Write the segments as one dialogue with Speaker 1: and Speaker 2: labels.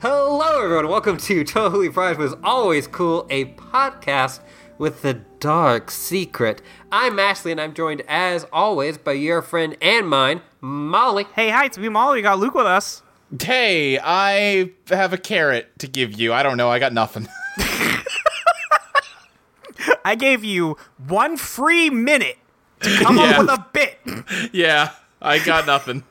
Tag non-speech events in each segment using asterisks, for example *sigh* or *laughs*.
Speaker 1: Hello, everyone. Welcome to Totally Bright Was Always Cool, a podcast with the dark secret. I'm Ashley, and I'm joined, as always, by your friend and mine, Molly.
Speaker 2: Hey, hi, it's me, Molly. We got Luke with us.
Speaker 3: Hey, I have a carrot to give you. I don't know. I got nothing. *laughs*
Speaker 2: I gave you one free minute to come up
Speaker 3: Yeah.
Speaker 2: with a bit.
Speaker 3: yeah, I got nothing.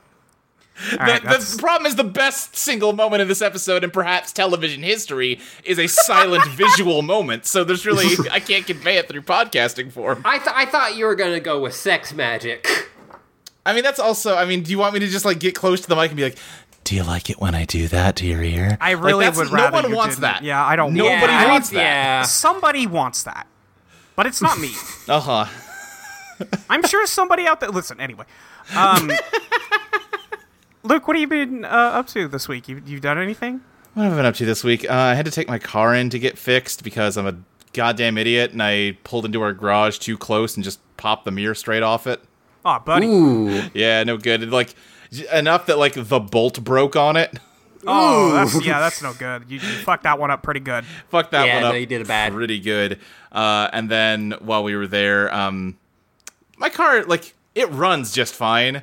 Speaker 2: right,
Speaker 3: the,
Speaker 2: that's-
Speaker 3: the problem is the best single moment in this episode and perhaps television history is
Speaker 2: *laughs*
Speaker 3: a silent visual moment. So there's really I can't convey it through podcasting form.
Speaker 1: I, th- I thought you were going to go with sex magic.
Speaker 3: I mean, that's also. I mean, do you want me to just like get close to the mic and be like, "Do you like it when I do that to your ear?"
Speaker 2: I
Speaker 3: Like,
Speaker 2: really
Speaker 3: that's-
Speaker 2: would
Speaker 3: no
Speaker 2: rather
Speaker 3: one
Speaker 2: you
Speaker 3: wants
Speaker 2: didn't.
Speaker 3: that.
Speaker 2: Yeah, I don't.
Speaker 3: Nobody
Speaker 2: want
Speaker 1: I-
Speaker 2: that.
Speaker 3: Oh, wants that.
Speaker 1: Yeah.
Speaker 2: Somebody wants that, but it's not me.
Speaker 3: Uh huh.
Speaker 2: I'm sure somebody out there. Listen, anyway. Um, Luke, what have you been uh, up to this week? You you done anything?
Speaker 3: What have I been up to this week? Uh, I had to take my car in to get fixed because I'm a goddamn idiot and I pulled into our garage too close and just popped the mirror straight off it.
Speaker 2: Oh, buddy.
Speaker 1: Ooh.
Speaker 3: Yeah, no good. It, like j- enough that like the bolt broke on it.
Speaker 2: Oh, that's, yeah, that's no good. You, you fucked that one up pretty good.
Speaker 3: Fuck that
Speaker 1: Yeah,
Speaker 3: one
Speaker 1: no,
Speaker 3: up.
Speaker 1: you did it bad.
Speaker 3: Pretty good. Uh, and then while we were there, um, my car like it runs just fine,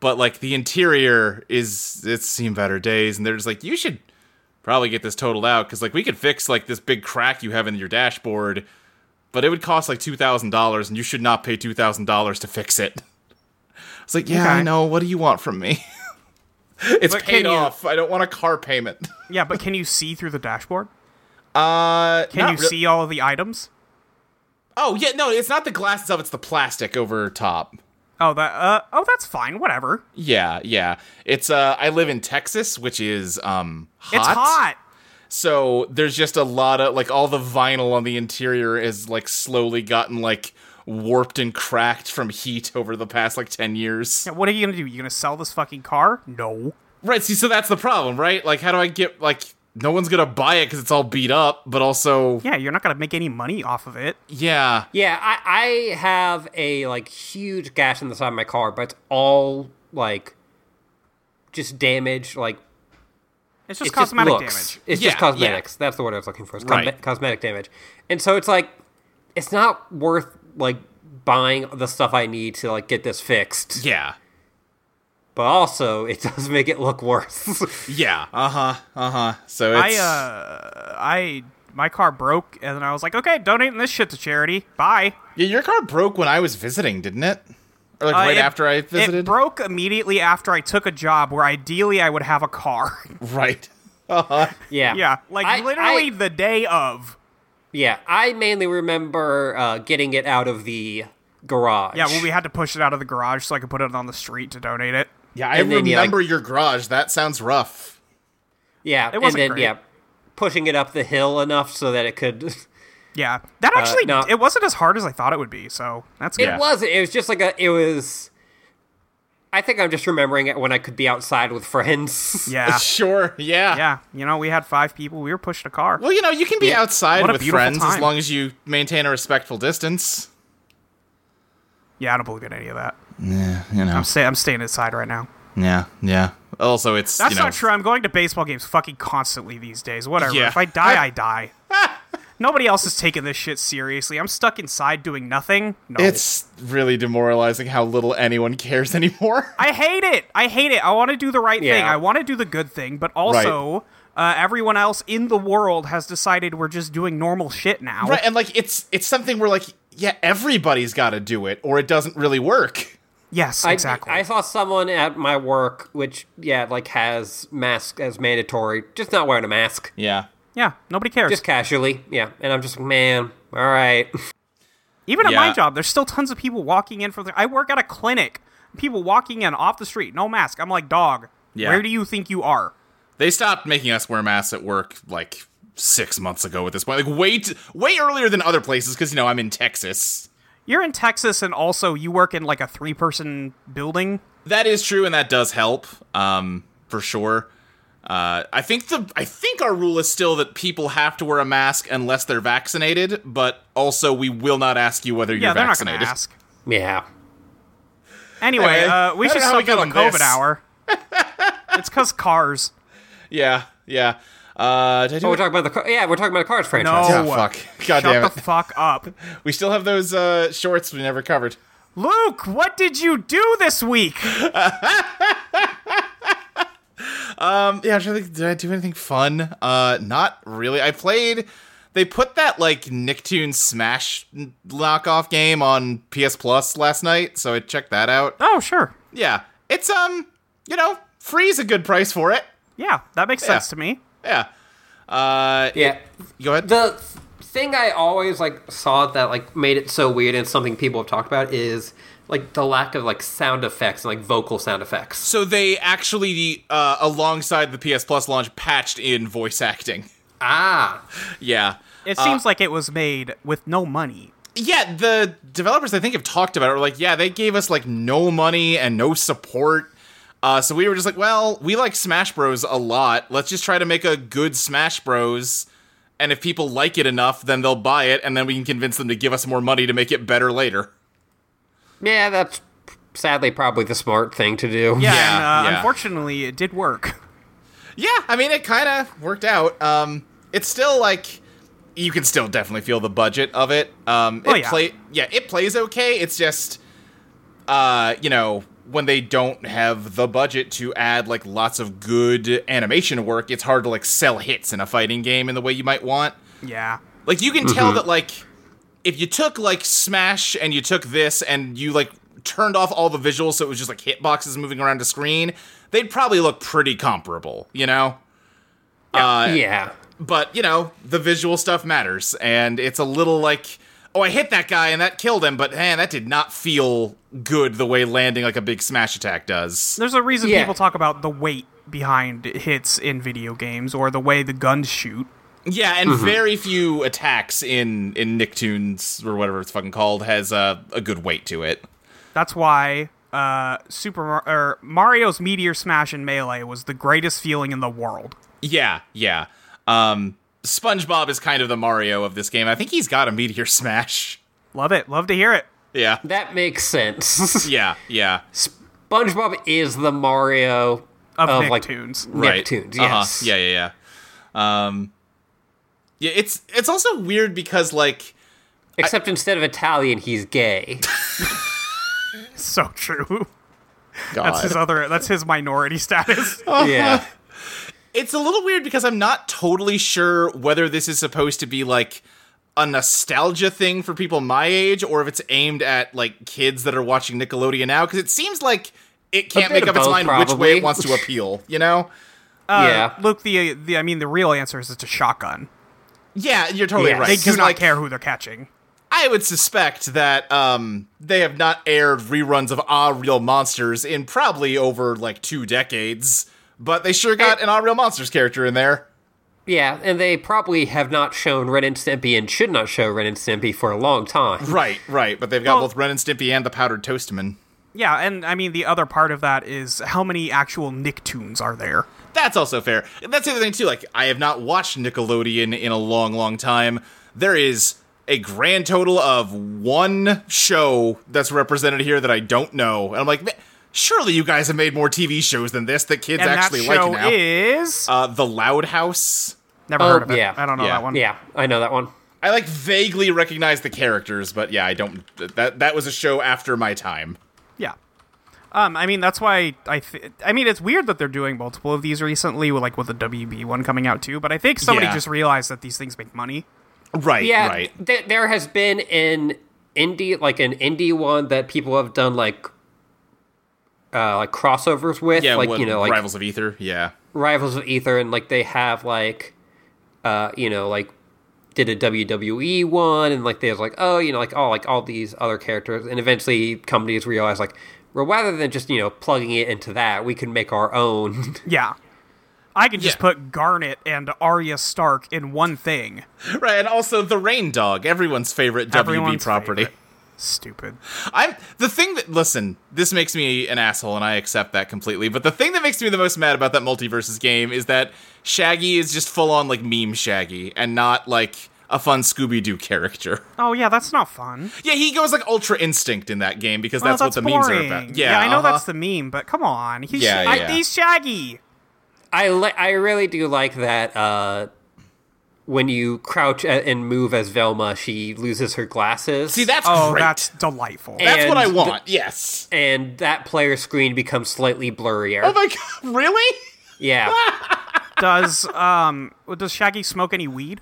Speaker 3: but like the interior is it's seen better days, and they're just like you should probably get this totaled out because like we could fix like this big crack you have in your dashboard, but it would cost like two thousand dollars, and you should not pay two thousand dollars to fix it. It's like yeah,
Speaker 2: Okay.
Speaker 3: I know. What do you want from me? *laughs* it's
Speaker 2: But can
Speaker 3: paid
Speaker 2: you-
Speaker 3: off. I don't want a car payment.
Speaker 2: Yeah, but can you see through the dashboard?
Speaker 3: Uh,
Speaker 2: Can you see all of the items?
Speaker 3: Oh yeah, no, it's not the glass itself; it's the plastic over top.
Speaker 2: Oh, that. Uh, oh, that's fine. Whatever.
Speaker 3: Yeah, yeah. It's uh, I live in Texas, which is um hot.
Speaker 2: It's hot.
Speaker 3: So there's just a lot of like all the vinyl on the interior is like slowly gotten like warped and cracked from heat over the past like ten years.
Speaker 2: Yeah, What are you gonna do? You gonna sell this fucking car? No.
Speaker 3: Right. See, so that's the problem, right? Like, how do I get like? No one's gonna buy it because it's all beat up, but also,
Speaker 2: Yeah, you're not gonna make any money off of it.
Speaker 3: yeah,
Speaker 1: Yeah, I, I have a like huge gash in the side of my car, but it's all like just damage. Like
Speaker 2: It's just
Speaker 1: it just
Speaker 2: cosmetic
Speaker 1: looks.
Speaker 2: damage.
Speaker 1: It's
Speaker 3: Yeah,
Speaker 1: just
Speaker 3: yeah.
Speaker 1: cosmetics. That's the word I was looking for. It's com-
Speaker 3: Right.
Speaker 1: cosmetic damage. And so it's like it's not worth like buying the stuff I need to like get this fixed.
Speaker 3: yeah,
Speaker 1: But also it *laughs* does make it look
Speaker 2: *laughs*
Speaker 1: worse.
Speaker 3: yeah, uh huh, uh huh. So
Speaker 2: I
Speaker 3: it's
Speaker 2: uh, I my car broke, and then I was like, okay, donating this shit to charity. Bye.
Speaker 3: Yeah, your car broke when I was visiting, didn't it? Or like
Speaker 2: Uh,
Speaker 3: right
Speaker 2: it-
Speaker 3: after I
Speaker 2: it
Speaker 3: visited?
Speaker 2: broke immediately after I took a job where ideally I would have a car.
Speaker 3: *laughs*
Speaker 2: *laughs*
Speaker 3: right. Uh-huh.
Speaker 1: yeah.
Speaker 2: yeah, like
Speaker 1: I-
Speaker 2: literally
Speaker 1: I-
Speaker 2: the day of.
Speaker 1: yeah, I mainly remember uh, getting it out of the garage.
Speaker 2: Yeah, well, we had to push it out of the garage so I could put it on the street to donate it.
Speaker 3: Yeah, I
Speaker 1: And then you, like-
Speaker 3: remember your garage. That sounds rough.
Speaker 1: Yeah, and
Speaker 2: wasn't
Speaker 1: then
Speaker 2: great.
Speaker 1: yeah, pushing it up the hill enough so that it could. *laughs*
Speaker 2: Yeah, that actually
Speaker 1: no.
Speaker 2: it wasn't as hard as I thought it would be. So that's good.
Speaker 1: It was. It was just like a. It was. I think I'm just remembering it when I could be outside with friends. *laughs*
Speaker 2: Yeah,
Speaker 3: *laughs* Sure, yeah.
Speaker 2: Ah. yeah. You know, we had five people. We were pushed a car.
Speaker 3: Well, you know, you can be
Speaker 1: Yeah.
Speaker 3: outside
Speaker 2: What a
Speaker 3: with
Speaker 2: beautiful
Speaker 3: friends as
Speaker 2: time.
Speaker 3: long as you maintain a respectful distance.
Speaker 2: Yeah, I don't believe in any of that.
Speaker 3: You know,
Speaker 2: I'm stay- I'm staying inside right now.
Speaker 3: yeah, yeah. Also, it's
Speaker 2: That's
Speaker 3: you know,
Speaker 2: not true. I'm going to baseball games fucking constantly these days. Whatever.
Speaker 3: Yeah.
Speaker 2: If I die, I die. *laughs* Nobody else is taking this shit seriously. I'm stuck inside doing nothing. No.
Speaker 3: It's really demoralizing how little anyone cares *laughs* anymore.
Speaker 2: I hate it. I hate it. I want to do the right thing.
Speaker 1: Yeah.
Speaker 2: I want to do the good thing, but also uh, everyone else in the world has decided we're just doing normal shit now.
Speaker 3: right, and like it's it's something where like yeah, everybody's got to do it, or it doesn't really work.
Speaker 2: Yes,
Speaker 1: I-
Speaker 2: exactly.
Speaker 1: I, saw someone at my work, which yeah, like has mask as mandatory, just not wearing a mask,
Speaker 3: Yeah.
Speaker 2: yeah, nobody cares.
Speaker 1: just casually. Yeah, and I'm just like, man, all right. *laughs*
Speaker 2: Even at
Speaker 3: Yeah.
Speaker 2: my job, there's still tons of people walking in from. The, I work at a clinic. People walking in off the street, no mask. I'm like, dog.
Speaker 3: Yeah.
Speaker 2: Where do you think you are?
Speaker 3: They stopped making us wear masks at work like six months ago at this point. Like way t- way earlier than other places because you know I'm in Texas.
Speaker 2: You're in Texas, and also you work in like a three person building.
Speaker 3: That is true, and that does help um, for sure. Uh, I think the I think our rule is still that people have to wear a mask unless they're vaccinated, but also we will not ask you whether
Speaker 2: yeah,
Speaker 3: you're
Speaker 2: they're
Speaker 3: vaccinated.
Speaker 2: not gonna ask.
Speaker 1: Yeah,
Speaker 2: Anyway,
Speaker 3: Anyway,
Speaker 2: uh, we
Speaker 3: I don't
Speaker 2: should
Speaker 3: know how we
Speaker 2: stop doing
Speaker 3: got
Speaker 2: the
Speaker 3: on
Speaker 2: COVID
Speaker 3: this. *laughs*
Speaker 2: hour. it's because cars.
Speaker 3: *laughs* Yeah, yeah. Uh, did I do
Speaker 1: oh, we're
Speaker 3: it?
Speaker 1: talking about the car- yeah, we're talking about the cars franchise.
Speaker 2: No,
Speaker 3: Ah, fuck. God
Speaker 2: shut
Speaker 3: damn it.
Speaker 2: the fuck up,
Speaker 3: we still have those uh, shorts we never covered.
Speaker 2: Luke. What did you do this week?
Speaker 3: Um, yeah, I'm trying to think. Did I do anything fun? Uh, not really. I played. They put that like Nicktoon Smash knockoff game on PS Plus last night, so I checked that out.
Speaker 2: Oh, sure.
Speaker 3: Yeah, it's um, you know, free's a good price for it.
Speaker 2: Yeah, that makes sense to me.
Speaker 3: Yeah. Uh,
Speaker 1: Yeah,
Speaker 3: go ahead.
Speaker 1: the th- thing I always like saw that like made it so weird and something people have talked about is like the lack of like sound effects and like vocal sound effects.
Speaker 3: so they actually, uh, alongside the PS Plus launch, patched in voice acting. *laughs*
Speaker 1: Ah,
Speaker 3: Yeah.
Speaker 2: It seems like it was made with no money.
Speaker 3: Yeah, the developers I think have talked about it. Were like, yeah, they gave us like no money and no support. Uh, so we were just like, well, we like Smash Bros a lot. Let's just try to make a good Smash Bros. And if people like it enough, then they'll buy it, and then we can convince them to give us more money to make it better later.
Speaker 1: yeah, that's sadly probably the smart thing to do.
Speaker 2: Yeah,
Speaker 3: Yeah,
Speaker 2: and, uh,
Speaker 3: yeah.
Speaker 2: unfortunately, it did work. *laughs*
Speaker 3: Yeah, I mean, it kind of worked out. Um, it's still like you can still definitely feel the budget of it. Um, it
Speaker 2: Oh, yeah.
Speaker 3: play yeah, it plays okay. It's just uh, you know, when they don't have the budget to add like lots of good animation work, it's hard to like sell hits in a fighting game in the way you might want.
Speaker 2: Yeah.
Speaker 3: Like you can tell that like if you took like Smash and you took this and you like turned off all the visuals so it was just like hitboxes moving around a screen, they'd probably look pretty comparable, you know? Uh,
Speaker 1: *laughs* yeah.
Speaker 3: but you know the visual stuff matters and it's a little like oh i hit that guy and that killed him but man that did not feel good the way landing like a big smash attack does
Speaker 2: There's a reason
Speaker 1: Yeah.
Speaker 2: people talk about the weight behind hits in video games or the way the guns shoot.
Speaker 3: yeah and very few attacks in in nicktoons or whatever it's fucking called has uh, a good weight to it
Speaker 2: That's why uh, Super Mar- or Mario's Meteor Smash in Melee was the greatest feeling in the world.
Speaker 3: yeah yeah um spongebob is kind of the mario of this game i think he's got a meteor *laughs* smash
Speaker 2: Love it. Love to hear it.
Speaker 3: yeah
Speaker 1: That makes sense. *laughs*
Speaker 3: yeah yeah
Speaker 1: SpongeBob is the Mario
Speaker 2: Of,
Speaker 1: of like
Speaker 2: Nicktoons.
Speaker 3: right. Uh-huh.
Speaker 1: Nicktoons, yes.
Speaker 3: Yeah, yeah, yeah. Um, yeah, it's it's also weird because like
Speaker 1: except instead of Italian, he's gay.
Speaker 2: so true. *laughs* That's his
Speaker 3: God.
Speaker 2: other. That's his minority *laughs*
Speaker 3: *laughs*
Speaker 2: status.
Speaker 1: yeah.
Speaker 3: it's a little weird because I'm not totally sure whether this is supposed to be like a nostalgia thing for people my age or if it's aimed at like kids that are watching Nickelodeon now because it seems like it can't
Speaker 1: bit
Speaker 3: make
Speaker 1: of
Speaker 3: up its
Speaker 1: both,
Speaker 3: mind which way
Speaker 1: probably.
Speaker 3: it wants to appeal, you know?
Speaker 2: Uh,
Speaker 1: yeah.
Speaker 2: Luke, the the I mean, the real answer is it's a shotgun.
Speaker 3: Yeah, you're totally
Speaker 1: Yeah.
Speaker 3: right.
Speaker 2: They do
Speaker 3: 'cause,
Speaker 2: not
Speaker 3: like,
Speaker 2: care who they're catching.
Speaker 3: I would suspect that um, they have not aired reruns of Ah Real Monsters in probably over like two decades, but they sure got an Ah Real Monsters character in there.
Speaker 1: Yeah, and they probably have not shown Ren and Stimpy and should not show Ren and Stimpy for a long time.
Speaker 3: Right, right. But they've got
Speaker 2: Well-
Speaker 3: both Ren and Stimpy and the Powdered Toastman.
Speaker 2: Yeah, and I mean the other part of that is how many actual Nicktoons are there?
Speaker 3: That's also fair. That's the other thing too. Like I have not watched Nickelodeon in a long, long time. There is a grand total of one show that's represented here that I don't know, and I'm like, "Man, surely you guys have made more TV shows than this that kids
Speaker 2: And
Speaker 3: actually
Speaker 2: that show
Speaker 3: like now.
Speaker 2: is
Speaker 3: uh, the Loud House.
Speaker 2: never
Speaker 1: Oh,
Speaker 2: heard of it.
Speaker 1: yeah.
Speaker 2: I don't know
Speaker 3: Yeah.
Speaker 2: that one.
Speaker 1: Yeah, I know that one.
Speaker 3: I like vaguely recognize the characters, but yeah, I don't. That that was a show after my time.
Speaker 2: Yeah. Um, I mean that's why I. Th- I mean it's weird that they're doing multiple of these recently, with, like with the WB one coming out too. But I think somebody
Speaker 3: Yeah.
Speaker 2: just realized that these things make money.
Speaker 3: Right.
Speaker 1: Yeah,
Speaker 3: Right.
Speaker 1: th- there has been an indie, like an indie one that people have done like uh, like crossovers with,
Speaker 3: Yeah,
Speaker 1: like
Speaker 3: what-
Speaker 1: you know, like
Speaker 3: Rivals of Ether. Yeah.
Speaker 1: Rivals of Ether, and like they have like, uh, you know, like did a WWE one, and like there's like oh, you know, like all like all these other characters, and eventually companies realize like, well, rather than just you know plugging it into that, we can make our own. *laughs*
Speaker 2: Yeah. I can just
Speaker 3: Yeah.
Speaker 2: put Garnet and Arya Stark in one thing.
Speaker 3: Right, and also the Rain Dog, everyone's favorite
Speaker 2: Everyone's
Speaker 3: WB property.
Speaker 2: favorite. Stupid.
Speaker 3: I'm the thing that listen, this makes me an asshole and I accept that completely, but the thing that makes me the most mad about that multiverses game is that Shaggy is just full on like meme Shaggy and not like a fun Scooby Doo character.
Speaker 2: Oh yeah, that's not fun.
Speaker 3: Yeah, he goes like Ultra Instinct in that game because
Speaker 2: Well,
Speaker 3: that's, what the
Speaker 2: Oh, boring.
Speaker 3: memes are about.
Speaker 2: Yeah,
Speaker 3: Yeah,
Speaker 2: I know
Speaker 3: uh-huh.
Speaker 2: that's the meme, but come on, he's
Speaker 3: Yeah,
Speaker 2: I-
Speaker 3: yeah.
Speaker 2: he's Shaggy.
Speaker 1: I li- I really do like that. Uh, when you crouch a- and move as Velma, she loses her glasses.
Speaker 3: See, that's
Speaker 2: Oh,
Speaker 3: great.
Speaker 2: that's
Speaker 3: That's,
Speaker 2: delightful.
Speaker 3: what I
Speaker 1: And
Speaker 3: want.
Speaker 2: *laughs*
Speaker 3: yes.
Speaker 1: and that player screen becomes slightly blurrier.
Speaker 3: Oh my god, really?
Speaker 1: yeah.
Speaker 2: does um does Shaggy smoke any weed?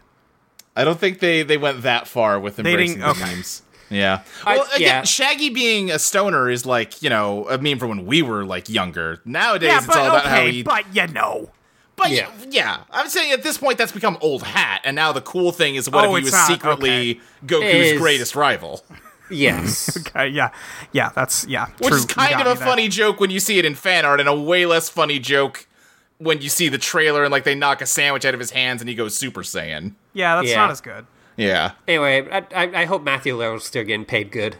Speaker 3: I don't think they they went that far with
Speaker 2: didn't-
Speaker 3: embracing the
Speaker 2: okay.
Speaker 3: memes. Yeah.
Speaker 1: I-
Speaker 3: Well, again,
Speaker 1: yeah.
Speaker 3: Shaggy being a stoner is like you know a meme from when we were like younger. Nowadays,
Speaker 2: yeah,
Speaker 3: it's
Speaker 2: but
Speaker 3: all about how
Speaker 2: okay,
Speaker 3: he.
Speaker 2: but you know.
Speaker 3: but
Speaker 1: Yeah.
Speaker 3: yeah. yeah, I'm saying at this point that's become old hat, and now the cool thing is what
Speaker 2: Oh,
Speaker 3: if he
Speaker 2: it's
Speaker 3: was
Speaker 2: not,
Speaker 3: secretly Goku's
Speaker 1: Is-
Speaker 3: greatest rival,
Speaker 1: Yes.
Speaker 2: Okay, Uh, yeah, yeah, that's yeah.
Speaker 3: which
Speaker 2: true.
Speaker 3: is
Speaker 2: You
Speaker 3: kind
Speaker 2: got
Speaker 3: of a
Speaker 2: me there.
Speaker 3: funny joke when you see it in fan art, and a way less funny joke when you see the trailer and like they knock a sandwich out of his hands and he goes Super Saiyan.
Speaker 2: Yeah, that's
Speaker 1: Yeah.
Speaker 2: not as good.
Speaker 3: Yeah.
Speaker 1: Anyway, I, I, I hope Matthew Lillard's still getting paid good.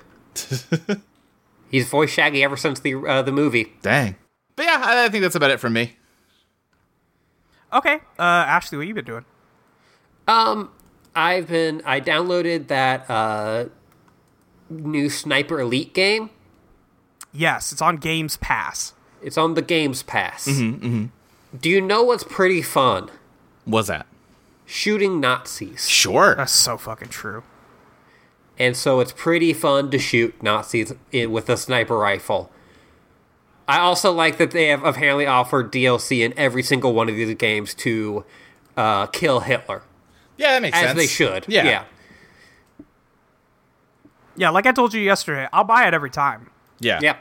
Speaker 1: He's voiced Shaggy ever since the uh, the movie.
Speaker 3: Dang. But yeah, I, I think that's about it from me.
Speaker 2: Okay, uh, Ashley, what you been doing?
Speaker 1: I've been I downloaded that uh, new Sniper Elite game.
Speaker 2: Yes, it's on Games Pass.
Speaker 1: It's on the Games Pass. Do you know what's pretty fun?
Speaker 3: Was that?
Speaker 1: Shooting Nazis.
Speaker 3: Sure.
Speaker 2: That's so fucking true.
Speaker 1: And so it's pretty fun to shoot Nazis i with a sniper rifle. I also like that they have apparently offered DLC in every single one of these games to uh, kill Hitler.
Speaker 3: Yeah, that makes
Speaker 1: as
Speaker 3: sense.
Speaker 1: they should.
Speaker 3: Yeah.
Speaker 1: yeah.
Speaker 2: Yeah, like I told you yesterday, I'll buy it every time.
Speaker 3: Yeah.
Speaker 1: Yep.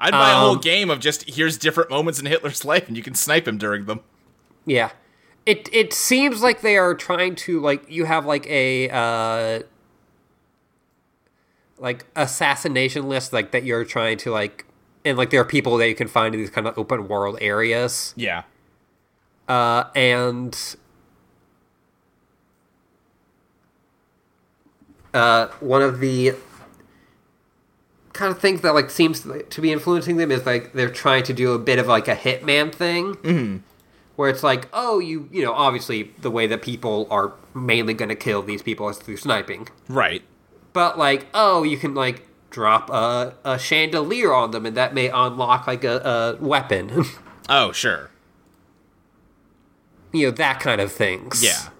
Speaker 3: I'd buy a whole
Speaker 1: Um,
Speaker 3: game of just here's different moments in Hitler's *laughs* life and you can snipe him during them.
Speaker 1: Yeah. It it seems like they are trying to like you have like a uh like assassination list like that you're trying to like and like there are people that you can find in these kind of open world areas.
Speaker 3: Yeah.
Speaker 1: Uh and uh one of the kind of things that like seems to be influencing them is like they're trying to do a bit of like a hitman thing where it's like oh you you know obviously the way that people are mainly going to kill these people is through sniping
Speaker 3: Right.
Speaker 1: but like oh you can like drop a, a chandelier on them and that may unlock like a, a weapon *laughs*
Speaker 3: Oh, sure.
Speaker 1: you know that kind of things
Speaker 3: Yeah.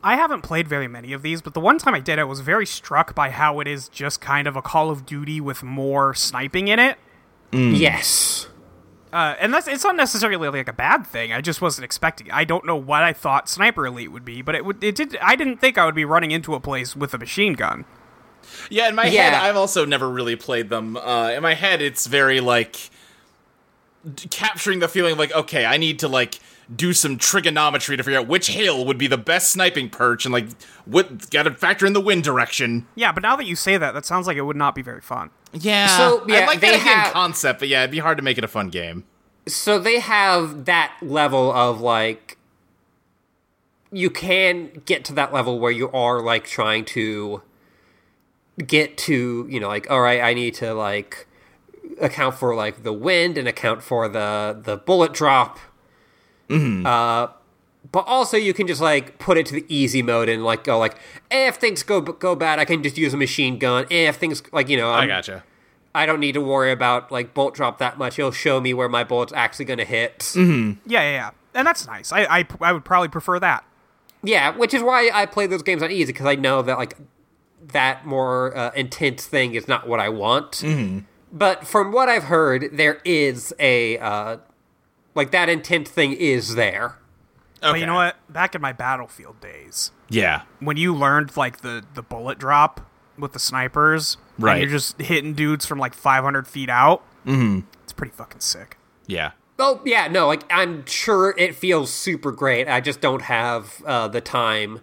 Speaker 2: I haven't played very many of these, but the one time I did, I was very struck by how it is just kind of a Call of Duty with more sniping in it.
Speaker 1: yes
Speaker 2: Uh, and that's it's not necessarily like a bad thing. I just wasn't expecting. It. I don't know what I thought Sniper Elite would be, but it would. It did. I didn't think I would be running into a place with a machine gun.
Speaker 3: Yeah, in my
Speaker 1: Yeah.
Speaker 3: head, I've also never really played them. Uh, in my head, it's very like d- capturing the feeling of like, okay, I need to like do some trigonometry to figure out which hill would be the best sniping perch and like what gotta factor in the wind direction.
Speaker 2: Yeah, but now that you say that, that sounds like it would not be very fun.
Speaker 3: Yeah.
Speaker 1: So, yeah,
Speaker 3: I like
Speaker 1: they
Speaker 3: that idea
Speaker 1: have-
Speaker 3: in concept, but yeah, it'd be hard to make it a fun game.
Speaker 1: so they have that level of like you can get to that level where you are like trying to get to you know like all right i need to like account for like the wind and account for the the bullet drop uh but also you can just like put it to the easy mode and like go like "Eh, if things go go bad i can just use a machine gun Eh, if things like you know
Speaker 3: I
Speaker 2: Um,
Speaker 1: I'm-
Speaker 3: gotcha.
Speaker 1: I don't need to worry about like bolt drop that much. It'll show me where my bullet's actually going to hit.
Speaker 2: Yeah, yeah, yeah. And that's nice. I, I, I would probably prefer that.
Speaker 1: Yeah, which is why I play those games on easy because I know that like that more uh, intense thing is not what I want. But from what I've heard, there is a uh, like that intense thing is there.
Speaker 3: Okay.
Speaker 2: But you know what? Back in my battlefield days,
Speaker 3: Yeah.
Speaker 2: when you learned like the the bullet drop with the snipers, and
Speaker 3: Right. Mm-hmm.
Speaker 2: you're just hitting dudes from like 500 feet out. It's pretty fucking sick.
Speaker 3: Yeah.
Speaker 1: Oh yeah, no, like I'm sure it feels super great. I just don't have uh, the time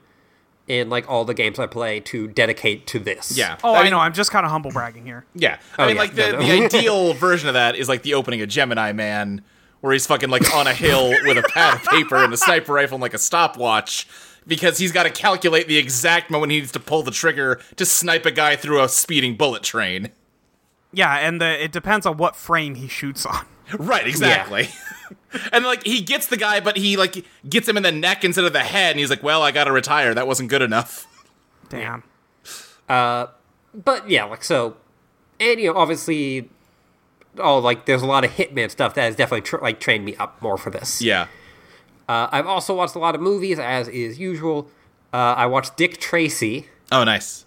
Speaker 1: in like all the games I play to dedicate to this.
Speaker 3: Yeah.
Speaker 2: Oh, I,
Speaker 3: mean,
Speaker 2: know. I'm just kind of humble bragging here.
Speaker 3: Yeah. I mean,
Speaker 1: Oh, yeah,
Speaker 3: like,
Speaker 1: no,
Speaker 3: the,
Speaker 1: no. *laughs*
Speaker 3: the ideal version of that is like the opening of Gemini Man, where he's fucking like on a hill with a pad of paper and a sniper rifle and like a stopwatch because he's got to calculate the exact moment he needs to pull the trigger to snipe a guy through a speeding bullet train. *laughs*
Speaker 2: Yeah, and the, it depends on what frame he shoots on. *laughs*
Speaker 3: Right, exactly. *laughs* and like he gets the guy, but he like gets him in the neck instead of the head, and he's like, "Well, I gotta retire. That wasn't good enough."
Speaker 2: Damn.
Speaker 1: But yeah, like so, and you know, obviously, oh, like there's a lot of Hitman stuff that has definitely tr- like trained me up more for this.
Speaker 3: Yeah,
Speaker 1: Uh, I've also watched a lot of movies as is usual. Uh, I watched Dick Tracy
Speaker 3: Oh, nice.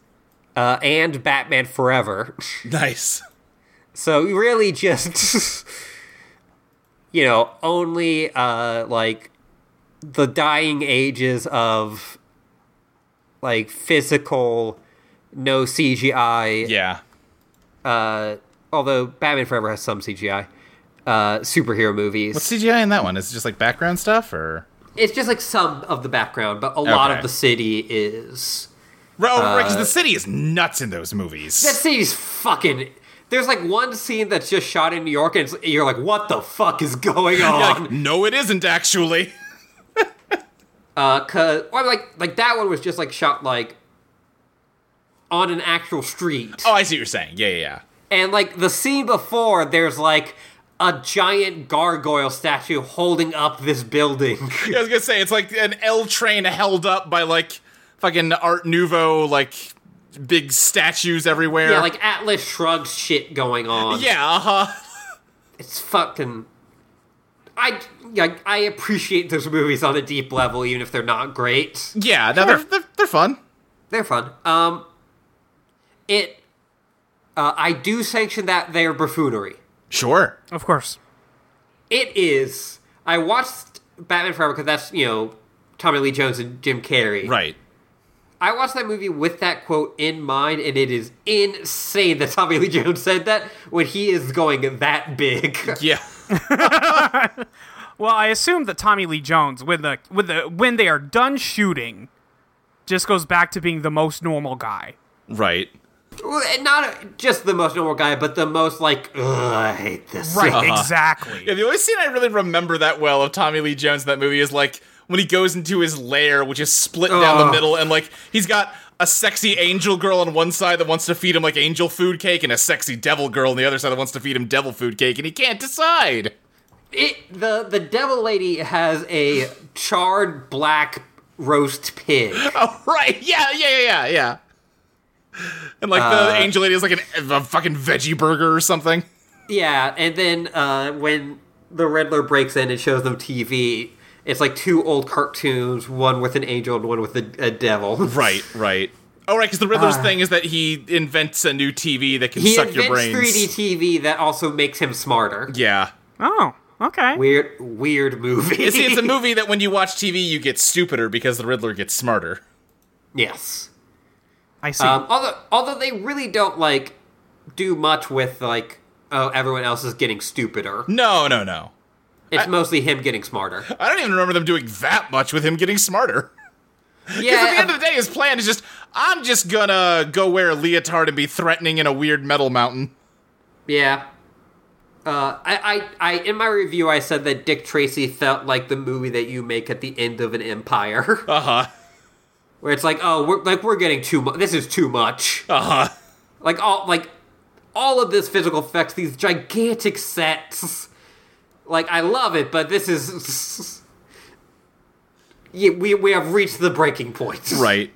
Speaker 1: uh, and Batman Forever. *laughs*
Speaker 3: Nice.
Speaker 1: So we really just *laughs* you know, only uh like the dying ages of like physical no CGI
Speaker 3: Yeah.
Speaker 1: uh although Batman Forever has some CGI uh superhero movies.
Speaker 3: What's CGI in that one? Is it just like background stuff or?
Speaker 1: it's just like some of the background, but a lot
Speaker 3: Okay.
Speaker 1: of the city is
Speaker 3: Bro, because oh, the city is nuts in those movies.
Speaker 1: that city's fucking there's like one scene that's just shot in New York and it's, you're like what the fuck is
Speaker 3: *laughs*
Speaker 1: going on?
Speaker 3: You're like, no, it isn't actually.
Speaker 1: Uh, cause well, like like that one was just like shot like on an actual street,
Speaker 3: *laughs* Oh, I see what you're saying. Yeah, yeah, yeah.
Speaker 1: and like the scene before, there's like a giant gargoyle statue holding up this building. *laughs*
Speaker 3: Yeah, I was gonna say it's like an L train held up by like fucking Art Nouveau, like big statues everywhere.
Speaker 1: yeah, like Atlas Shrugged shit going on.
Speaker 3: yeah, uh huh.
Speaker 1: it's fucking. I like I appreciate those movies on a deep level, even if they're not great.
Speaker 3: Yeah, no, they're, they're they're fun.
Speaker 1: They're fun. Um, it. Uh, I do sanction that they're buffoonery.
Speaker 3: Sure.
Speaker 2: Of course.
Speaker 1: It is. I watched Batman Forever because that's you know Tommy Lee Jones and Jim Carrey.
Speaker 3: Right.
Speaker 1: I watched that movie with that quote in mind, and it is insane that Tommy Lee Jones said that when he is going that big. *laughs*
Speaker 3: Yeah. *laughs*
Speaker 2: Well, I assume that Tommy Lee Jones, when the with the when they are done shooting, just goes back to being the most normal guy.
Speaker 3: Right.
Speaker 1: Well, and Not just the most normal guy, but the most like Ugh, I hate this.
Speaker 2: Right.
Speaker 3: Uh-huh.
Speaker 2: Exactly.
Speaker 3: Yeah, the only scene I really remember that well of Tommy Lee Jones in that movie is like when he goes into his lair, which is split down the
Speaker 1: Ugh.
Speaker 3: middle, and like he's got a sexy angel girl on one side that wants to feed him like angel food cake, and a sexy devil girl on the other side that wants to feed him devil food cake, and he can't decide. *laughs*
Speaker 1: It, the the devil lady has a charred black roast pig.
Speaker 3: Oh, right. Yeah, yeah, yeah, yeah, yeah. And like the angel lady is like an, a fucking veggie burger or something.
Speaker 1: Yeah, and then uh, when the Riddler breaks in and shows them TV, it's like two old cartoons, one with an angel and one with a, a devil.
Speaker 3: Right, right. Oh, right, because the Riddler's thing is that he invents a new TV that can
Speaker 1: He
Speaker 3: suck
Speaker 1: invents
Speaker 3: your brains.
Speaker 1: 3D TV that also makes him smarter.
Speaker 3: Yeah.
Speaker 2: Oh, okay.
Speaker 1: Weird, weird movie.
Speaker 3: You *laughs* see, it's a movie that when you watch TV, you get stupider because the Riddler gets smarter.
Speaker 1: *laughs* yes.
Speaker 2: I see.
Speaker 1: Um, although, although they really don't like do much with like, oh, everyone else is getting stupider.
Speaker 3: No, no, no.
Speaker 1: It's mostly him getting
Speaker 3: *laughs*
Speaker 1: smarter.
Speaker 3: I don't even remember them doing that much with him getting smarter. *laughs* Because at the end
Speaker 1: Yeah,
Speaker 3: of the day, his plan is just, I'm just gonna go wear a leotard and be threatening in a weird metal mountain.
Speaker 1: yeah. Uh, I, I, I, in my review, I said that Dick Tracy felt like the movie that you make at the end of an empire. *laughs*
Speaker 3: Uh huh.
Speaker 1: where it's like, oh, we're like we're getting too much. This is too much.
Speaker 3: Uh huh.
Speaker 1: Like all like all of this physical effects, these gigantic sets. Like I love it, but this is *laughs* yeah, we we have reached the breaking point.
Speaker 3: Right.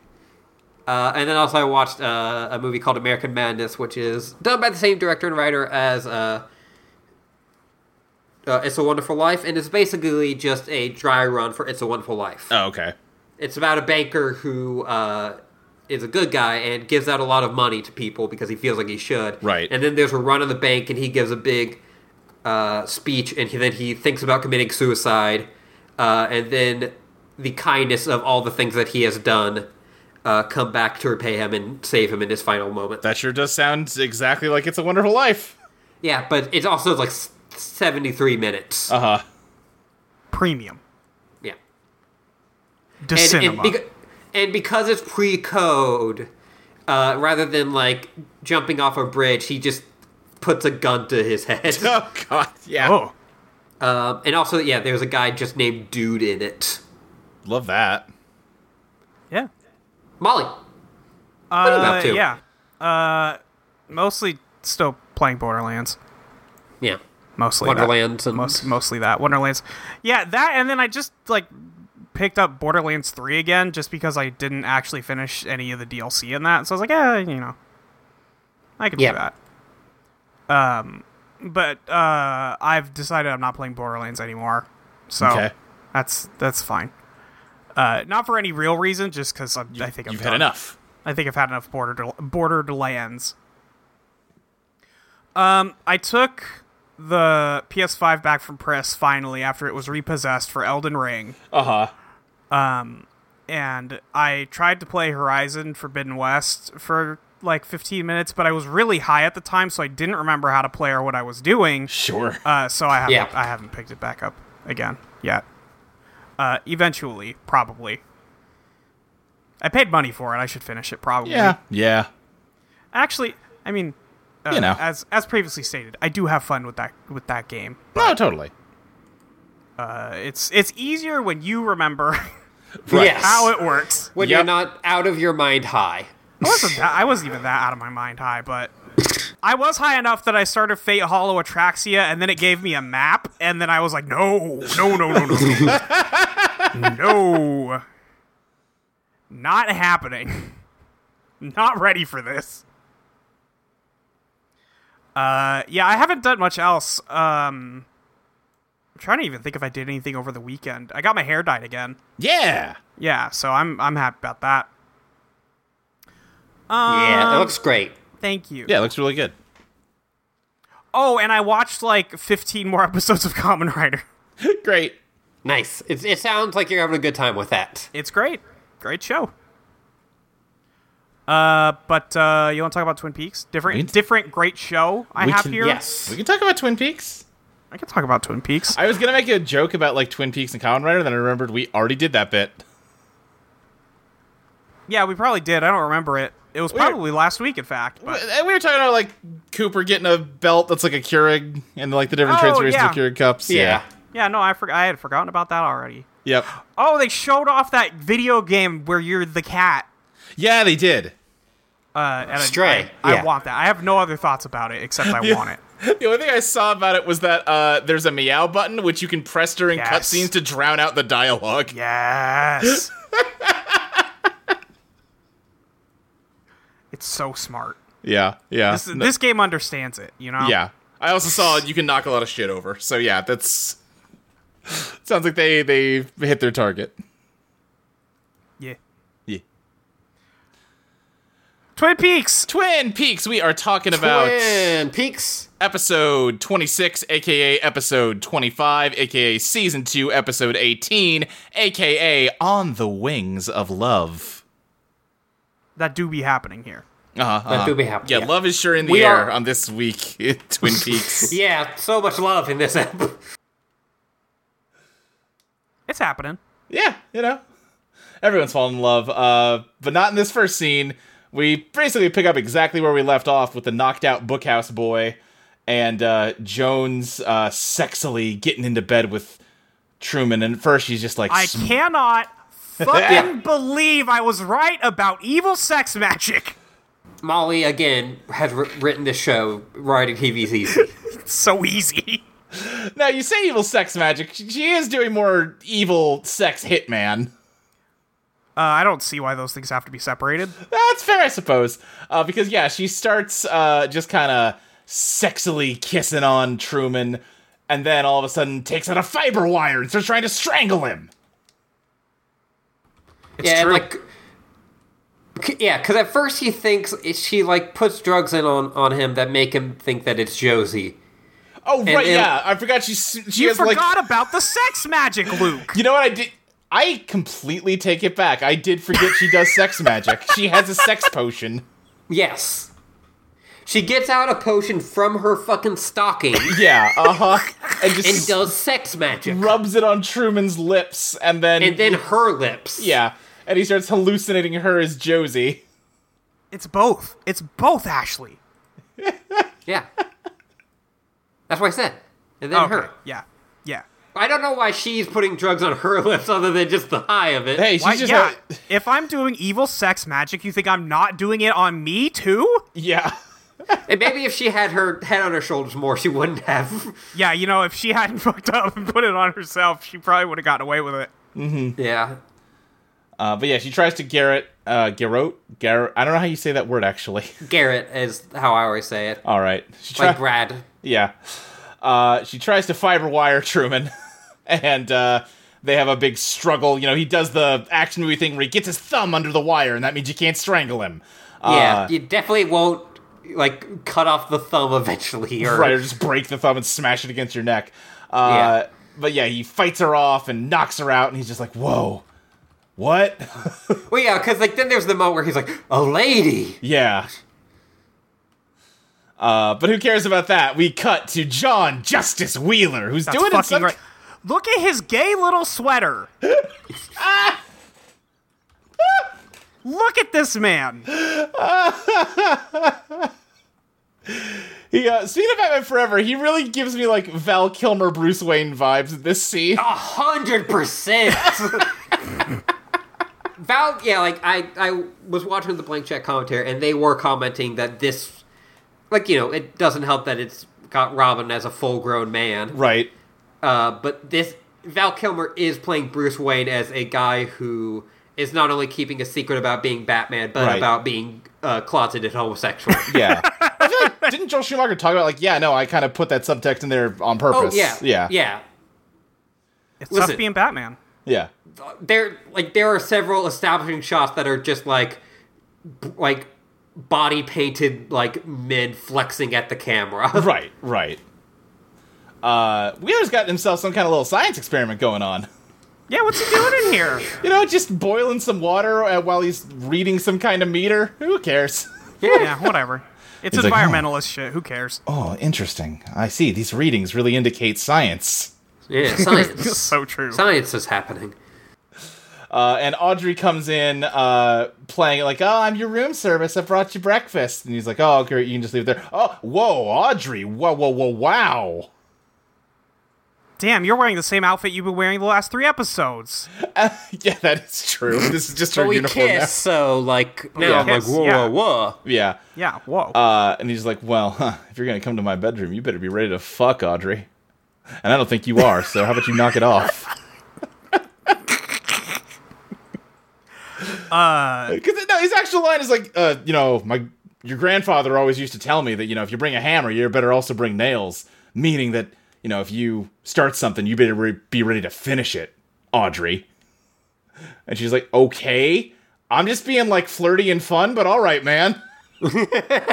Speaker 1: Uh, and then also I watched uh, a movie called American Madness, which is done by the same director and writer as uh, uh, It's a Wonderful Life, and it's basically just a dry run for It's a Wonderful Life.
Speaker 3: Oh, okay.
Speaker 1: It's about a banker who uh, is a good guy and gives out a lot of money to people because he feels like he should.
Speaker 3: Right.
Speaker 1: And then there's a run on the bank, and he gives a big uh, speech, and he, then he thinks about committing suicide. Uh, and then the kindness of all the things that he has done uh, come back to repay him and save him in his final moment.
Speaker 3: That sure does sound exactly like It's a Wonderful Life.
Speaker 1: yeah, but it's also like s- 73 minutes.
Speaker 3: Uh huh.
Speaker 2: Premium.
Speaker 1: yeah.
Speaker 2: To
Speaker 1: and,
Speaker 2: cinema.
Speaker 1: and, beca- and because it's pre-code uh, rather than like jumping off a bridge he just puts a gun to his head
Speaker 3: *laughs* Oh god. Yeah.
Speaker 2: oh.
Speaker 1: um, and also yeah there's a guy just named dude in it
Speaker 3: Love that.
Speaker 2: Yeah.
Speaker 1: molly
Speaker 2: Uh,
Speaker 1: you up to?
Speaker 2: Yeah. Uh, mostly still playing Borderlands.
Speaker 1: yeah
Speaker 2: Mostly that.
Speaker 1: wonderlands and
Speaker 2: Most, mostly that Wonderlands. Yeah, that and then I just like picked up Borderlands 3 again just because I didn't actually finish any of the DLC in that. So I was like, eh, you know. I could
Speaker 1: Yeah.
Speaker 2: do that. Um but uh I've decided I'm not playing Borderlands anymore. So
Speaker 3: Okay.
Speaker 2: that's that's fine. Uh not for any real reason just cuz I think I'm
Speaker 3: You've
Speaker 2: done.
Speaker 3: had enough.
Speaker 2: I think I've had enough border borderlands. Um, I took the PS5 back from press finally after it was repossessed for Elden Ring,
Speaker 3: Uh huh.
Speaker 2: and I tried to play Horizon Forbidden West for like 15 minutes, but I was really high at the time, so I didn't remember how to play or what I was doing.
Speaker 3: Sure.
Speaker 2: Uh, so I haven't
Speaker 1: Yeah.
Speaker 2: I haven't picked it back up again yet. Uh, eventually, probably. I paid money for it. I should finish it probably.
Speaker 3: yeah. Yeah.
Speaker 2: Actually, I mean, uh,
Speaker 3: You know.
Speaker 2: as as previously stated, I do have fun with that with that game.
Speaker 3: No, totally.
Speaker 2: Uh, it's it's easier when you remember *laughs*
Speaker 3: Right.
Speaker 1: yes
Speaker 2: how it works.
Speaker 1: when
Speaker 3: Yep.
Speaker 1: you're not out of your mind high
Speaker 2: I wasn't that, I wasn't even that out of my mind high, but I was high enough that I started Fate Hollow Atraxia, and then it gave me a map, and then I was like, no, no, no, no, no, no, no, not happening. Not ready for this. Uh, yeah, I haven't done much else. Um, I'm trying to even think if I did anything over the weekend. I got my hair dyed again.
Speaker 3: Yeah.
Speaker 2: Yeah, so I'm I'm happy about that.
Speaker 1: yeah it looks great
Speaker 2: Thank you.
Speaker 3: Yeah. It looks really good.
Speaker 2: Oh, and I watched like 15 more *laughs* episodes of Common Rider.
Speaker 3: Great.
Speaker 1: nice it, it sounds like you're having a good time with that
Speaker 2: It's great. Great show. Uh, but uh, you want to talk about Twin Peaks? Different,
Speaker 3: We can-
Speaker 2: different great show I
Speaker 3: We
Speaker 2: have
Speaker 3: can-
Speaker 2: here.
Speaker 1: yes
Speaker 3: We can talk about Twin Peaks.
Speaker 2: I can talk about Twin Peaks.
Speaker 3: I was gonna make a joke about like Twin Peaks and Common Rider, then I remembered we already did that bit.
Speaker 2: yeah, we probably did. I don't remember it. It was
Speaker 3: Weird.
Speaker 2: probably last week, in fact. But
Speaker 3: And we were talking about like Cooper getting a belt that's like a Keurig and like the different
Speaker 2: Oh,
Speaker 3: transfers
Speaker 2: yeah.
Speaker 3: to Keurig cups.
Speaker 1: yeah
Speaker 2: yeah, no, I forgot. I had forgotten about that already.
Speaker 3: Yep.
Speaker 2: Oh, they showed off that video game where you're the cat.
Speaker 3: Yeah, they did.
Speaker 2: Uh, and I-
Speaker 1: Stray,
Speaker 2: I, I
Speaker 1: yeah.
Speaker 2: want that. I have no other thoughts about it except I want it.
Speaker 3: The only thing I saw about it was that uh, there's a meow button which you can press during
Speaker 2: Yes.
Speaker 3: cutscenes to drown out the dialogue. *laughs*
Speaker 2: Yes. it's so smart.
Speaker 3: Yeah, yeah.
Speaker 2: This,
Speaker 3: No-
Speaker 2: this game understands it, you know?
Speaker 3: yeah. I also saw you can knock a lot of shit over. So yeah, that's sounds like they they hit their target.
Speaker 2: Yeah.
Speaker 3: Yeah.
Speaker 2: Twin Peaks.
Speaker 3: Twin Peaks. We are talking about
Speaker 1: Twin peaks
Speaker 3: episode 26, aka episode 25, aka season 2, episode 18, aka On the Wings of Love.
Speaker 2: That do be happening here.
Speaker 3: Uh-huh, uh-huh.
Speaker 1: do be happening,
Speaker 3: Yeah,
Speaker 1: yeah.
Speaker 3: love is sure in the
Speaker 1: We
Speaker 3: air
Speaker 1: are-
Speaker 3: on this week *laughs* in
Speaker 1: *laughs*
Speaker 3: Twin Peaks.
Speaker 1: yeah so much love in this *laughs* episode
Speaker 2: It's happening.
Speaker 3: yeah, you know. Everyone's fallen in love, uh, but not in this first scene. We basically pick up exactly where we left off with the knocked out bookhouse boy and uh, Jones uh, sexily getting into bed with Truman. And at first, she's just like,
Speaker 2: I
Speaker 3: sm- *laughs*
Speaker 2: cannot fucking believe I was right about evil sex magic.
Speaker 1: molly again has wr- written this show right at tvcc
Speaker 2: It's so easy.
Speaker 3: Now you say evil sex magic. She is doing more evil sex hitman.
Speaker 2: Uh, I don't see why those things have to be separated.
Speaker 3: That's fair, I suppose. Uh, because yeah, she starts uh, just kind of sexily kissing on Truman, and then all of a sudden takes out a fiber wire and starts trying to strangle him.
Speaker 2: It's
Speaker 1: yeah, and,
Speaker 2: true.
Speaker 1: like c- yeah, because at first he thinks she like puts drugs in on, on him that make him think that it's Josie.
Speaker 3: Oh right,
Speaker 1: and-
Speaker 3: yeah, I forgot she s- she
Speaker 2: you
Speaker 3: has like
Speaker 2: forgot about the sex
Speaker 1: *laughs*
Speaker 2: magic, Luke.
Speaker 3: you know what I did. I completely take it back. I did forget she does sex magic. She has a sex potion.
Speaker 1: Yes, She gets out a potion from her fucking stocking
Speaker 3: Yeah, uh huh. And just
Speaker 1: and does sex magic.
Speaker 3: rubs it on Truman's lips, and then
Speaker 1: And then her lips.
Speaker 3: yeah, and he starts hallucinating her as Josie.
Speaker 2: It's both. It's both, Ashley.
Speaker 1: Yeah. That's what I said. And then
Speaker 2: Oh,
Speaker 1: her.
Speaker 2: Yeah. Yeah.
Speaker 1: I don't know why she's putting drugs on her *laughs* lips other than just the high of it.
Speaker 3: Hey, she's
Speaker 2: Why,
Speaker 3: just
Speaker 2: yeah.
Speaker 3: a- *laughs*
Speaker 2: if I'm doing evil sex magic, you think I'm not doing it on me too?
Speaker 3: yeah.
Speaker 1: And maybe if she had her head on her shoulders more, she wouldn't have. *laughs*
Speaker 2: Yeah, you know, if she hadn't *laughs* fucked up and put it on herself, she probably would have gotten away with it.
Speaker 1: yeah.
Speaker 3: Uh, but yeah, she tries to Garrett, uh, Garrot, Garrett. I don't know how you say that word actually. *laughs*
Speaker 1: Garrett is how I always say it.
Speaker 3: All right, she
Speaker 1: Like
Speaker 3: tries.
Speaker 1: Brad.
Speaker 3: yeah, uh, she tries to fiber wire *laughs* Truman, and uh, they have a big struggle. You know, he does the action movie thing where he gets his thumb under the wire, and that means you can't strangle him.
Speaker 1: Yeah.
Speaker 3: Uh,
Speaker 1: You definitely won't like cut off the thumb eventually or
Speaker 3: Right, or just break the thumb and smash it against your neck. Uh,
Speaker 1: Yeah.
Speaker 3: But yeah, he fights her off and knocks her out, and he's just like, "Whoa, what?"
Speaker 1: Well, yeah, because like then there's the moment where he's like, "A lady."
Speaker 3: yeah. Uh, but who cares about that? We cut to John Justice Wheeler, who's
Speaker 2: That's
Speaker 3: doing it in
Speaker 2: fucking
Speaker 3: some
Speaker 2: right. Look at his gay little
Speaker 3: *laughs*
Speaker 2: sweater. Look at this man.
Speaker 3: He, uh, speaking of Batman Forever, he really gives me like Val Kilmer, Bruce Wayne vibes in this scene.
Speaker 1: A hundred percent. *laughs* Val, yeah, like I, I was watching the blank check commentary, and they were commenting that this, like you know, it doesn't help that it's got Robin as a full grown man,
Speaker 3: Right.
Speaker 1: uh, but this Val Kilmer is playing Bruce Wayne as a guy who is not only keeping a secret about being Batman, but
Speaker 3: Right.
Speaker 1: about being uh, closeted *laughs* homosexual.
Speaker 3: Yeah. I feel like, didn't Joel Schumacher talk about like, yeah, no, I kind of put that subtext in there on
Speaker 1: oh
Speaker 3: purpose.
Speaker 1: yeah,
Speaker 3: Yeah.
Speaker 1: yeah.
Speaker 2: It's
Speaker 1: Listen.
Speaker 2: tough being Batman.
Speaker 3: Yeah.
Speaker 1: there like there are several establishing shots that are just like b- like body painted like men flexing at the camera.
Speaker 3: Right. Right. Uh, Wheeler's got himself some kind of little science experiment going on.
Speaker 2: Yeah, what's he doing in
Speaker 3: *laughs*
Speaker 2: here?
Speaker 3: You know, just boiling some water uh, while he's reading some kind of meter. Who cares?
Speaker 2: yeah, whatever. It's
Speaker 3: He's like,
Speaker 2: environmentalist shit. Who cares?
Speaker 3: Oh, interesting. I see. These readings really indicate science.
Speaker 1: *laughs* Yeah,
Speaker 2: It's
Speaker 1: *laughs* science.
Speaker 2: so true.
Speaker 1: science is happening.
Speaker 3: Uh, and Audrey comes in uh, playing like, "Oh, I'm your room service. I brought you breakfast." And he's like, "Oh, great. You can just leave it there." Oh, whoa, Audrey! Whoa, whoa, whoa, wow! *laughs*
Speaker 2: Damn, you're wearing the same outfit you've been wearing the last three episodes.
Speaker 3: yeah, that is true. This is just her
Speaker 1: But we
Speaker 3: uniform
Speaker 1: kiss, so like now
Speaker 2: we
Speaker 1: I'm like
Speaker 2: kiss,
Speaker 1: whoa
Speaker 2: yeah.
Speaker 1: whoa whoa.
Speaker 3: now. Yeah.
Speaker 2: Yeah, whoa.
Speaker 3: Uh, and he's like, "Well, *laughs* huh, if you're gonna come to my bedroom, you better be ready to fuck, Audrey." And I don't think you are. So how about you knock it off? Uh, because no, his actual line is like, uh, you know, my your grandfather always used to tell me that you know if you bring a hammer, you better also bring nails, meaning that you know if you start something, you better re- be ready to finish it, Audrey. And she's like, "Okay, I'm just being like flirty and fun, but all right, man." *laughs*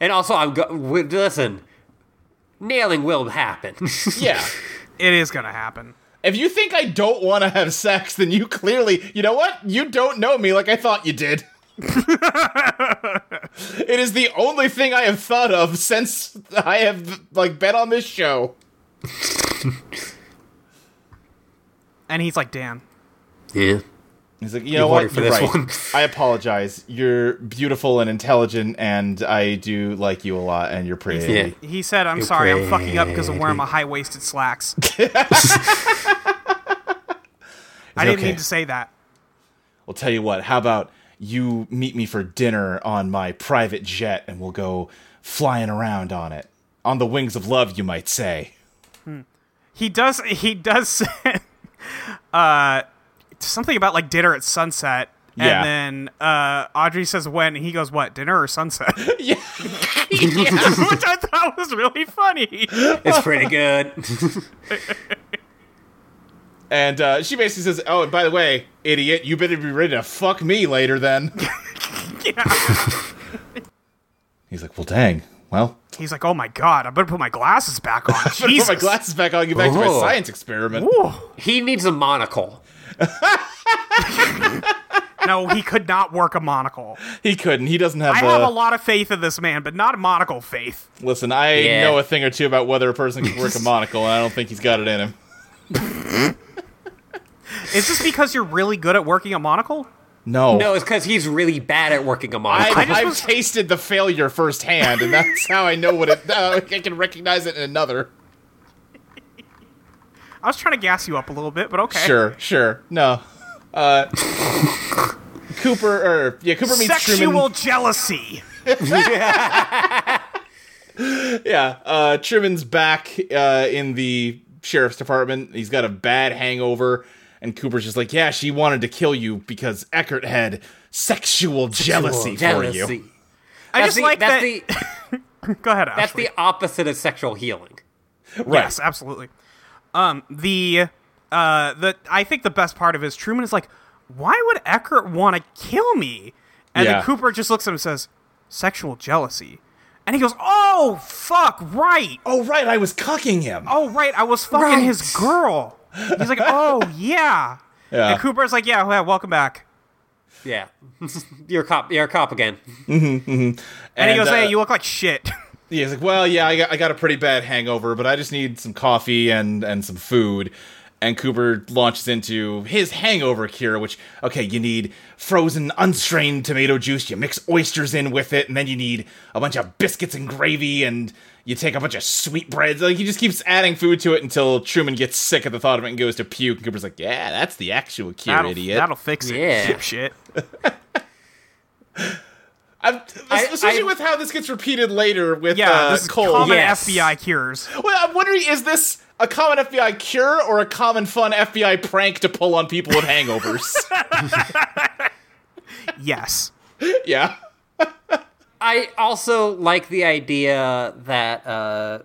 Speaker 1: And also I'm go- w- listen, nailing will happen. *laughs*
Speaker 3: Yeah.
Speaker 2: it is gonna happen.
Speaker 3: If you think I don't want to have sex, then you clearly, you know what? You don't know me like I thought
Speaker 1: *laughs*
Speaker 3: you did. it is the only thing I have thought of since I have like been on this show.
Speaker 2: And he's like, Dan,
Speaker 1: yeah.
Speaker 3: He's like, you know
Speaker 1: horny
Speaker 3: what?
Speaker 1: for
Speaker 3: You're
Speaker 1: this
Speaker 3: right.
Speaker 1: one.
Speaker 3: *laughs* I apologize. You're beautiful and intelligent, and I do like you a lot, and you're pretty.
Speaker 1: Yeah.
Speaker 2: he said, I'm sorry, I'm fucking up because I'm wearing my high waisted
Speaker 3: *laughs*
Speaker 2: slacks. *laughs* I didn't
Speaker 3: okay.
Speaker 2: mean to say that.
Speaker 3: Well, tell you what. How about you meet me for dinner on my private jet, and we'll go flying around on it on the wings of love, you might say.
Speaker 2: He does he does *laughs* say uh something about like dinner at sunset.
Speaker 3: Yeah.
Speaker 2: And then uh, Audrey says when, and he goes, "What dinner or sunset?" *laughs*
Speaker 3: Yeah.
Speaker 1: *laughs*
Speaker 2: Which I thought was really funny.
Speaker 1: It's pretty good.
Speaker 3: And uh, she basically says, "Oh, and by the way, idiot, you better be ready to fuck me
Speaker 2: *laughs*
Speaker 3: later." Then
Speaker 2: Yeah.
Speaker 3: *laughs* he's like, "Well, dang. Well,
Speaker 2: He's like, "Oh my god, I better put my glasses
Speaker 3: *laughs*
Speaker 2: back on."
Speaker 3: I better
Speaker 2: Jesus.
Speaker 3: put my glasses back on. and Get back to my
Speaker 1: Oh.
Speaker 3: science experiment."
Speaker 2: Ooh.
Speaker 1: he needs a monocle.
Speaker 2: no, he could not work a monocle.
Speaker 3: He couldn't. He doesn't have.
Speaker 2: I
Speaker 3: the-
Speaker 2: have a lot of faith in this man, but not a monocle faith.
Speaker 3: Listen, I
Speaker 1: Yeah.
Speaker 3: know a thing or two about whether a person can *laughs* work a monocle, and I don't think he's got it in him.
Speaker 2: Is this because you're really good at working a monocle?
Speaker 3: No,
Speaker 1: No, it's because he's really bad at working a
Speaker 3: I,
Speaker 1: monocle.
Speaker 3: I
Speaker 2: just
Speaker 3: have
Speaker 2: was-
Speaker 3: tasted the failure firsthand, and that's how I know what it. *laughs* Uh, I can recognize it in another.
Speaker 2: I was trying to gas you up a little bit, but okay.
Speaker 3: Sure, sure. No. *laughs* Uh, Cooper, or yeah, Cooper meets
Speaker 2: Sexual
Speaker 3: Truman.
Speaker 2: jealousy.
Speaker 3: Yeah, uh, Truman's back uh, in the sheriff's department. He's got a bad hangover, and Cooper's just like, "Yeah, she wanted to kill you because Eckert had sexual jealousy, for you."
Speaker 2: I
Speaker 1: That's
Speaker 2: just
Speaker 1: the,
Speaker 2: like
Speaker 1: that's
Speaker 2: that.
Speaker 1: the
Speaker 2: *laughs* Go ahead,
Speaker 1: that's
Speaker 2: Ashley.
Speaker 1: the opposite of sexual healing.
Speaker 3: Right.
Speaker 2: Yes, absolutely. Um, the uh, the I think the best part of it is Truman is like, why would Eckert want to kill me? And
Speaker 3: Yeah.
Speaker 2: then Cooper just looks at him and says, sexual jealousy. And he goes, oh fuck, right.
Speaker 3: Oh, right. I was cucking him.
Speaker 2: Oh right, I was fucking
Speaker 1: Right.
Speaker 2: his girl.
Speaker 1: *laughs*
Speaker 2: He's like, oh yeah.
Speaker 3: Yeah.
Speaker 2: And Cooper's like, yeah, well, welcome back.
Speaker 1: Yeah, *laughs* you're a cop. You're a cop again.
Speaker 2: And, he goes,
Speaker 3: uh,
Speaker 2: hey, you look like shit. *laughs*
Speaker 3: Yeah, he's like, well, yeah, I got, I got a pretty bad hangover, but I just need some coffee and and some food. And Cooper launches into his hangover cure, which okay, you need frozen unstrained tomato juice. You mix oysters in with it, and then you need a bunch of biscuits and gravy, and you take a bunch of sweetbreads. Like he just keeps adding food to it until Truman gets sick at the thought of it and goes to puke. And Cooper's like, yeah, that's the actual cure,
Speaker 2: that'll,
Speaker 3: idiot.
Speaker 2: that'll fix it.
Speaker 1: Yeah.
Speaker 2: Shit.
Speaker 3: I'm,
Speaker 1: I-
Speaker 3: especially
Speaker 1: I-
Speaker 3: with how this gets repeated later with
Speaker 2: Yeah,
Speaker 3: uh,
Speaker 2: this is
Speaker 3: Cole.
Speaker 2: common
Speaker 1: Yes.
Speaker 2: FBI cures.
Speaker 3: Well, I'm wondering, is this a common FBI cure or a common fun FBI prank to pull on people with hangovers?
Speaker 2: Yes.
Speaker 3: yeah.
Speaker 1: I also like the idea that. uh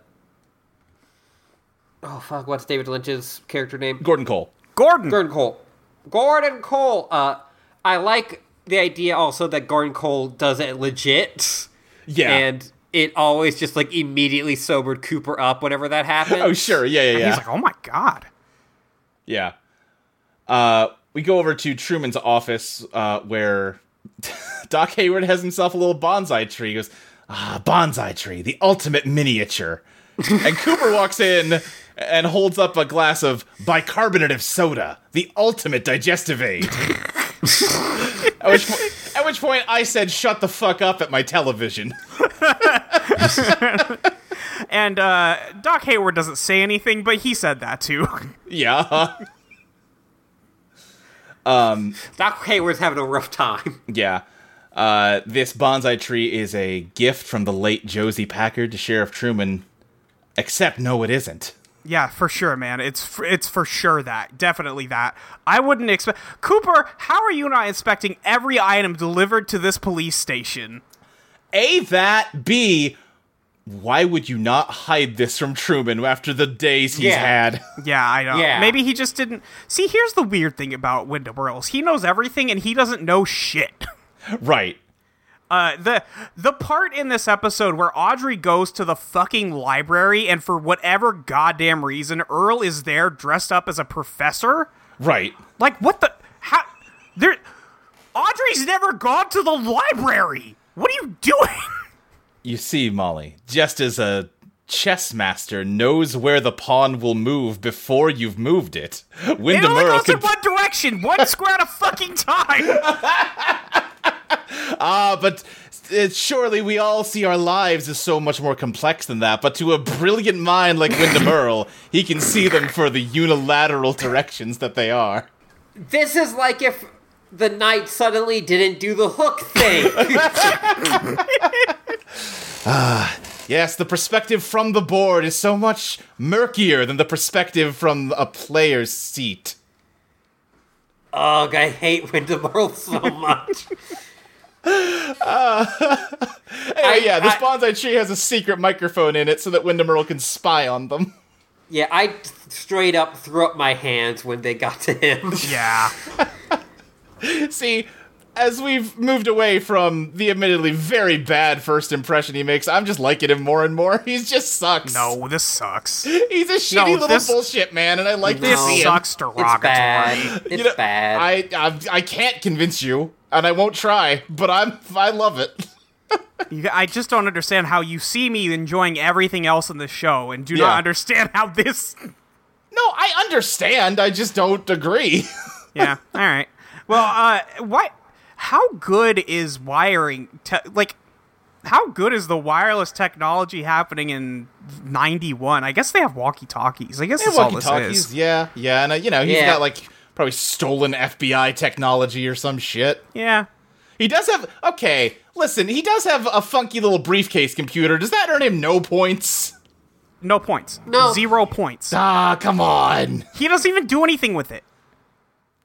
Speaker 1: Oh fuck! What's David Lynch's character name?
Speaker 3: Gordon Cole.
Speaker 2: Gordon.
Speaker 1: Gordon Cole. Gordon Cole. Uh, I like the idea also that Gordon Cole does it legit,
Speaker 3: Yeah.
Speaker 1: and it always just like immediately sobered Cooper up whenever that happened.
Speaker 3: oh, sure. Yeah, yeah, yeah.
Speaker 2: He's like, oh my god.
Speaker 3: yeah. Uh, we go over to Truman's office uh, where *laughs* Doc Hayward has himself a little bonsai tree. He goes, ah, bonsai tree, the ultimate miniature. and Cooper walks in and holds up a glass of bicarbonate of soda, the ultimate digestive aid. at, which po- at which point I said, shut the fuck up at my television. *laughs*
Speaker 2: And uh, Doc Hayward doesn't say anything, but he said that too. *laughs*
Speaker 3: yeah.
Speaker 1: Doc Hayward's having a rough time.
Speaker 3: Yeah. Uh, this bonsai tree is a gift from the late Josie Packard to Sheriff Truman. Except, no, it isn't.
Speaker 2: yeah, for sure, man. It's for, it's for sure that definitely that. I wouldn't expect Cooper. How are you not inspecting every item delivered to this police station?
Speaker 3: A, that. B, why would you not hide this from Truman after the days he's
Speaker 1: Yeah.
Speaker 3: had? *laughs*
Speaker 2: Yeah, I know.
Speaker 1: Yeah.
Speaker 2: Maybe he just didn't see. Here's the weird thing about Wyndham Earls. He knows everything, and he doesn't know shit. *laughs*
Speaker 3: right.
Speaker 2: Uh, the the part in this episode where Audrey goes to the fucking library and for whatever goddamn reason Earl is there dressed up as a professor.
Speaker 3: Right.
Speaker 2: Like what the how there Audrey's never gone to the library. What are you doing? *laughs*
Speaker 3: You see, Molly, just as a chess master knows where the pawn will move before you've moved it,
Speaker 2: It
Speaker 3: Wyndham
Speaker 2: only
Speaker 3: Earl
Speaker 2: goes in
Speaker 3: could.
Speaker 2: one direction, one square at a fucking time.
Speaker 3: Ah, but uh, surely we all see our lives as so much more complex than that. But to a brilliant mind like
Speaker 1: *laughs*
Speaker 3: Wyndham Earl, he can see them for the unilateral directions that they are.
Speaker 1: This is like if the knight suddenly didn't do the hook
Speaker 3: *laughs*
Speaker 1: thing.
Speaker 3: Yes, the perspective from the board is so much murkier than the perspective from a player's seat.
Speaker 1: Ugh, I hate Wyndham Earl so much.
Speaker 3: Uh, *laughs* Anyway, yeah, this
Speaker 1: I-
Speaker 3: bonsai tree has a secret microphone in it so that Wyndham Earl can spy on them. *laughs*
Speaker 1: Yeah, I t- straight up
Speaker 3: *laughs*
Speaker 1: threw up my hands when they got to him.
Speaker 2: yeah.
Speaker 3: See, as we've moved away from the admittedly very bad first impression he makes, I'm just liking him more and more. *laughs* He just sucks.
Speaker 2: No, this sucks.
Speaker 3: He's a shitty little
Speaker 2: this-
Speaker 3: bullshit man, and I like to
Speaker 2: This
Speaker 1: No.
Speaker 3: see him.
Speaker 2: sucks derogatory.
Speaker 1: It's bad. It's
Speaker 3: You know,
Speaker 1: bad.
Speaker 3: I, I I can't convince you, and I won't try. But I'm I love it.
Speaker 2: You- I just don't understand how you see me enjoying everything else in the show and do
Speaker 3: Yeah.
Speaker 2: not understand how this. *laughs*
Speaker 3: No, I understand. I just don't agree. *laughs*
Speaker 2: Yeah. All right. Well, uh, what? How good is wiring? Te- like, how good is the wireless technology happening in '91? I guess they have walkie-talkies. I guess that's all this
Speaker 3: Walkie-talkies,
Speaker 2: is.
Speaker 3: yeah, yeah, and uh, you know he's
Speaker 1: Yeah.
Speaker 3: got like probably stolen FBI technology or some shit.
Speaker 2: Yeah.
Speaker 3: He does have okay. Listen, he does have a funky little briefcase computer. Does that earn him no points?
Speaker 2: No points.
Speaker 1: No.
Speaker 2: Zero points.
Speaker 3: Ah, come on.
Speaker 2: He doesn't even do anything with it.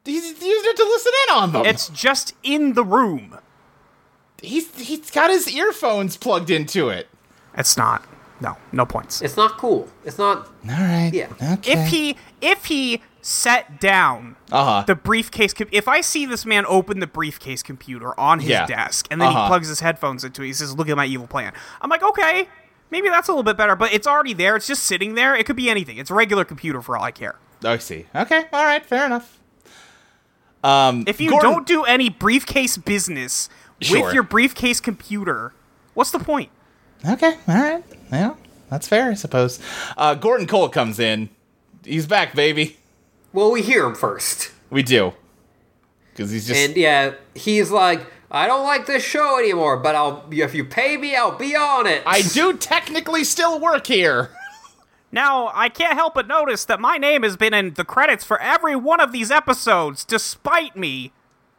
Speaker 3: He's he used it to listen in on them.
Speaker 2: It's just in the room.
Speaker 3: he's he's got his earphones plugged into it.
Speaker 2: It's not. No. No points.
Speaker 1: it's not cool. It's not.
Speaker 3: All right.
Speaker 1: Yeah.
Speaker 3: Okay.
Speaker 2: if he if he set down
Speaker 3: Uh-huh.
Speaker 2: the briefcase com- if i see this man open the briefcase computer on his
Speaker 3: Yeah.
Speaker 2: desk and then
Speaker 3: Uh-huh.
Speaker 2: he plugs his headphones into it he says look at my evil plan i'm like okay maybe that's a little bit better but it's already there it's just sitting there it could be anything it's a regular computer for all i care
Speaker 3: I see. Okay. All right. Fair enough. Um,
Speaker 2: if you
Speaker 3: Gordon-
Speaker 2: don't do any briefcase business
Speaker 3: Sure.
Speaker 2: with your briefcase computer what's the point
Speaker 3: Okay. All right. Yeah, that's fair, I suppose. Uh, Gordon Cole comes in. He's back, baby.
Speaker 1: Well, we hear him first.
Speaker 3: We do. Because he's just.
Speaker 1: And yeah, he's like, I don't like this show anymore, but I'll if you pay me, I'll be on it.
Speaker 3: I do technically still work here.
Speaker 2: now i can't help but notice that my name has been in the credits for every one of these episodes despite me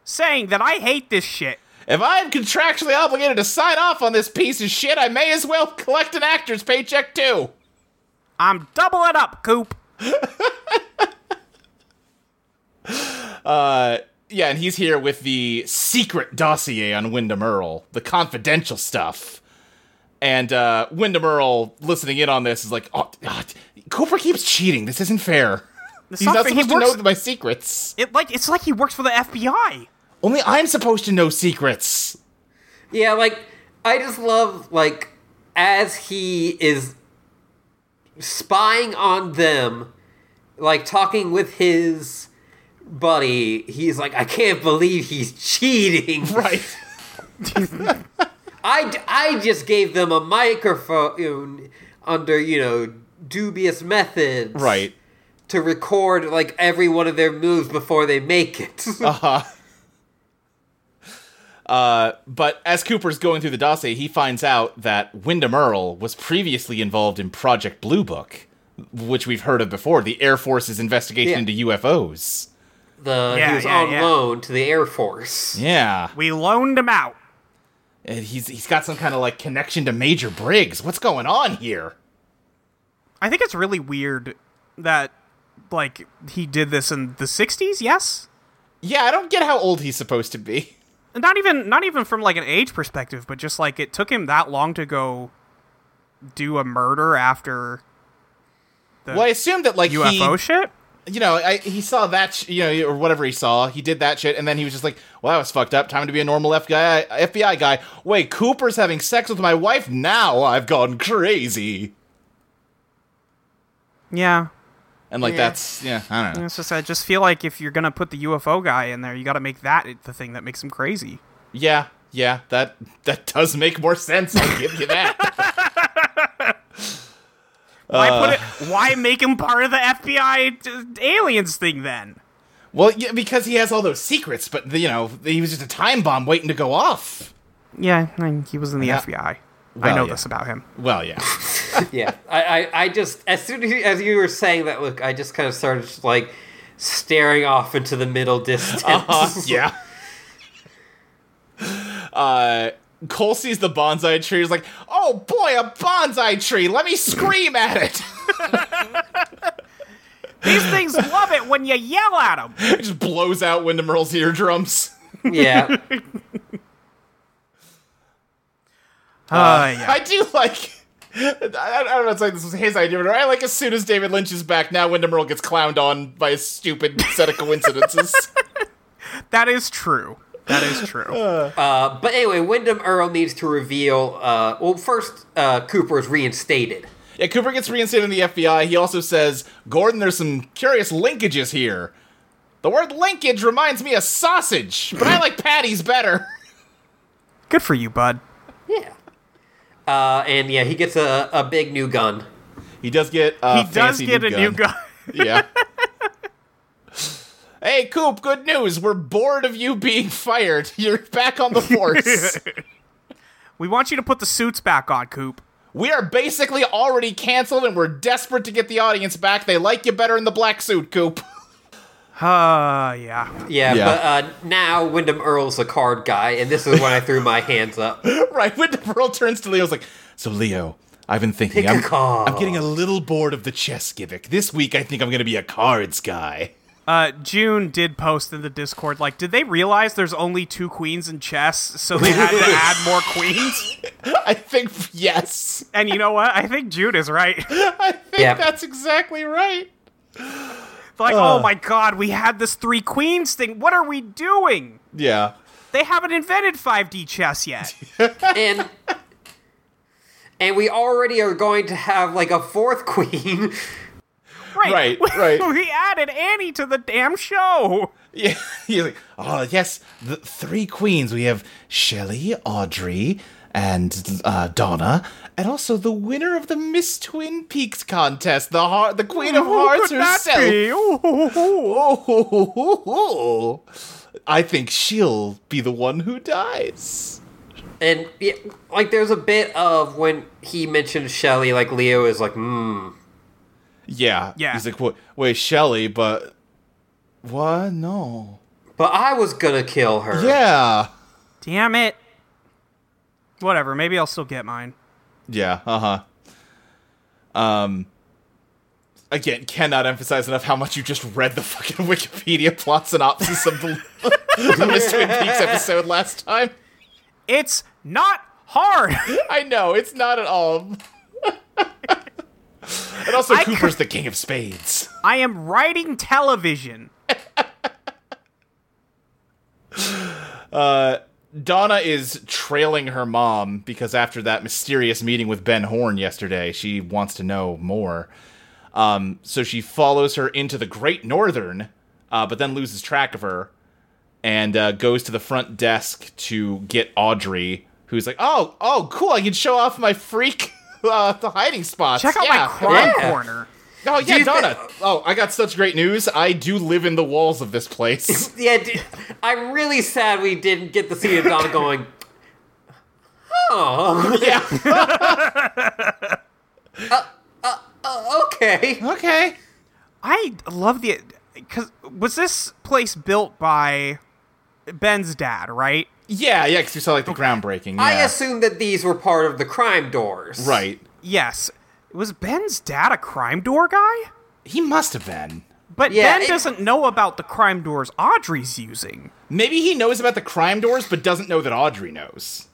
Speaker 2: saying that i hate this shit
Speaker 3: If I'm contractually obligated to sign off on this piece of shit, I may as well collect an actor's paycheck too.
Speaker 2: I'm doubling up, Coop.
Speaker 3: Yeah, and he's here with the secret dossier on Wyndham Earl, the confidential stuff. And uh, Wyndham Earl, listening in on this, is like, oh, ah, Cooper keeps cheating. This isn't fair. *laughs*
Speaker 2: It's
Speaker 3: He's not
Speaker 2: fair. He
Speaker 3: supposed to
Speaker 2: works-
Speaker 3: know my secrets.
Speaker 2: It like it's like he works for the FBI.
Speaker 3: Only I'm supposed to know secrets.
Speaker 1: *laughs* Yeah, like I just love like as he is spying on them, like talking with his buddy, he's like, I can't believe he's cheating.
Speaker 3: *laughs* *laughs* Right.
Speaker 1: I, I just gave them a microphone under, you know, dubious methods.
Speaker 3: right.
Speaker 1: To record like every one of their moves before they make it. *laughs*
Speaker 3: But as Cooper's going through the dossier, he finds out that Wyndham Earl was previously involved in Project Blue Book, which we've heard of before, the Air Force's investigation into UFOs.
Speaker 1: the
Speaker 2: Yeah,
Speaker 1: he was
Speaker 2: yeah,
Speaker 1: on
Speaker 2: yeah.
Speaker 1: loan to the Air Force.
Speaker 3: Yeah.
Speaker 2: We loaned him out.
Speaker 3: And he's he's got some kind of like connection to Major Briggs. What's going on here?
Speaker 2: I think it's really weird that like he did this in the 60s, yes?
Speaker 3: Yeah, I don't get how old he's supposed to be.
Speaker 2: Not even not even from like an age perspective, but just like it took him that long to go do a murder after the
Speaker 3: Well, I assume that like
Speaker 2: UFO
Speaker 3: he,
Speaker 2: shit.
Speaker 3: you know, I, he saw that, sh- you know, or whatever he saw, he did that shit, and then he was just like, "Well, that was fucked up. Time to be a normal FBI FBI guy." Wait, Cooper's having sex with my wife now. I've gone crazy,
Speaker 2: Yeah.
Speaker 3: and like that's yeah, I don't know.
Speaker 2: It's just I just feel like if you're going to put the UFO guy in there, you got to make that the thing that makes him crazy.
Speaker 3: Yeah, yeah, that that does make more sense. I'll give you that.
Speaker 2: Why
Speaker 3: Uh.
Speaker 2: put it? Why make him part of the FBI d- aliens thing then?
Speaker 3: well, yeah, because he has all those secrets, but you know, he was just a time bomb waiting to go off.
Speaker 2: Yeah, I mean, he was in the
Speaker 3: Yeah.
Speaker 2: FBI.
Speaker 3: Well,
Speaker 2: I know
Speaker 3: yeah.
Speaker 2: this about him.
Speaker 3: Well, yeah.
Speaker 1: *laughs* yeah, I, I, I just as soon as you, as you were saying that, look, I just kind of started just, like staring off into the middle distance.
Speaker 3: Uh, *laughs* yeah. Uh, Cole sees the bonsai tree. He's like, "Oh boy, a bonsai tree! Let me scream at it!" *laughs*
Speaker 2: These things love it when you yell at them.
Speaker 3: it just blows out Wyndham Earl's eardrums.
Speaker 1: *laughs* yeah,
Speaker 2: Uh, yeah.
Speaker 3: I do like. I, I don't know. It's like this was his idea, but I like as soon as David Lynch is back, now Wyndham Earl gets clowned on by a stupid set of coincidences.
Speaker 2: That is true. That is true.
Speaker 1: Uh, but anyway, Wyndham Earl needs to reveal. Uh, well, first, uh, Cooper is reinstated.
Speaker 3: Yeah, Cooper gets reinstated in the FBI. He also says, Gordon, there's some curious linkages here. The word linkage reminds me of sausage, but I like patties better.
Speaker 2: Good for you, bud.
Speaker 1: Yeah. Uh, and yeah, he gets a, a big new gun.
Speaker 3: He does get a
Speaker 2: He does
Speaker 3: fancy
Speaker 2: get a new gun.
Speaker 3: yeah. Hey, Coop, good news. We're bored of you being fired. *laughs* You're back on
Speaker 2: *laughs*
Speaker 3: the force.
Speaker 2: *laughs* We want you to put the suits back on, Coop.
Speaker 3: we are basically already canceled and we're desperate to get the audience back. They like you better in the black suit, Coop. *laughs*
Speaker 2: Uh, yeah.
Speaker 1: Yeah,
Speaker 3: Yeah.
Speaker 1: but uh, now Wyndham Earl's a card guy, and this is when I threw my hands up.
Speaker 3: right, when the Pearl turns to Leo's like, So, Leo, I've been thinking.
Speaker 1: Pick a
Speaker 3: I'm,
Speaker 1: card."
Speaker 3: I'm getting a little bored of the chess gimmick. This week, I think I'm going to be a cards guy. *laughs*
Speaker 2: Uh, June did post in the Discord, like, did they realize there's only two queens in chess, so they had to
Speaker 3: *laughs*
Speaker 2: add more queens?
Speaker 3: I think, yes. *laughs*
Speaker 2: And you know what? I think June is right. *laughs*
Speaker 3: I think
Speaker 1: Yeah.
Speaker 3: that's exactly right.
Speaker 2: Like, oh my god, we had this three queens thing. What are we doing?
Speaker 3: Yeah.
Speaker 2: They haven't invented 5D chess
Speaker 3: *laughs*
Speaker 2: yet.
Speaker 1: and and we already are going to have like a fourth *laughs* queen.
Speaker 2: Right,
Speaker 3: Right,
Speaker 2: *laughs* We-
Speaker 3: right.
Speaker 2: We added Annie to the damn show.
Speaker 3: Yeah, *laughs* he's like, oh yes, the three queens. We have Shelley, Audrey, and uh, Donna, and also the winner of the Miss Twin Peaks contest, the heart, the Queen of Hearts
Speaker 2: Could that
Speaker 3: herself.
Speaker 2: be? *laughs* Ooh.
Speaker 3: Oh, *laughs* I think she'll be the one who dies.
Speaker 1: And yeah, like there's a bit of when he mentioned Shelley, like Leo is like, hmm.
Speaker 3: Yeah,
Speaker 2: Yeah.
Speaker 3: He's like, wait, wait Shelley, but what? No.
Speaker 1: But I was gonna kill her.
Speaker 3: Yeah.
Speaker 2: Damn it. Whatever, maybe I'll still get mine.
Speaker 3: Yeah, uh huh. Um, again, cannot emphasize enough how much you just read the fucking *laughs* Wikipedia plot synopsis of the, *laughs* of this Twin Peaks episode last time.
Speaker 2: It's not hard. *laughs*
Speaker 3: I know it's not at all. *laughs* and also,
Speaker 2: I
Speaker 3: Cooper's the king of spades.
Speaker 2: I am writing television.
Speaker 3: Donna is trailing her mom because after that mysterious meeting with Ben Horn yesterday, she wants to know more. Um, so she follows her into the Great Northern, uh, but then loses track of her and uh, goes to the front desk to get Audrey, who's like, "Oh, oh, cool! I can show off my freak *laughs* uh, the hiding spots.
Speaker 2: Check out
Speaker 3: yeah.
Speaker 2: my crime
Speaker 1: yeah.
Speaker 2: corner.
Speaker 3: Oh yeah,
Speaker 1: you thi-
Speaker 3: Donna. oh, I got such great news. I do live in the walls of
Speaker 2: *laughs*
Speaker 3: this place.
Speaker 1: Yeah, dude, I'm really sad we didn't get the scene of
Speaker 3: *laughs*
Speaker 1: Donna going. Oh, *laughs* Uh,
Speaker 3: yeah.
Speaker 1: okay.
Speaker 3: okay.
Speaker 2: I love the cuz was this place built by Ben's dad, right?
Speaker 3: Yeah, yeah, because we saw like the groundbreaking. Yeah.
Speaker 1: I assume that these were part of the crime doors.
Speaker 3: Right.
Speaker 2: Yes. Was Ben's dad a crime door guy?
Speaker 3: He must have been.
Speaker 2: But
Speaker 1: Yeah,
Speaker 2: Ben
Speaker 1: it-
Speaker 2: doesn't know about the crime doors Audrey's using.
Speaker 3: Maybe he knows about the crime doors, but doesn't know that Audrey knows.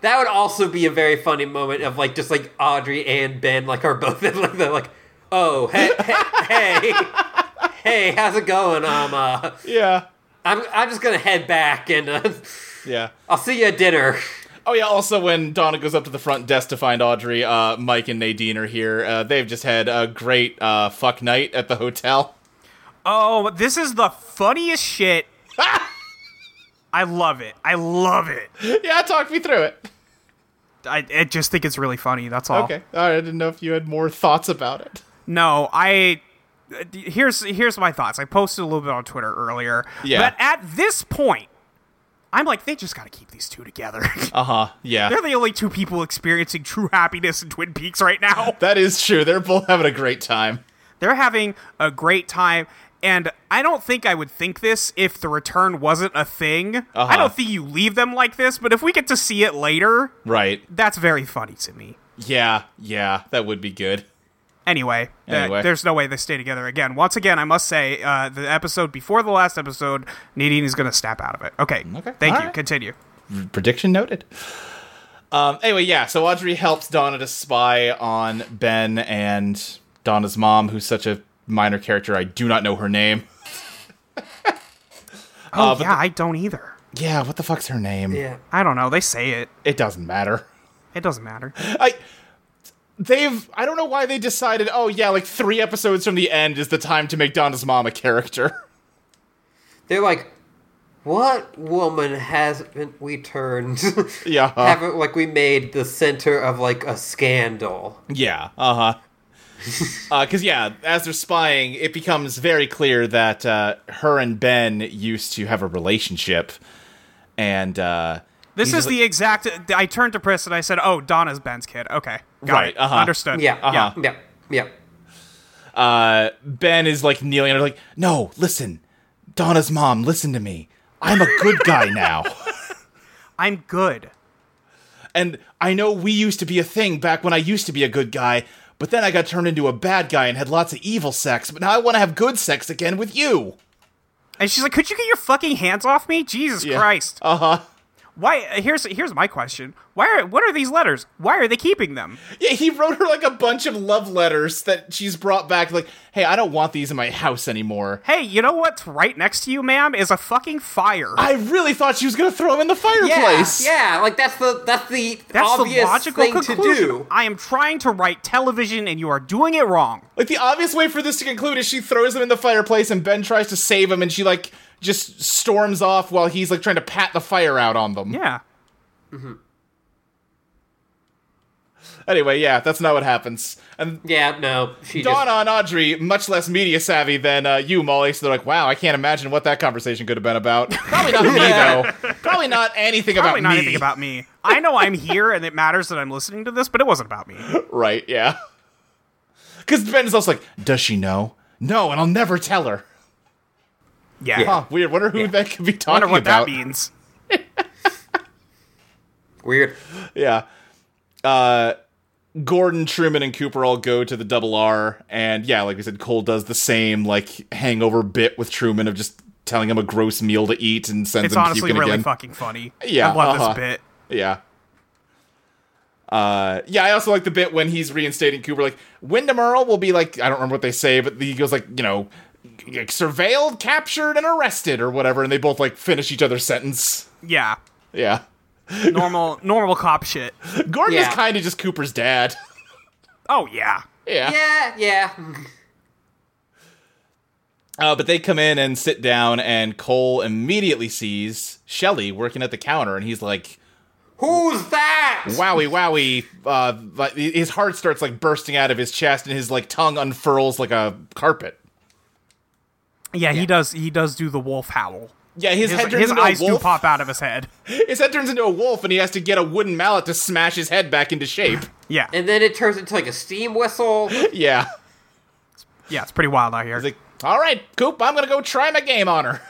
Speaker 1: That would also be a very funny moment of like just like Audrey and Ben like are both in like they're like, oh hey hey hey, hey how's it going? Um, uh,
Speaker 3: Yeah.
Speaker 1: I'm I'm just gonna head back and uh,
Speaker 3: Yeah.
Speaker 1: I'll see you at dinner.
Speaker 3: Oh yeah. Also, when Donna goes up to the front desk to find Audrey, uh, Mike and Nadine are here. Uh, they've just had a great uh, fuck night at the hotel. *laughs*
Speaker 2: Oh, this is the
Speaker 1: *laughs*
Speaker 2: funniest shit. I love it. I love it.
Speaker 3: yeah, talk me through it.
Speaker 2: I, I just think it's really funny. That's all.
Speaker 3: Okay. All right. I didn't know if you had more thoughts about it.
Speaker 2: No, I uh, d- here's here's my thoughts. I posted a little bit on Twitter earlier.
Speaker 3: Yeah.
Speaker 2: But at this point, I'm like, they just got to keep these two together. *laughs*
Speaker 3: Uh huh. Yeah.
Speaker 2: They're the only two people experiencing true happiness in Twin Peaks right now.
Speaker 3: That is true. They're both having a great time.
Speaker 2: *laughs* They're having a great time. And I don't think I would think this if the return wasn't a thing. I don't think you leave them like this, but if we get to see it later,
Speaker 3: Right.
Speaker 2: that's very funny to me.
Speaker 3: Yeah. Yeah. That would be good.
Speaker 2: Anyway, th-
Speaker 3: Anyway.
Speaker 2: there's no way they stay together again. Once again, I must say, uh, the episode before the last episode, Nadine is going to snap out of it. Okay.
Speaker 3: Okay.
Speaker 2: Thank
Speaker 3: All
Speaker 2: you.
Speaker 3: right.
Speaker 2: Continue.
Speaker 3: prediction noted. Um, anyway, yeah, so Audrey helps Donna to spy on Ben and Donna's mom, who's such a minor character. I do not know her name. Uh,
Speaker 2: Oh yeah, I don't either.
Speaker 3: Yeah, what the fuck's her name?
Speaker 1: Yeah.
Speaker 2: I don't know. They say it.
Speaker 3: It doesn't matter.
Speaker 2: It doesn't matter.
Speaker 3: I they've I don't know why they decided, oh yeah, like three episodes from the end is the time to make Donna's mom a character. *laughs*
Speaker 1: They're like, what woman hasn't we turned?
Speaker 3: *laughs* Yeah. uh-huh.
Speaker 1: Haven't like we made the center of like a scandal?
Speaker 3: Yeah. Uh-huh. uh, cause yeah, as they're spying, it becomes very clear that uh her and Ben used to have a relationship. And uh
Speaker 2: This
Speaker 3: he's
Speaker 2: is
Speaker 3: like-
Speaker 2: the exact. I turned to Pris and I said, "Oh, Donna's Ben's kid." Okay, got
Speaker 3: Right,
Speaker 2: it.
Speaker 3: uh-huh.
Speaker 2: Understood.
Speaker 1: Yeah.
Speaker 3: Uh-huh.
Speaker 1: Yeah. Yeah.
Speaker 3: uh, Ben is like kneeling and like, no, listen, Donna's mom, listen to me. I'm a good guy now. *laughs*
Speaker 2: I'm good.
Speaker 3: And I know we used to be a thing back when I used to be a good guy, but then I got turned into a bad guy and had lots of evil sex, but now I want to have good sex again with you.
Speaker 2: And she's like, "Could you get your fucking hands off me, Jesus
Speaker 3: Yeah.
Speaker 2: Christ?"
Speaker 3: Uh huh.
Speaker 2: Why? Here's here's my question. Why are what are these letters? Why are they keeping them?
Speaker 3: Yeah, he wrote her like a bunch of love letters that she's brought back, like, hey, I don't want these in my house anymore.
Speaker 2: Hey, you know what's right next to you, ma'am, is a fucking fire.
Speaker 3: I really thought she was gonna throw him in the fireplace.
Speaker 1: Yeah. Like that's the that's the
Speaker 2: That's the
Speaker 1: obvious
Speaker 2: logical
Speaker 1: thing
Speaker 2: conclusion.
Speaker 1: to do.
Speaker 2: I am trying to write television, and you are doing it wrong.
Speaker 3: Like the obvious way for this to conclude is she throws him in the fireplace and Ben tries to save him and she like just storms off while he's like trying to pat the fire out on them.
Speaker 2: Yeah.
Speaker 3: Anyway, yeah, that's not what happens. And
Speaker 1: Yeah. No. She just
Speaker 3: Donna and Audrey, much less media savvy than uh, you, Molly. So they're like, "Wow, I can't imagine what that conversation could have been about." Probably not *laughs* me, though. Probably not anything
Speaker 2: Probably
Speaker 3: about
Speaker 2: not
Speaker 3: me.
Speaker 2: anything about me. I know I'm here, and it matters that I'm listening to this, but it wasn't about
Speaker 3: *laughs*
Speaker 2: me.
Speaker 3: right? Yeah. Because Ben is also like, "Does she know?" No, and I'll never tell her.
Speaker 2: Yeah.
Speaker 3: Huh, weird. Wonder who that could be talking
Speaker 2: Wonder what
Speaker 3: about.
Speaker 2: that means.
Speaker 1: weird.
Speaker 3: Yeah. Uh, Gordon, Truman, and Cooper all go to the double R, and yeah, like we said, Cole does the same like hangover bit with Truman of just telling him a gross meal to eat and sends
Speaker 2: It's
Speaker 3: him
Speaker 2: honestly
Speaker 3: puking
Speaker 2: really
Speaker 3: again.
Speaker 2: fucking funny.
Speaker 3: Yeah,
Speaker 2: I love
Speaker 3: uh-huh.
Speaker 2: this bit.
Speaker 3: Yeah. Uh, yeah, I also like the bit when he's reinstating Cooper. Like Wyndham Earl will be like, I don't remember what they say, but he goes like, you know, like, surveilled, captured, and arrested, or whatever, and they both like finish each other's sentence.
Speaker 2: Yeah.
Speaker 3: Yeah, *laughs*
Speaker 2: Normal normal cop shit.
Speaker 3: Gordon
Speaker 1: Yeah.
Speaker 3: is kind of just Cooper's dad. *laughs*
Speaker 2: Oh yeah.
Speaker 3: yeah.
Speaker 1: Yeah. Yeah.
Speaker 3: Uh, but they come in and sit down, and Cole immediately sees Shelly working at the counter, and he's like,
Speaker 1: Who's that?
Speaker 3: "Wowie, wowie!" Uh, like, his heart starts like bursting out of his chest, and his like tongue unfurls like a carpet.
Speaker 2: Yeah, he does he does do the wolf howl.
Speaker 3: Yeah, his,
Speaker 2: His,
Speaker 3: head turns
Speaker 2: his
Speaker 3: into
Speaker 2: eyes
Speaker 3: a
Speaker 2: do
Speaker 3: wolf.
Speaker 2: pop out of his head.
Speaker 3: His head turns into a wolf, and he has to get a wooden mallet to smash his head back into shape. *laughs*
Speaker 2: Yeah.
Speaker 1: And then it turns into like a steam whistle.
Speaker 3: yeah,
Speaker 2: yeah, it's pretty wild out here.
Speaker 3: he's like, "All right, Coop, I'm gonna go try my game on her."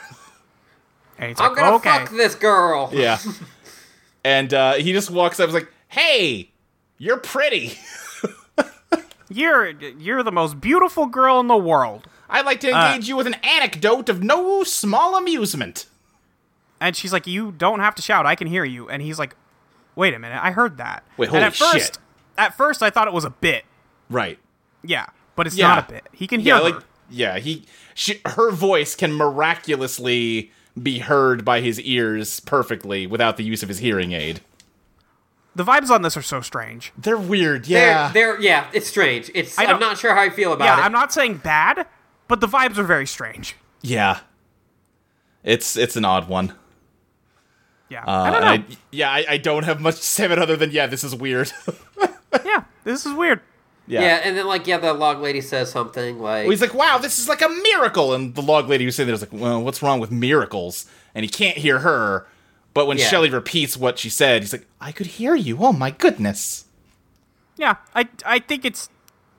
Speaker 3: *laughs*
Speaker 2: And he's
Speaker 1: I'm
Speaker 2: like,
Speaker 1: gonna
Speaker 2: okay.
Speaker 1: fuck this girl.
Speaker 3: Yeah, and uh, he just walks up, and is like, "Hey, you're pretty.
Speaker 2: You're you're the most beautiful girl in the world.
Speaker 3: I'd like to
Speaker 2: Uh.
Speaker 3: engage you with an anecdote of no small amusement."
Speaker 2: And she's like, You don't have to shout, I can hear you. And he's like, Wait a minute, I heard that.
Speaker 3: Wait,
Speaker 2: and
Speaker 3: holy
Speaker 2: at first
Speaker 3: shit.
Speaker 2: at first I thought it was a bit.
Speaker 3: Right.
Speaker 2: Yeah. But it's
Speaker 3: Yeah.
Speaker 2: not a bit. He can hear
Speaker 3: Yeah,
Speaker 2: her.
Speaker 3: like yeah, he she, her voice can miraculously be heard by his ears perfectly without the use of his hearing aid.
Speaker 2: the vibes on this are so strange.
Speaker 3: They're weird,
Speaker 1: They're,
Speaker 3: yeah.
Speaker 1: they're yeah, it's strange. It's
Speaker 2: I
Speaker 1: I'm
Speaker 2: don't-
Speaker 1: not sure how I feel about
Speaker 2: Yeah,
Speaker 1: it.
Speaker 2: I'm not saying bad, but the vibes are very strange.
Speaker 3: yeah. It's it's an odd one.
Speaker 2: Yeah,
Speaker 3: Uh,
Speaker 2: I don't
Speaker 3: and
Speaker 2: know.
Speaker 3: I- yeah, I, I don't have much to say about it other than yeah, this is weird. *laughs*
Speaker 2: *laughs* yeah, this is weird.
Speaker 3: yeah.
Speaker 1: yeah. and then like yeah, the log lady says something like
Speaker 3: Well, He's like, "Wow, this is like a miracle." And the log lady who's sitting there is like, "Well, what's wrong with miracles?" And he can't hear her. But when
Speaker 1: Yeah.
Speaker 3: Shelley repeats what she said, he's like, "I could hear you. Oh my goodness."
Speaker 2: Yeah, I I think it's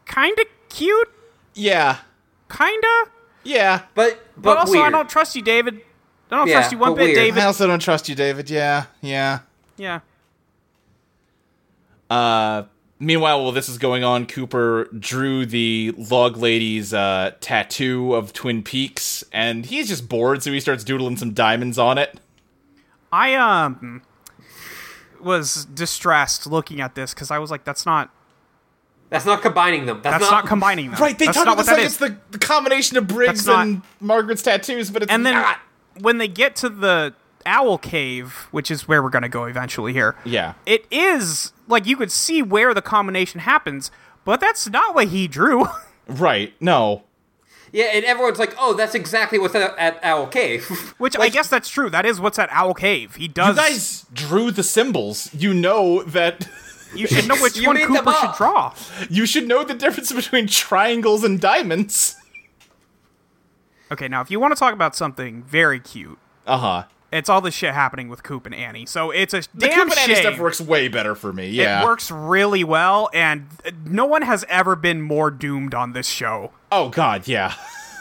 Speaker 2: kind of cute,
Speaker 3: Yeah.
Speaker 2: kind of,
Speaker 3: Yeah.
Speaker 1: but but,
Speaker 2: but, also I
Speaker 1: weird.
Speaker 2: don't trust you, David. I don't
Speaker 1: Yeah,
Speaker 2: trust you one
Speaker 1: but
Speaker 2: bit,
Speaker 1: weird.
Speaker 2: David.
Speaker 3: *laughs* I also don't trust you, David. Yeah, yeah.
Speaker 2: Yeah,
Speaker 3: Uh, meanwhile, while this is going on, Cooper drew the log lady's uh, tattoo of Twin Peaks, and he's just bored, so he starts doodling some diamonds on it.
Speaker 2: I um was distressed looking at this because I was like, that's not
Speaker 1: That's not combining them. That's,
Speaker 2: That's not combining them.
Speaker 3: Right, they
Speaker 2: That's
Speaker 3: talk
Speaker 2: not
Speaker 3: about
Speaker 2: what
Speaker 3: this
Speaker 2: that
Speaker 3: like
Speaker 2: is.
Speaker 3: it's the, the combination of Briggs
Speaker 2: That's not-
Speaker 3: and Margaret's tattoos, but it's
Speaker 2: and then
Speaker 3: not.
Speaker 2: when they get to the owl cave, which is where we're going to go eventually here.
Speaker 3: Yeah.
Speaker 2: It is like you could see where the combination happens, but that's not what he drew. *laughs*
Speaker 3: Right. No.
Speaker 1: Yeah, and everyone's like, "Oh, that's exactly what's at, at Owl Cave." *laughs*
Speaker 2: Which I
Speaker 3: Like-
Speaker 2: guess that's true. That is what's at Owl Cave. He does.
Speaker 3: You guys drew the symbols. You know that *laughs*
Speaker 2: you should know which
Speaker 1: You
Speaker 2: one
Speaker 1: need them
Speaker 2: Cooper should
Speaker 1: all.
Speaker 2: draw.
Speaker 3: you should know the difference between triangles and diamonds.
Speaker 2: Okay, now if you want to talk about something very cute,
Speaker 3: Uh-huh.
Speaker 2: it's all this shit happening with Coop and Annie. So it's a
Speaker 3: The
Speaker 2: damn
Speaker 3: Coop and Annie
Speaker 2: shame.
Speaker 3: stuff works way better for me. Yeah.
Speaker 2: It works really well, and uh, no one has ever been more doomed on this show.
Speaker 3: Oh god, yeah.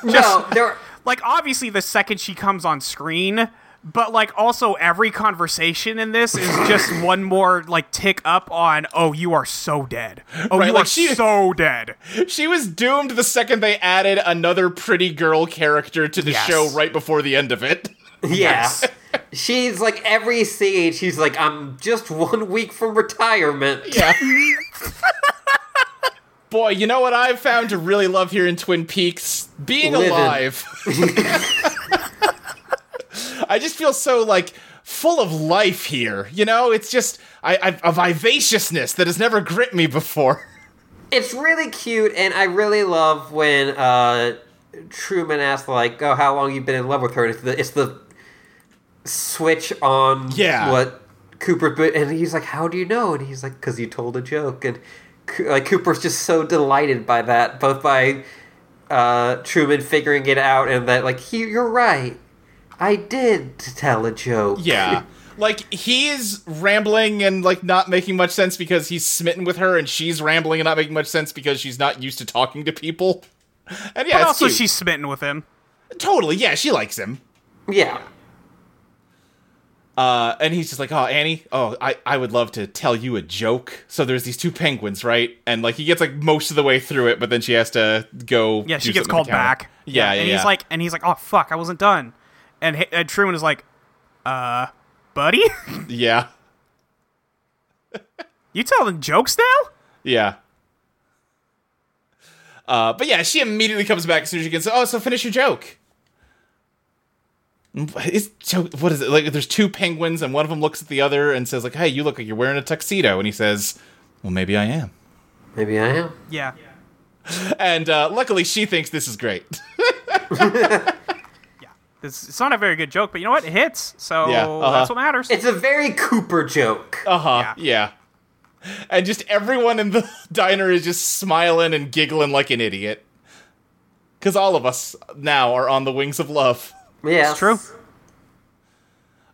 Speaker 1: no,
Speaker 2: *laughs*
Speaker 1: there.
Speaker 2: Like, obviously, the second she comes on screen, but like, also every conversation in this is
Speaker 3: *laughs*
Speaker 2: just one more like tick up on. Oh, you are so dead. Oh,
Speaker 3: Right,
Speaker 2: you
Speaker 3: like,
Speaker 2: are
Speaker 3: she-
Speaker 2: so dead.
Speaker 3: She was doomed the second they added another pretty girl character to the
Speaker 2: Yes.
Speaker 3: show right before the end of it.
Speaker 1: Yeah. She's like every scene. She's like, "I'm just one week from retirement."
Speaker 3: Yeah. *laughs* Boy, you know what I've found to really love here in Twin Peaks? Being
Speaker 1: Living.
Speaker 3: alive. *laughs* I just feel so like full of life here. You know, it's just I, I've a vivaciousness that has never gripped me before. *laughs*
Speaker 1: It's really cute, and I really love when uh, Truman asks, like, "Oh, how long you been in love with her?" And it's the it's the switch on
Speaker 3: Yeah.
Speaker 1: what Cooper, but and he's like, "How do you know?" And he's like, "Cause you told a joke." And Co- like Cooper's just so delighted by that, both by uh, Truman figuring it out and that, like, he, you're right. I did tell a joke.
Speaker 3: Yeah. Like he is rambling and like not making much sense because he's smitten with her, and she's rambling and not making much sense because she's not used to talking to people. And yeah,
Speaker 2: But
Speaker 3: it's
Speaker 2: also,
Speaker 3: cute.
Speaker 2: she's smitten with him.
Speaker 3: totally yeah, she likes him.
Speaker 1: yeah.
Speaker 3: Uh, and he's just like, "Oh, Annie, oh, I, I would love to tell you a joke." So there's these two penguins, right? And like he gets like most of the way through it, but then she has to go.
Speaker 2: Yeah, she
Speaker 3: do
Speaker 2: gets
Speaker 3: something at
Speaker 2: called
Speaker 3: the counter.
Speaker 2: back.
Speaker 3: Yeah, yeah.
Speaker 2: and
Speaker 3: yeah.
Speaker 2: he's like, and he's like, oh fuck, I wasn't done. And, he- and Truman is like, uh, buddy, *laughs*
Speaker 3: "Yeah,
Speaker 2: you telling jokes now?
Speaker 3: yeah." Uh, but yeah, she immediately comes back as soon as she gets. Oh, so finish your joke. Is joke? What is it like? There's two penguins, and one of them looks at the other and says, "Like, hey, you look like you're wearing a tuxedo," and he says, "Well, maybe I am."
Speaker 1: Maybe I am.
Speaker 2: Yeah.
Speaker 3: And uh, luckily, she thinks this is great.
Speaker 2: It's, it's not a very good joke, but you know what? It hits, so
Speaker 3: Yeah, uh-huh.
Speaker 2: that's what matters.
Speaker 1: It's a very Cooper joke.
Speaker 3: Uh huh. *laughs* Yeah. And just everyone in the *laughs* diner is just smiling and giggling like an idiot. Because all of us now are on the wings of love.
Speaker 1: yeah.
Speaker 2: It's true.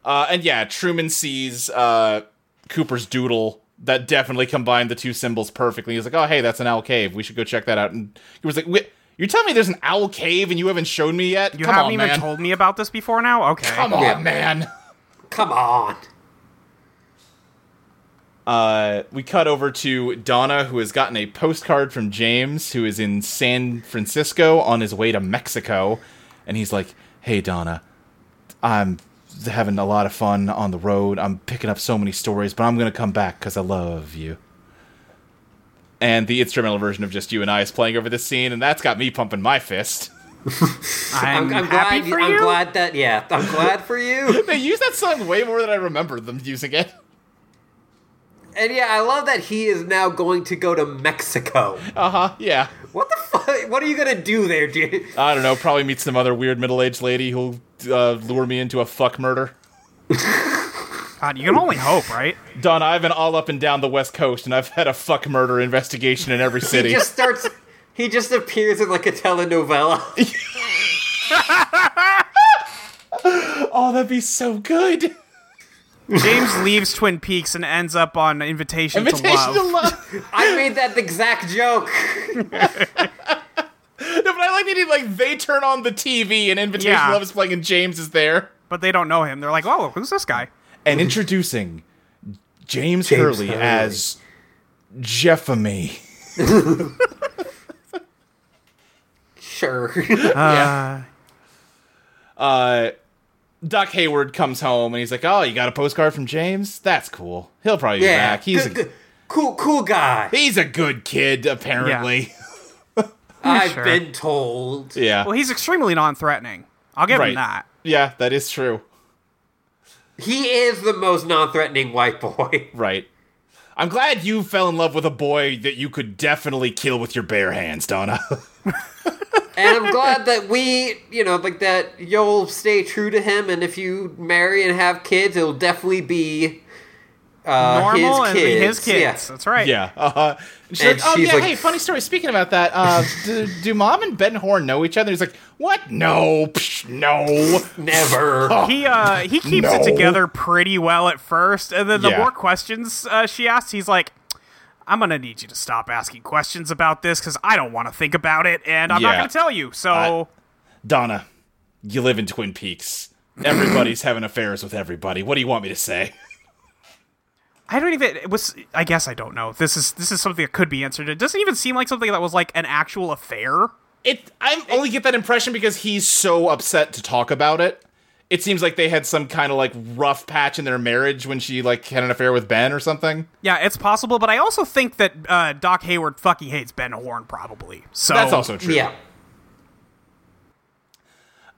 Speaker 3: Uh, and yeah, Truman sees uh, Cooper's doodle that definitely combined the two symbols perfectly. He's like, oh, hey, that's an owl cave. We should go check that out. And he was like, "Wait, you're telling me there's an owl cave and you haven't shown me yet?
Speaker 2: You
Speaker 3: Come
Speaker 2: haven't
Speaker 3: on,
Speaker 2: even
Speaker 3: man.
Speaker 2: told me about this before now? Okay.
Speaker 3: Come on,
Speaker 1: Yeah.
Speaker 3: man.
Speaker 1: Come on.
Speaker 3: Uh, we cut over to Donna, who has gotten a postcard from James, who is in San Francisco on his way to Mexico. And he's like, Hey, Donna, I'm having a lot of fun on the road. I'm picking up so many stories, but I'm going to come back because I love you. And the instrumental version of Just You and I is playing over this scene, and that's got me pumping my fist. *laughs*
Speaker 2: I'm,
Speaker 1: I'm, I'm
Speaker 2: happy
Speaker 1: glad.
Speaker 2: for
Speaker 1: I'm
Speaker 2: you.
Speaker 1: glad that. Yeah, *laughs* I'm glad for you.
Speaker 3: They use that song way more than I remember them using it. *laughs*
Speaker 1: And yeah, I love that he is now going to go to Mexico.
Speaker 3: Uh huh, yeah.
Speaker 1: What the fuck? What are you gonna do there, dude?
Speaker 3: I don't know. Probably meet some other weird middle-aged lady who'll uh, lure me into a fuck murder.
Speaker 2: God, you can only hope, right?
Speaker 3: Don, I've been all up and down the West Coast, and I've had a fuck murder investigation in *laughs* every
Speaker 1: He
Speaker 3: city.
Speaker 1: just starts. He just appears in like a
Speaker 2: *laughs*
Speaker 1: telenovela.
Speaker 3: oh, that'd be so good.
Speaker 2: *laughs* James leaves Twin Peaks and ends up on Invitation,
Speaker 3: *laughs* Invitation
Speaker 2: to
Speaker 3: to
Speaker 2: Love.
Speaker 3: love.
Speaker 1: I made that exact joke.
Speaker 3: No, but I like that he like they turn on the TV and Invitation
Speaker 2: Yeah.
Speaker 3: to Love is playing, and James is there.
Speaker 2: But they don't know him. They're like, oh, who's this guy?
Speaker 3: And introducing James, Hurley,
Speaker 1: Hurley.
Speaker 3: as Jeffamy.
Speaker 1: Sure. *laughs*
Speaker 3: yeah. Uh, Doc Hayward comes home and he's like, "Oh, you got a postcard from James? That's cool. He'll probably be
Speaker 1: yeah.
Speaker 3: back. He's
Speaker 1: good,
Speaker 3: a-
Speaker 1: good. cool, cool guy.
Speaker 3: He's a good kid, apparently. *laughs*
Speaker 1: I've
Speaker 2: sure.
Speaker 1: been told.
Speaker 3: Yeah. Yeah,
Speaker 2: Well, he's extremely non-threatening. I'll give
Speaker 3: Right.
Speaker 2: him that.
Speaker 3: that is true.
Speaker 1: He is the most non-threatening white boy.
Speaker 3: Right. I'm glad you fell in love with a boy that you could definitely kill with your bare hands, Donna. *laughs*
Speaker 1: And I'm glad that we, you know, like that you'll stay true to him and if you marry and have kids, it'll definitely be uh,
Speaker 2: Normal
Speaker 1: his
Speaker 2: and
Speaker 1: kids.
Speaker 2: his kids.
Speaker 1: Yeah.
Speaker 2: That's right.
Speaker 3: yeah. Uh, and she's
Speaker 1: And
Speaker 3: like, oh,
Speaker 1: she's
Speaker 3: yeah,
Speaker 1: like-
Speaker 3: hey, funny story. Speaking about that, *laughs* uh, do, do mom and Ben Horn know each other? He's like, what? No. Psh, no.
Speaker 1: Never.
Speaker 2: He uh he keeps it
Speaker 3: No.
Speaker 2: together pretty well at first, and then the
Speaker 3: Yeah.
Speaker 2: more questions uh, she asks, he's like, "I'm gonna need you to stop asking questions about this because I don't want to think about it, and I'm not
Speaker 3: Yeah.
Speaker 2: gonna tell you." So
Speaker 3: Donna, you live in Twin Peaks. Everybody's having affairs with everybody. What do you want me to say?
Speaker 2: I don't even it was. I guess I don't know. This is this is something that could be answered. It doesn't even seem like something that was like an actual affair.
Speaker 3: It. I only get that impression because he's so upset to talk about it. It seems like they had some kind of like rough patch in their marriage when she like had an affair with Ben or something.
Speaker 2: Yeah, it's possible, but I also think that uh, Doc Hayward fucking hates Ben Horn probably. So
Speaker 3: That's also true.
Speaker 1: Yeah.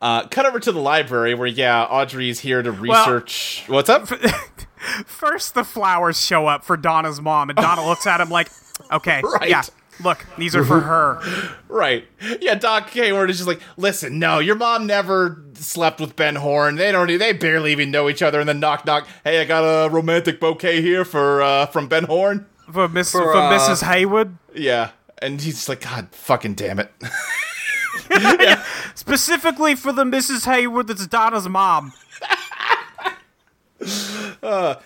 Speaker 3: Uh, cut over to the library where yeah, Audrey's here to research. What's up?
Speaker 2: *laughs* First, the flowers show up for Donna's mom, and Donna looks at him like, "Okay,
Speaker 3: *laughs* Right.
Speaker 2: yeah, look, these are for her."
Speaker 3: Right. Yeah, Doc Hayward is just like, listen, no, your mom never slept with Ben Horn. They don't e, they barely even know each other and then knock knock, hey, I got a romantic bouquet here for uh from Ben Horn.
Speaker 2: For Miss for,
Speaker 1: For, uh,
Speaker 2: Mrs. Hayward,
Speaker 3: Yeah. And he's just like, God fucking damn it. *laughs*
Speaker 2: specifically for the Mrs. Hayward that's Donna's mom.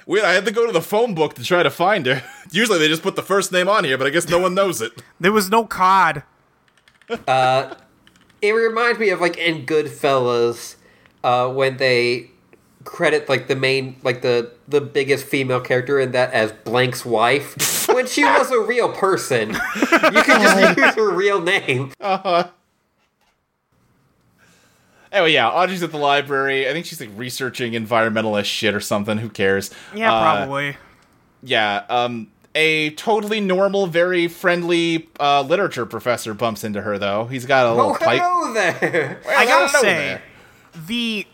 Speaker 3: Wait, I had to go to the phone book to try to find her. *laughs* Usually they just put the first name on here, but I guess no one knows it. *laughs*
Speaker 2: There was no cod.
Speaker 1: It reminds me of like in Goodfellas, uh, when they credit like the main like the the biggest female character in that as blank's wife when she was a real person you could just use her real name
Speaker 3: Oh yeah, Audrey's at the library. I think she's like researching environmentalist shit or something. Who cares?
Speaker 2: Yeah,
Speaker 3: Uh,
Speaker 2: probably.
Speaker 3: Yeah, um, a totally normal, very friendly uh, literature professor bumps into her though. He's got a little
Speaker 1: oh
Speaker 3: pipe.
Speaker 1: hello there
Speaker 2: I gotta say,
Speaker 3: Hello there.
Speaker 2: the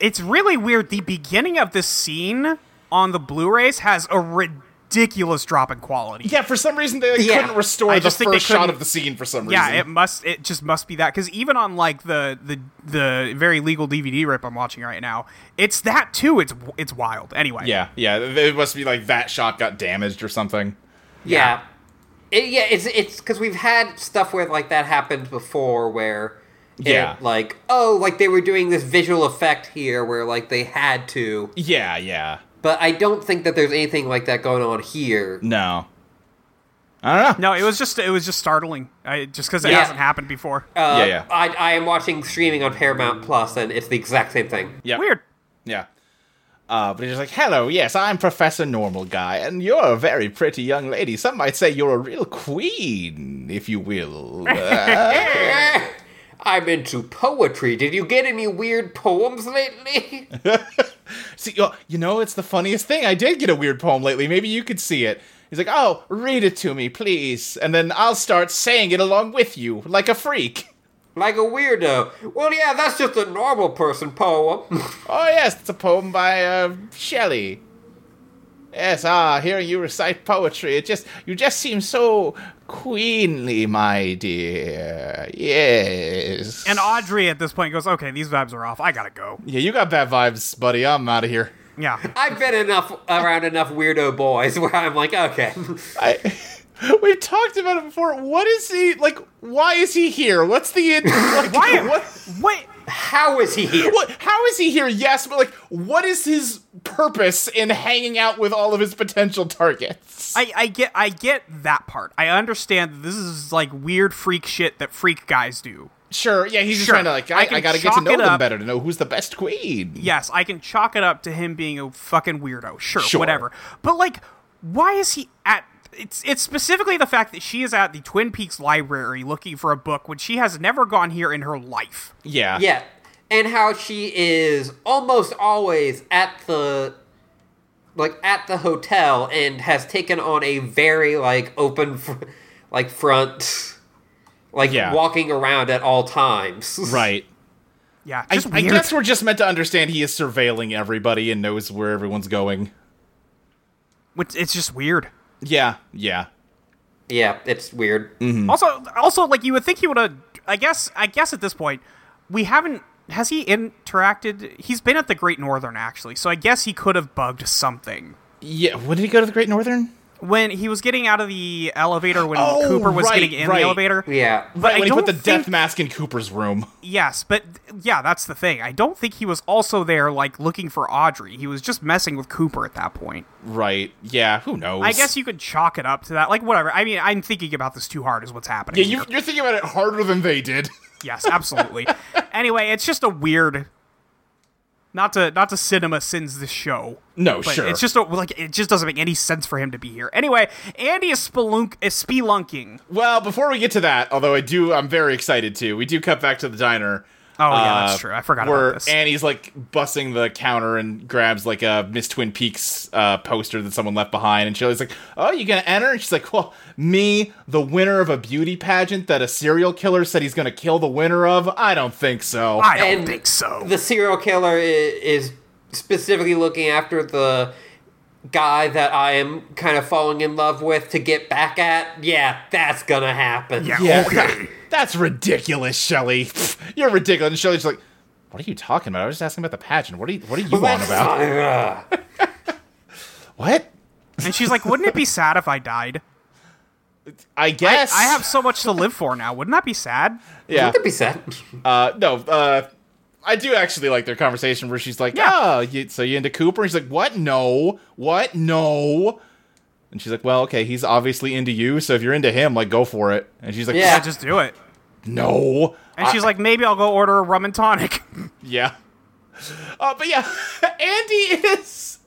Speaker 2: it's really weird. The beginning of this scene on the Blu-rays has a ridiculous drop in quality.
Speaker 3: yeah, for some reason they like,
Speaker 1: Yeah.
Speaker 3: couldn't restore
Speaker 2: I
Speaker 3: the
Speaker 2: just think they
Speaker 3: first shot
Speaker 2: couldn't-
Speaker 3: of the scene for some
Speaker 2: Yeah,
Speaker 3: reason.
Speaker 2: it must. It just must be that because even on like the the the very legal DVD rip I'm watching right now, it's that too. It's it's wild. Anyway,
Speaker 3: yeah, yeah, it must be like that shot got damaged or something.
Speaker 1: Yeah. It, yeah, it's it's because we've had stuff where like that happened before, where it,
Speaker 3: Yeah.
Speaker 1: like oh, like they were doing this visual effect here, where like they had to,
Speaker 3: Yeah, yeah.
Speaker 1: but I don't think that there's anything like that going on here.
Speaker 3: No, I don't know.
Speaker 2: No, it was just it was just startling. I, just because it
Speaker 1: Yeah.
Speaker 2: hasn't happened before.
Speaker 1: Uh,
Speaker 3: Yeah, yeah.
Speaker 1: I, I am watching streaming on Paramount Plus, and it's the exact same thing.
Speaker 3: Yeah,
Speaker 2: Weird.
Speaker 3: Yeah. Uh, but he's just like, hello, yes, I'm Professor Normal Guy, and you're a very pretty young lady. Some might say you're a real queen, if
Speaker 2: *laughs*
Speaker 3: you will.
Speaker 1: *laughs* I'm into poetry. Did you get any weird poems lately? *laughs*
Speaker 3: See, oh, you know, it's the funniest thing. I did get a weird poem lately. Maybe you could see it. He's like, oh, read it to me, please. And then I'll start saying it along with you, like a freak. *laughs*
Speaker 1: like a weirdo. Well, yeah, that's just a normal person poem. *laughs*
Speaker 3: Oh, yes, it's a poem by uh, Shelley. Yes, ah, hearing you recite poetry, it just, you just seem so queenly, my dear. Yes.
Speaker 2: And Audrey at this point goes, "Okay, these vibes are off. I gotta go."
Speaker 3: yeah, you got bad vibes, buddy. I'm out of here. *laughs*
Speaker 2: Yeah,
Speaker 1: I've been enough around enough weirdo boys *laughs* where I'm like, okay,
Speaker 3: I *laughs* we've talked about it before. What is he like? Why is he here? What's the
Speaker 2: *laughs*
Speaker 3: in- like,
Speaker 2: Why-
Speaker 3: What,
Speaker 2: what?
Speaker 1: how is he here?
Speaker 3: what? How is he here? Yes, but like, what is his purpose in hanging out with all of his potential targets?
Speaker 2: I, I get I get that part. I understand that this is like weird freak shit that freak guys do.
Speaker 3: sure, yeah, he's just
Speaker 2: Sure.
Speaker 3: trying to like.
Speaker 2: I
Speaker 3: I, I,
Speaker 2: can
Speaker 3: gotta get
Speaker 2: chalk
Speaker 3: to know
Speaker 2: it
Speaker 3: them
Speaker 2: up-
Speaker 3: better to know who's the best queen.
Speaker 2: Yes, I can chalk it up to him being a fucking weirdo. Sure,
Speaker 3: Sure.
Speaker 2: whatever. But like, why is he at? It's it's specifically the fact that she is at the Twin Peaks library looking for a book when she has never gone here in her life.
Speaker 3: yeah,
Speaker 1: Yeah, and how she is almost always at the like at the hotel and has taken on a very like open fr- like front like
Speaker 3: Yeah.
Speaker 1: walking around at all times.
Speaker 3: Right.
Speaker 2: Yeah,
Speaker 3: I,
Speaker 2: just
Speaker 3: I
Speaker 2: weird.
Speaker 3: guess we're just meant to understand he is surveilling everybody and knows where everyone's going.
Speaker 2: Which- It's just weird.
Speaker 3: Yeah, yeah.
Speaker 1: Yeah, it's weird.
Speaker 3: Mm.
Speaker 2: Also, also like you would think he would have. I guess. I guess at this point, we haven't. Has he interacted? He's been at the Great Northern actually, so I guess he could have bugged something
Speaker 3: Yeah, when did he go to the Great Northern?
Speaker 2: when he was getting out of the elevator when
Speaker 3: Oh,
Speaker 2: Cooper was
Speaker 3: right,
Speaker 2: getting in
Speaker 3: right.
Speaker 2: the elevator.
Speaker 1: Yeah.
Speaker 2: But I
Speaker 3: when he
Speaker 2: don't
Speaker 3: put the
Speaker 2: think-
Speaker 3: death mask in Cooper's room.
Speaker 2: Yes, but th- yeah, that's the thing. I don't think he was also there like looking for Audrey. He was just messing with Cooper at that point.
Speaker 3: Right. Yeah, who knows?
Speaker 2: I guess you could chalk it up to that. Like whatever. I mean, I'm thinking about this too hard is what's happening.
Speaker 3: Yeah, you,
Speaker 2: here.
Speaker 3: you're thinking about it harder than they did.
Speaker 2: Yes,
Speaker 1: *laughs*
Speaker 2: absolutely. anyway, it's just a weird. Not to not to cinema sins this show.
Speaker 3: No,
Speaker 2: But
Speaker 3: sure.
Speaker 2: it's just a, like it just doesn't make any sense for him to be here. Anyway, Andy is spelunk is spelunking.
Speaker 3: Well, before we get to that, although I do, I'm very excited too. We do cut back to the diner.
Speaker 2: Oh, yeah,
Speaker 1: Uh,
Speaker 2: that's true. I forgot about
Speaker 3: where
Speaker 2: this.
Speaker 3: Annie's like bussing the counter and grabs like a Miss Twin Peaks uh, poster that someone left behind, and Shirley's like, "Oh, you gonna enter?" And she's like, "Well, me, the winner of a beauty pageant that a serial killer said he's gonna kill the winner of. I don't think so."
Speaker 2: I don't
Speaker 1: And
Speaker 2: think so.
Speaker 1: The serial killer is, is specifically looking after the guy that I am kind of falling in love with to get back at. Yeah, that's gonna happen.
Speaker 2: yeah,
Speaker 3: Yeah,
Speaker 2: okay.
Speaker 3: *laughs* that's ridiculous, Shelley. Pfft, *laughs* You're ridiculous. And Shelley's like, "What are you talking about? I was just asking about the pageant. What are you, what are you on
Speaker 1: That's
Speaker 3: about?
Speaker 1: not- ugh.
Speaker 3: What?
Speaker 2: and she's like, "Wouldn't it be sad if I died?
Speaker 3: I guess
Speaker 2: I have so much to live for now. Wouldn't that be sad?"
Speaker 3: Yeah,
Speaker 1: That'd be sad.
Speaker 3: Uh, no, uh, I do actually like their conversation where she's like,
Speaker 2: Yeah.
Speaker 3: "Oh, you, so you into Cooper?" He's like, "What? No, what? No." And she's like, "Well, okay, he's obviously into you, so if you're into him, like, go for it." And she's like,
Speaker 1: Yeah.
Speaker 2: Yeah, just do it.
Speaker 3: no."
Speaker 2: And she's like, "Maybe I'll go order a rum and tonic."
Speaker 3: *laughs* Yeah. Uh, but yeah, *laughs* Andy is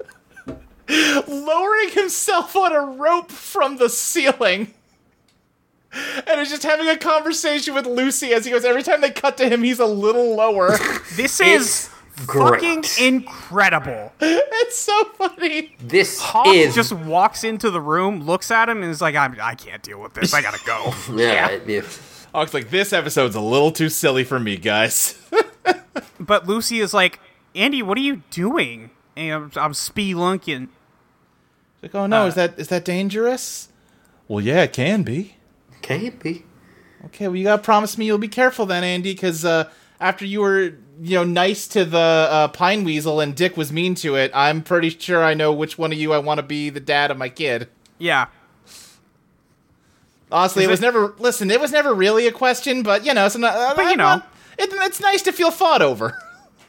Speaker 3: lowering himself on a rope from the ceiling. And is just having a conversation with Lucy as he goes, every time they cut to him, he's a little lower. *laughs*
Speaker 2: This
Speaker 1: It's
Speaker 2: is fucking
Speaker 1: great.
Speaker 2: incredible.
Speaker 3: it's so funny.
Speaker 1: This
Speaker 2: Hawk
Speaker 1: is
Speaker 2: just walks into the room, looks at him, and is like, I'm, I can't deal with this. I gotta
Speaker 1: *laughs*
Speaker 2: go.
Speaker 1: yeah. yeah.
Speaker 3: Hawk's like, this episode's a little too silly for me, guys. *laughs*
Speaker 2: but Lucy is like, Andy, what are you doing? And I'm, I'm spelunking.
Speaker 3: like, oh no, is that is that dangerous? Well, yeah, it can be.
Speaker 1: Can't be.
Speaker 3: Okay, well, you gotta promise me you'll be careful then, Andy, because uh, after you were, you know, nice to the uh, pine weasel and Dick was mean to it, I'm pretty sure I know which one of you I want to be the dad of my kid.
Speaker 2: Yeah.
Speaker 3: Honestly,
Speaker 2: Is
Speaker 3: it was
Speaker 2: it-
Speaker 3: never. Listen, it was never really a question, but you know, so not,
Speaker 2: But,
Speaker 3: I
Speaker 2: you know.
Speaker 3: want- it, it's nice to feel fought over.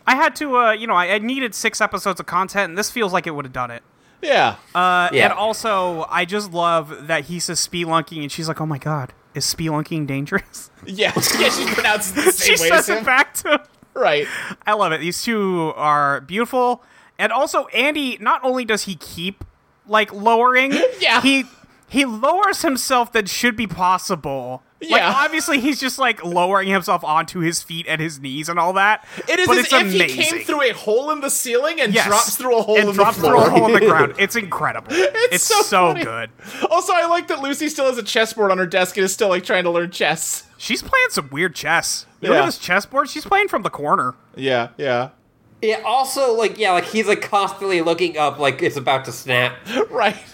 Speaker 2: I had to, uh, you know, I, I needed six episodes of content, and this feels like it would have done it.
Speaker 3: yeah.
Speaker 2: Uh,
Speaker 1: Yeah.
Speaker 2: And also, I just love that he says spelunking, and she's like, oh my god, is spelunking dangerous?
Speaker 3: *laughs*
Speaker 2: *laughs*
Speaker 3: yeah. *laughs* Yeah. She pronounced it the same
Speaker 2: she
Speaker 3: way as
Speaker 2: says
Speaker 3: him.
Speaker 2: it back to him.
Speaker 3: Right.
Speaker 2: I love it. These two are beautiful. And also Andy not only does he keep like lowering,
Speaker 3: *laughs* Yeah.
Speaker 2: he he lowers himself that should be possible. Like
Speaker 3: Yeah.
Speaker 2: obviously he's just like lowering himself onto his feet and his knees and all that.
Speaker 3: It is
Speaker 2: but
Speaker 3: as
Speaker 2: it's
Speaker 3: if
Speaker 2: amazing.
Speaker 3: he came through a hole in the ceiling and
Speaker 2: Yes.
Speaker 3: drops through a hole
Speaker 2: and
Speaker 3: in
Speaker 2: drops
Speaker 3: the floor.
Speaker 2: through a hole in the ground. It's incredible. It's,
Speaker 3: so funny.
Speaker 2: good.
Speaker 3: *laughs* Also, I like that Lucy still has a chessboard on her desk and is still like trying to learn chess.
Speaker 2: She's playing some weird chess. You Look
Speaker 3: Yeah.
Speaker 2: at this chessboard. She's playing from the corner.
Speaker 3: *laughs* Yeah, yeah.
Speaker 1: Yeah. Also, like, yeah, like he's like constantly looking up, like it's about to snap.
Speaker 3: *laughs* Right. *laughs*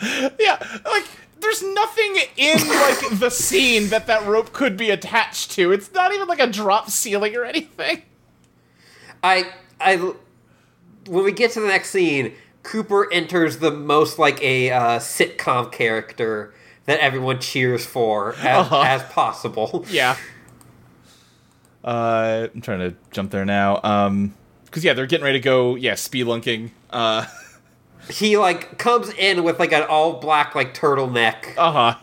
Speaker 3: yeah, like there's nothing in *laughs* like the scene that that rope could be attached to. It's not even like a drop ceiling or anything.
Speaker 1: I, I, when we get to the next scene, Cooper enters the most like a uh, sitcom character that everyone cheers for as, as possible.
Speaker 3: Uh-huh. *laughs* Yeah. Uh, I'm trying to jump there now. Um, because yeah, they're getting ready to go. Yeah, spelunking. Uh,
Speaker 1: He like comes in with like an all black like turtleneck.
Speaker 3: uh huh.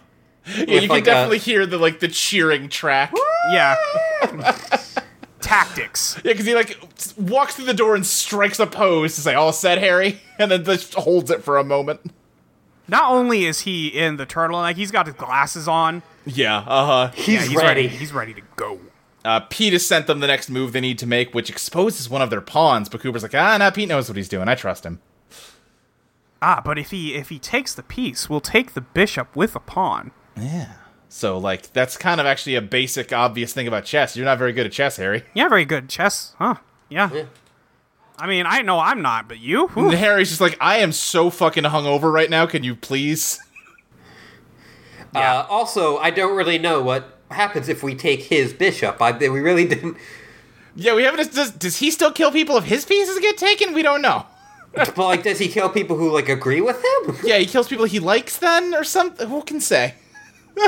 Speaker 3: Yeah, you can
Speaker 1: like, a-
Speaker 3: definitely hear the like the cheering track. *laughs*
Speaker 2: Yeah. Tactics.
Speaker 3: Yeah, because he like s- walks through the door and strikes a pose to say "All set, Harry," *laughs* and then just holds it for a moment.
Speaker 2: Not only is he in the turtleneck, he's got his glasses on.
Speaker 3: Yeah, uh huh.
Speaker 1: he's,
Speaker 2: Yeah, he's
Speaker 1: ready.
Speaker 2: He's ready to go.
Speaker 3: Uh, Pete has sent them the next move they need to make, which exposes one of their pawns. But Cooper's like, ah, now Pete knows what he's doing. I trust him.
Speaker 2: Ah, but if he if he takes the piece, we'll take the bishop with a pawn.
Speaker 3: Yeah. So like that's kind of actually a basic, obvious thing about chess. You're not very good at chess, Harry. *laughs*
Speaker 2: Yeah, very good chess, huh? Yeah. I mean, I know I'm not, but you? Whew.
Speaker 3: And Harry's just like, I am so fucking hungover right now. Can you please? *laughs*
Speaker 1: Uh, also, I don't really know what happens if we take his bishop. I, we really
Speaker 3: *laughs*
Speaker 1: didn't.
Speaker 3: Yeah, we haven't. Does, does he still kill people if his pieces get taken? We don't know.
Speaker 1: But like, does he kill people who like agree with him?
Speaker 3: Yeah, he kills people he likes then or something. Who can say? *laughs*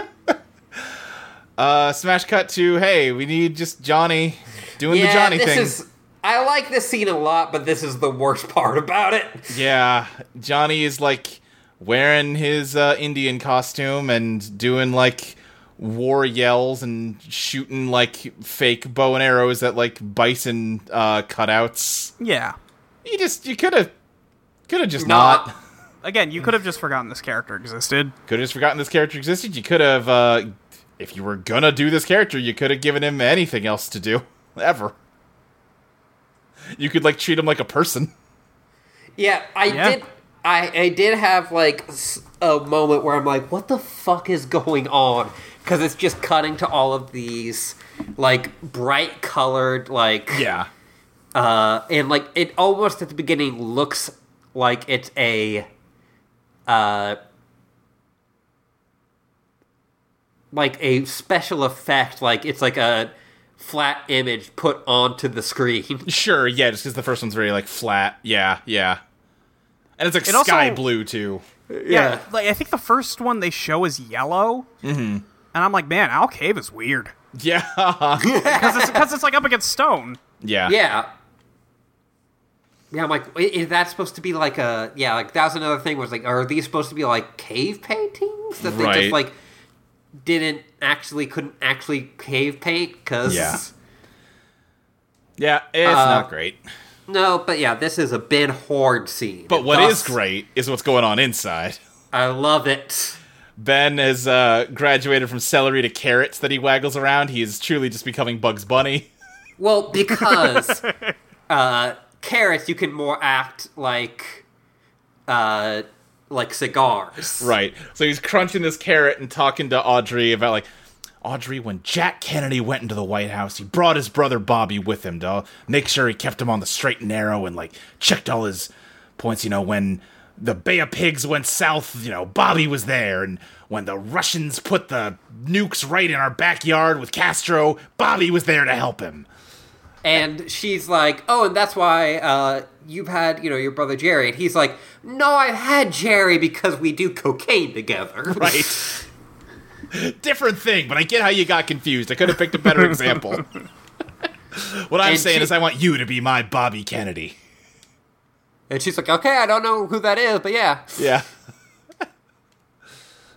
Speaker 3: uh, smash cut to hey, we need just Johnny doing *laughs* the Johnny
Speaker 1: this
Speaker 3: thing.
Speaker 1: is. I like this scene a lot, but this is the worst *laughs* part about it.
Speaker 3: Yeah, Johnny is like wearing his uh, Indian costume and doing like war yells and shooting like fake bow and arrows at like bison uh, cutouts.
Speaker 2: Yeah.
Speaker 3: You just you could have could have just not.
Speaker 2: Again, you could have just forgotten this character existed.
Speaker 3: Could have just forgotten this character existed. You could have, uh, if you were gonna do this character, you could have given him anything else to do *laughs* ever. You could like treat him like a person. *laughs*
Speaker 1: Yeah, I
Speaker 2: Yeah.
Speaker 1: did. I, I did have like s- a moment where I'm like, "What the fuck is going on?" Because it's just cutting to all of these like bright colored like
Speaker 3: Yeah.
Speaker 1: uh, and like it almost at the beginning looks like it's a uh like a special effect like it's like a flat image put onto the screen *laughs*
Speaker 3: Sure. Yeah. Just because the first one's very like flat. Yeah. Yeah. And it's like
Speaker 2: It also-
Speaker 3: sky blue too. *laughs*
Speaker 2: Yeah. Like I think the first one they show is yellow. Mm-hmm. And I'm like, man, Al Cave is weird.
Speaker 3: Yeah.
Speaker 2: Because it's, 'cause it's like up against stone.
Speaker 3: yeah.
Speaker 1: Yeah. Yeah, I'm like, i- is that supposed to be like a yeah? Like that was another thing was like, are these supposed to be like cave paintings that they
Speaker 3: Right.
Speaker 1: just like didn't actually couldn't actually cave paint because
Speaker 3: Yeah. Yeah. It's not great.
Speaker 1: no, but yeah, this is a Ben Horde scene.
Speaker 3: But what is
Speaker 1: Thus,
Speaker 3: great is what's going on inside.
Speaker 1: I love it.
Speaker 3: Ben has uh, graduated from celery to carrots that he waggles around. He is truly just becoming Bugs Bunny. *laughs*
Speaker 1: Well, because uh, carrots you can more act like uh like cigars.
Speaker 3: Right. So he's crunching this carrot and talking to Audrey about like Audrey, when Jack Kennedy went into the White House, he brought his brother Bobby with him to uh, make sure he kept him on the straight and narrow and like checked all his points. You know, when the Bay of Pigs went south, you know, Bobby was there. And when the Russians put the nukes right in our backyard with Castro, Bobby was there to help him.
Speaker 1: And she's like, "Oh, and that's why uh, you've had, you know, your brother Jerry." And he's like, "No, I've had Jerry because we do cocaine together."
Speaker 3: *laughs* Right. Different thing, but I get how you got confused. I could have picked a better example.
Speaker 1: *laughs*
Speaker 3: what I'm
Speaker 1: And
Speaker 3: saying
Speaker 1: she-
Speaker 3: is, I want you to be my Bobby Kennedy.
Speaker 1: And she's like, "Okay, I don't know who that is, but yeah."
Speaker 3: Yeah. *laughs*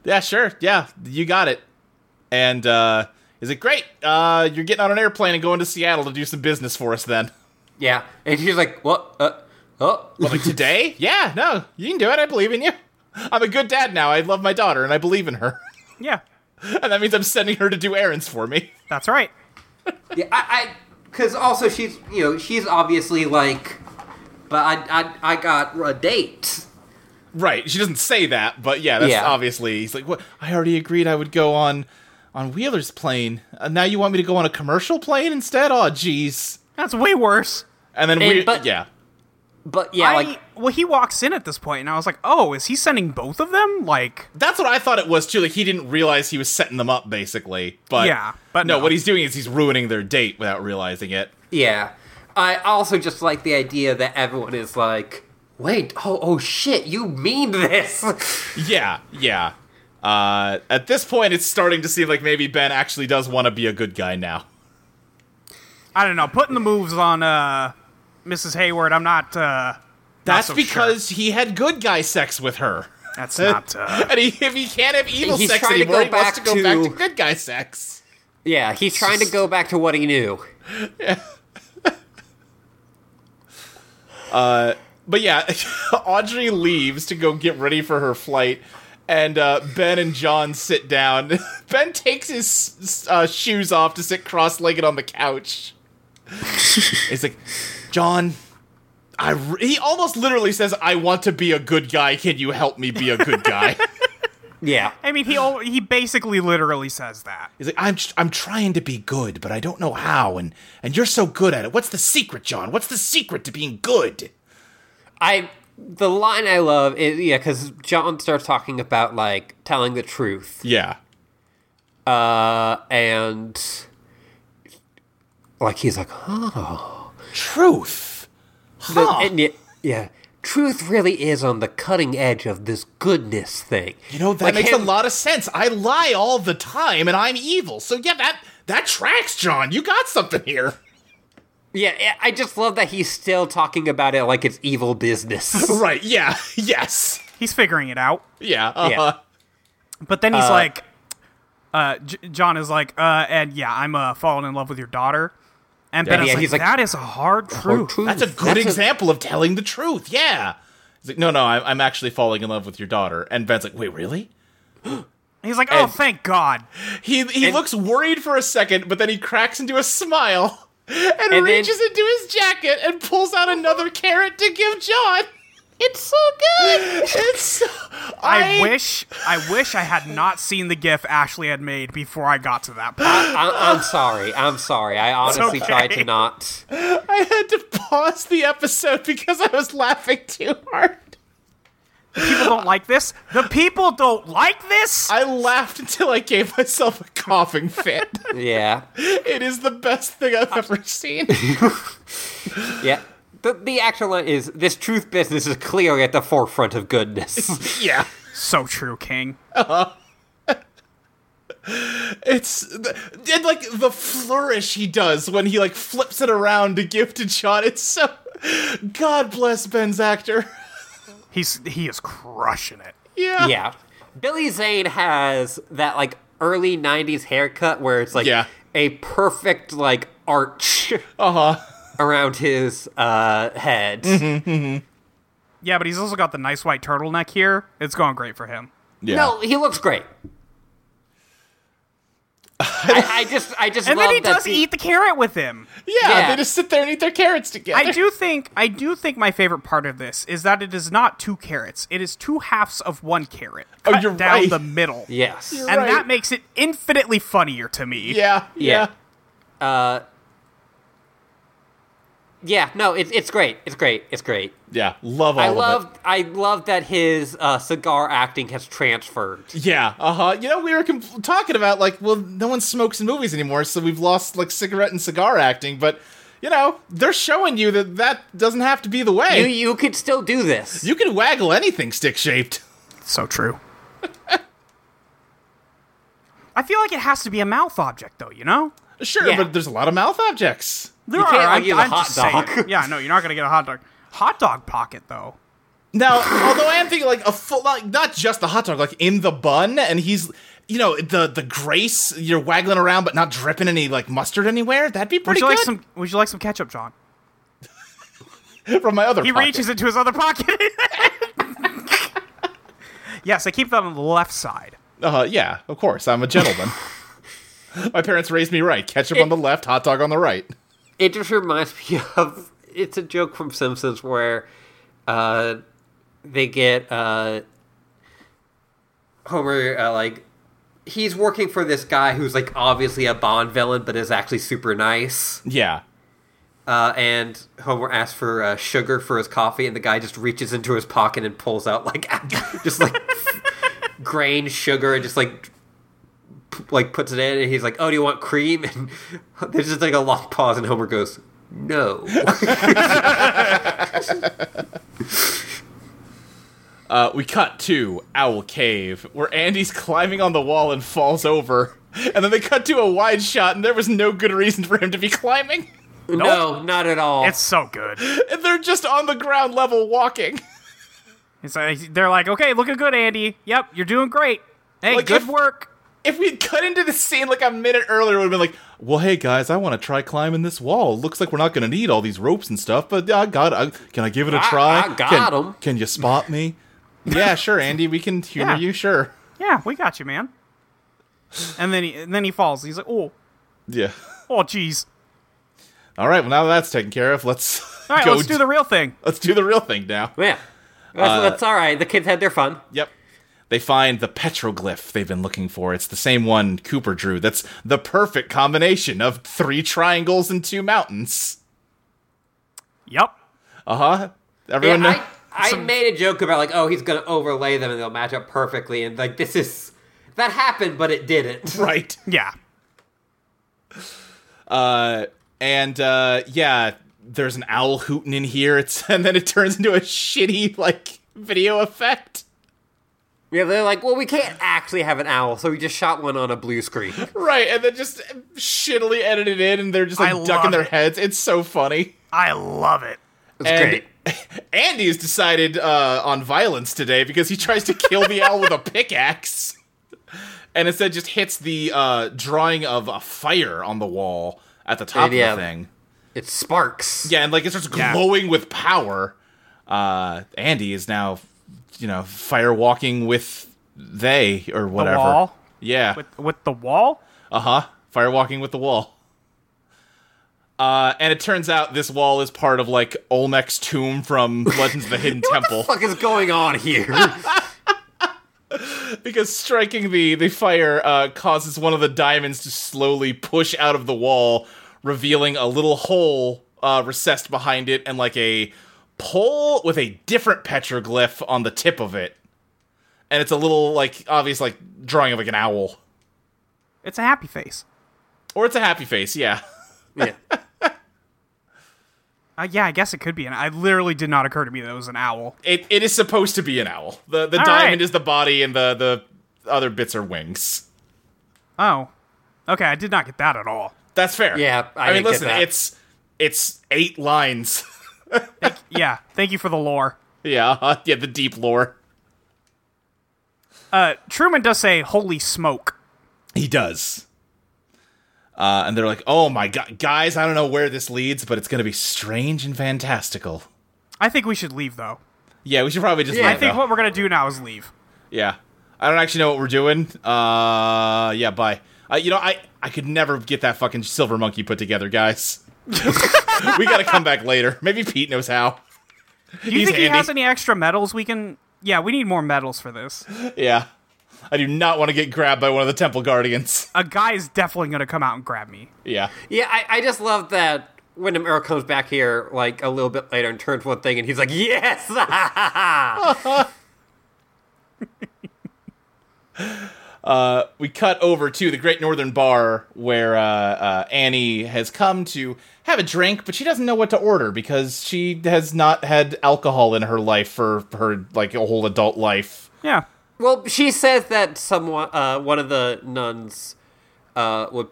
Speaker 3: yeah, sure. Yeah, you got it. And uh, is it great? Uh, you're getting on an airplane and going to Seattle to do some business for us then. *laughs*
Speaker 1: Yeah. And she's like, "What? Uh, oh,
Speaker 3: Well, like today? yeah, no, you can do it. I believe in you. I'm a good dad now. I love my daughter and I believe in her. *laughs*
Speaker 2: Yeah.
Speaker 3: and that means I'm sending her to do errands for me.
Speaker 2: That's right.
Speaker 1: yeah, I cuz also she's, you know, she's obviously like, "But I I I got a date."
Speaker 3: Right. She doesn't say that, but yeah, that's
Speaker 1: Yeah.
Speaker 3: obviously. He's like, "What? I already agreed I would go on on Wheeler's plane. Uh, now you want me to go on a commercial plane instead? Oh, jeez."
Speaker 2: That's way worse.
Speaker 3: And then
Speaker 1: And-
Speaker 3: we
Speaker 1: but-
Speaker 3: yeah.
Speaker 1: But yeah,
Speaker 2: I,
Speaker 1: like
Speaker 2: well, he walks in at this point, and I was like, oh, is he sending both of them? Like,
Speaker 3: That's what I thought it was too. Like he didn't realize he was setting them up basically. But
Speaker 2: Yeah, but
Speaker 3: no,
Speaker 2: no.
Speaker 3: what he's doing is he's ruining their date without realizing it.
Speaker 1: Yeah. I also just like the idea that everyone is like, wait, oh, oh shit, you mean this. *laughs*
Speaker 3: Yeah, yeah. Uh, at this point, it's starting to seem like maybe Ben actually does want to be a good guy now.
Speaker 2: I don't know. Putting the moves on uh, Mrs. Hayward, I'm not. Uh,
Speaker 3: That's
Speaker 2: so
Speaker 3: because he had good guy sex with her.
Speaker 1: *laughs*
Speaker 2: that's
Speaker 3: *laughs*
Speaker 2: not. Uh,
Speaker 3: and he, if he can't have evil
Speaker 1: He's
Speaker 3: sex
Speaker 1: trying to
Speaker 3: anymore,
Speaker 1: go
Speaker 3: he wants to
Speaker 1: back
Speaker 3: go
Speaker 1: to-
Speaker 3: back to good guy sex.
Speaker 1: yeah, he's trying to go back to what he knew.
Speaker 3: *laughs* But yeah, Audrey leaves to go get ready for her flight, and uh, Ben and John sit down. *laughs* ben takes his uh, shoes off to sit cross-legged on the *laughs* couch. He's like, John, I re-" he almost literally says, "I want to be a good guy. Can you help me be a good *laughs* guy?"
Speaker 1: Yeah.
Speaker 2: I mean, he al- he basically literally says that.
Speaker 3: He's like, "I'm I'm trying to be good, but I don't know how. And and you're so good at it. What's the secret, John? What's the secret to being good?"
Speaker 1: I the line I love is yeah because John starts talking about like telling the truth
Speaker 3: Yeah,
Speaker 1: uh, and like he's like oh
Speaker 3: truth.
Speaker 1: The-
Speaker 3: Huh.
Speaker 1: and yeah, yeah truth really is on the cutting edge of this goodness thing
Speaker 3: You know, that
Speaker 1: Like
Speaker 3: makes
Speaker 1: him-
Speaker 3: a lot of sense. I lie all the time and I'm evil. So yeah, that that tracks, John. You got something here.
Speaker 1: yeah yeah, I just love that he's still talking about it like it's evil
Speaker 3: *laughs*
Speaker 1: business
Speaker 3: Right, yeah. Yes.
Speaker 2: He's figuring it out.
Speaker 3: Yeah. Uh-huh.
Speaker 1: Yeah.
Speaker 2: But then he's like, uh, J- John is like, uh, and yeah, I'm uh, falling in love with your daughter. And Ben
Speaker 1: Yeah,
Speaker 2: is
Speaker 1: yeah,
Speaker 2: like,
Speaker 1: he's like,
Speaker 2: that is a hard
Speaker 1: Or
Speaker 2: truth.
Speaker 1: truth.
Speaker 3: That's a good example of telling the truth. Yeah. He's like, no, no, I'm, I'm actually falling in love with your daughter. And Ben's like, wait, really?
Speaker 2: He's like, oh,
Speaker 3: And-
Speaker 2: thank God.
Speaker 3: He he
Speaker 1: And-
Speaker 3: looks worried for a second, but then he cracks into a smile and,
Speaker 1: then-
Speaker 3: reaches into his jacket and pulls out another carrot to give John.
Speaker 1: it's so good
Speaker 3: It's so,
Speaker 2: I wish, I wish I had not seen the gif Ashley had made before I got to that point.
Speaker 1: I, I'm sorry I'm sorry I
Speaker 3: *laughs*
Speaker 1: honestly
Speaker 2: okay.
Speaker 1: tried to not
Speaker 3: I had to pause the episode because I was laughing too hard.
Speaker 2: People don't like this. The people don't like this.
Speaker 3: I laughed until I gave myself a coughing fit.
Speaker 1: yeah
Speaker 3: it is the best thing I've ever seen.
Speaker 1: yeah the, the actual line is this truth business is clearly at the forefront of goodness
Speaker 3: *laughs* yeah.
Speaker 2: so true, King.
Speaker 3: It's th- and like the flourish he does when he like flips it around to give to John. It's so God bless Ben's actor. *laughs*
Speaker 2: He's he is crushing it.
Speaker 3: Yeah.
Speaker 1: yeah. Billy Zane has that like early '90s haircut where it's like
Speaker 3: Yeah.
Speaker 1: a perfect like arch
Speaker 3: Uh-huh.
Speaker 1: around his uh, head.
Speaker 2: Yeah, but he's also got the nice white turtleneck here. It's going great for him.
Speaker 3: Yeah.
Speaker 1: No, he looks great. I, I just, I just,
Speaker 2: And
Speaker 1: love
Speaker 2: then he
Speaker 1: that
Speaker 2: does
Speaker 1: the-
Speaker 2: eat the carrot with him.
Speaker 3: yeah,
Speaker 1: Yeah.
Speaker 3: they just sit there and eat their carrots together. *laughs*
Speaker 2: I do think I do think my favorite part of this is that it is not two carrots. It is two halves of one carrot
Speaker 3: Oh,
Speaker 2: cut
Speaker 3: you're
Speaker 2: down
Speaker 3: right.
Speaker 2: the middle.
Speaker 1: Yes,
Speaker 2: And
Speaker 3: right.
Speaker 2: that makes it infinitely funnier to me.
Speaker 3: Yeah. Yeah.
Speaker 1: Uh, yeah. No, it's it's great. It's great. It's great.
Speaker 3: Yeah. Love all
Speaker 1: I
Speaker 3: of it.
Speaker 1: love, I love that his uh, cigar acting has transferred.
Speaker 3: Yeah, uh huh. You know, we were com- talking about like, well, no one smokes in movies anymore, so we've lost like cigarette and cigar acting. But you know, they're showing you that that doesn't have to be the way.
Speaker 1: You,
Speaker 3: You,
Speaker 1: you could still do this.
Speaker 3: can waggle anything stick shaped.
Speaker 2: So true. I feel like it has to be a mouth object though, you know?
Speaker 3: *laughs* Sure,
Speaker 1: Yeah.
Speaker 3: but there's a lot of mouth objects.
Speaker 2: There
Speaker 1: You can't argue the hot
Speaker 2: just saying.
Speaker 1: dog.
Speaker 2: *laughs* Yeah, no, you're not gonna get a hot dog. Hot dog pocket though.
Speaker 3: Now, although I am thinking like a full, like not just the hot dog, like in the bun, and he's, you know, the the grace you're waggling around, but not dripping any like mustard anywhere. That'd be
Speaker 2: Would
Speaker 3: pretty
Speaker 2: you
Speaker 3: good.
Speaker 2: like some would you like some ketchup, John?
Speaker 3: From my other,
Speaker 2: He
Speaker 3: pocket.
Speaker 2: reaches into his other pocket. *laughs* yes, I keep that on the left side.
Speaker 3: Uh, yeah, of course. I'm a
Speaker 2: *laughs*
Speaker 3: gentleman. My parents raised me right. Ketchup on the left, hot dog on the right.
Speaker 1: it just reminds me of it's a joke from Simpsons where uh, they get uh, Homer uh, like he's working for this guy who's like obviously a Bond villain but is actually super nice.
Speaker 3: Yeah.
Speaker 1: Uh, and Homer asks for uh, sugar for his coffee, and the guy just reaches into his pocket and pulls out like *laughs* just like grain sugar and just like p- like puts it in, and he's like, "Oh, do you want cream?" *laughs* And there's just like a long pause, and Homer goes, "No."
Speaker 3: Uh, we cut to Owl Cave, where Andy's climbing on the wall and falls over. And then they cut to a wide shot, and there was no good reason for him to be climbing.
Speaker 1: No, not at all.
Speaker 2: It's so good.
Speaker 3: And they're just on the ground level walking.
Speaker 2: It's like, they're like, okay, looking good, Andy. Yep, you're doing great. Hey,
Speaker 3: Like,
Speaker 2: good
Speaker 3: if-
Speaker 2: work.
Speaker 3: If we had cut into the scene like a minute earlier, it would have been like, well, hey guys, I want to try climbing this wall. Looks like we're not going to need all these ropes and stuff, but I got I, Can I give it a
Speaker 1: I-
Speaker 3: try?
Speaker 1: I got
Speaker 3: Can-
Speaker 1: 'em."
Speaker 3: Can you spot me? yeah, sure, Andy, we can humor
Speaker 2: Yeah.
Speaker 3: you, sure.
Speaker 2: Yeah, we got you, man. And then he and then he falls. He's like, oh,
Speaker 3: Yeah.
Speaker 2: oh, jeez.
Speaker 3: All right, well now that's taken care of. Let's
Speaker 2: All right,
Speaker 3: go
Speaker 2: let's do the real thing.
Speaker 3: let's do the real thing now.
Speaker 1: Yeah. That's, that's all right. The kids had their fun.
Speaker 3: Yep. They find the petroglyph they've been looking for. It's the same one Cooper drew. That's the perfect combination of three triangles and two mountains.
Speaker 2: Yep.
Speaker 3: Uh-huh.
Speaker 1: Yeah,
Speaker 3: Everyone know?
Speaker 1: I, I made a joke about like, oh, he's gonna overlay them and they'll match up perfectly, and like this is that happened, but it didn't.
Speaker 3: *laughs* right.
Speaker 2: Yeah.
Speaker 3: Uh, and uh, yeah, there's an owl hooting in here. It's *laughs* and then it turns into a shitty like video effect.
Speaker 1: Yeah, they're like, well, we can't actually have an owl, so we just shot one on a blue screen.
Speaker 3: Right, and then just shittily edited in, and they're just
Speaker 2: I
Speaker 3: like
Speaker 2: love
Speaker 3: ducking their
Speaker 2: it.
Speaker 3: heads. It's so funny.
Speaker 2: I love it.
Speaker 1: It's
Speaker 3: and
Speaker 1: great.
Speaker 3: Andy's decided uh, on violence today because he tries to kill the owl with a *laughs* pickaxe, and instead just hits the uh, drawing of a fire on the wall at the top
Speaker 1: And, yeah.
Speaker 3: of the thing.
Speaker 1: It sparks.
Speaker 3: Yeah, and like it starts
Speaker 2: Yeah.
Speaker 3: glowing with power. Uh, Andy is now, you know, firewalking with they or whatever.
Speaker 2: wall?
Speaker 3: Yeah.
Speaker 2: With with the wall.
Speaker 3: Uh huh. Firewalking with the wall. Uh, and it turns out this wall is part of like Olmec's tomb from Legends of the Hidden Temple
Speaker 1: What the fuck is going on here?
Speaker 3: *laughs* because striking the the fire uh, causes one of the diamonds to slowly push out of the wall, revealing a little hole uh, recessed behind it and like a pole with a different petroglyph on the tip of it, and it's a little like obvious like drawing of like an owl
Speaker 2: It's a happy face.
Speaker 3: or it's a happy face, yeah.
Speaker 1: yeah.
Speaker 2: Uh, yeah, I guess it could be. And I literally did not occur to me that it was an owl.
Speaker 3: It, it is supposed to be an owl. The the
Speaker 2: All
Speaker 3: diamond
Speaker 2: right.
Speaker 3: is the body and the the other bits are wings.
Speaker 2: Oh, okay. I did not get that at all.
Speaker 3: That's fair.
Speaker 1: Yeah, I
Speaker 3: mean
Speaker 1: didn't get
Speaker 3: listen,
Speaker 1: that.
Speaker 3: it's it's eight lines. *laughs*
Speaker 2: Yeah. *laughs* Thank you for the lore.
Speaker 3: yeah, uh, yeah, *laughs* the deep lore.
Speaker 2: Uh, Truman does say, "Holy smoke!"
Speaker 3: He does. Uh, and they're like, "Oh my god, guys! I don't know where this leads, but it's going to be strange and fantastical."
Speaker 2: I think we should leave though.
Speaker 3: Yeah, we should probably just.
Speaker 1: Yeah,
Speaker 3: leave
Speaker 2: I think
Speaker 3: now.
Speaker 2: what we're gonna do now is leave.
Speaker 3: yeah, I don't actually know what we're doing. Uh, yeah, bye. Uh, you know, I I could never get that fucking silver monkey put together, guys. *laughs* we got to come back later. Maybe Pete knows how.
Speaker 2: Do you
Speaker 3: He's
Speaker 2: think he
Speaker 3: handy.
Speaker 2: has any extra medals we can? Yeah, we need more medals for this.
Speaker 3: Yeah, I do not want to get grabbed by one of the temple guardians.
Speaker 2: A guy is definitely gonna come out and grab me.
Speaker 3: Yeah,
Speaker 1: Yeah, I, I just love that Wyndham Earl comes back here like a little bit later and turns one thing and he's like, Yes! *laughs*
Speaker 3: we cut over to the Great Northern Bar where uh, uh, Annie has come to have a drink, but she doesn't know what to order because she has not had alcohol in her life for her like a whole adult life.
Speaker 2: Yeah.
Speaker 1: well, she says that someone uh, one of the nuns uh, would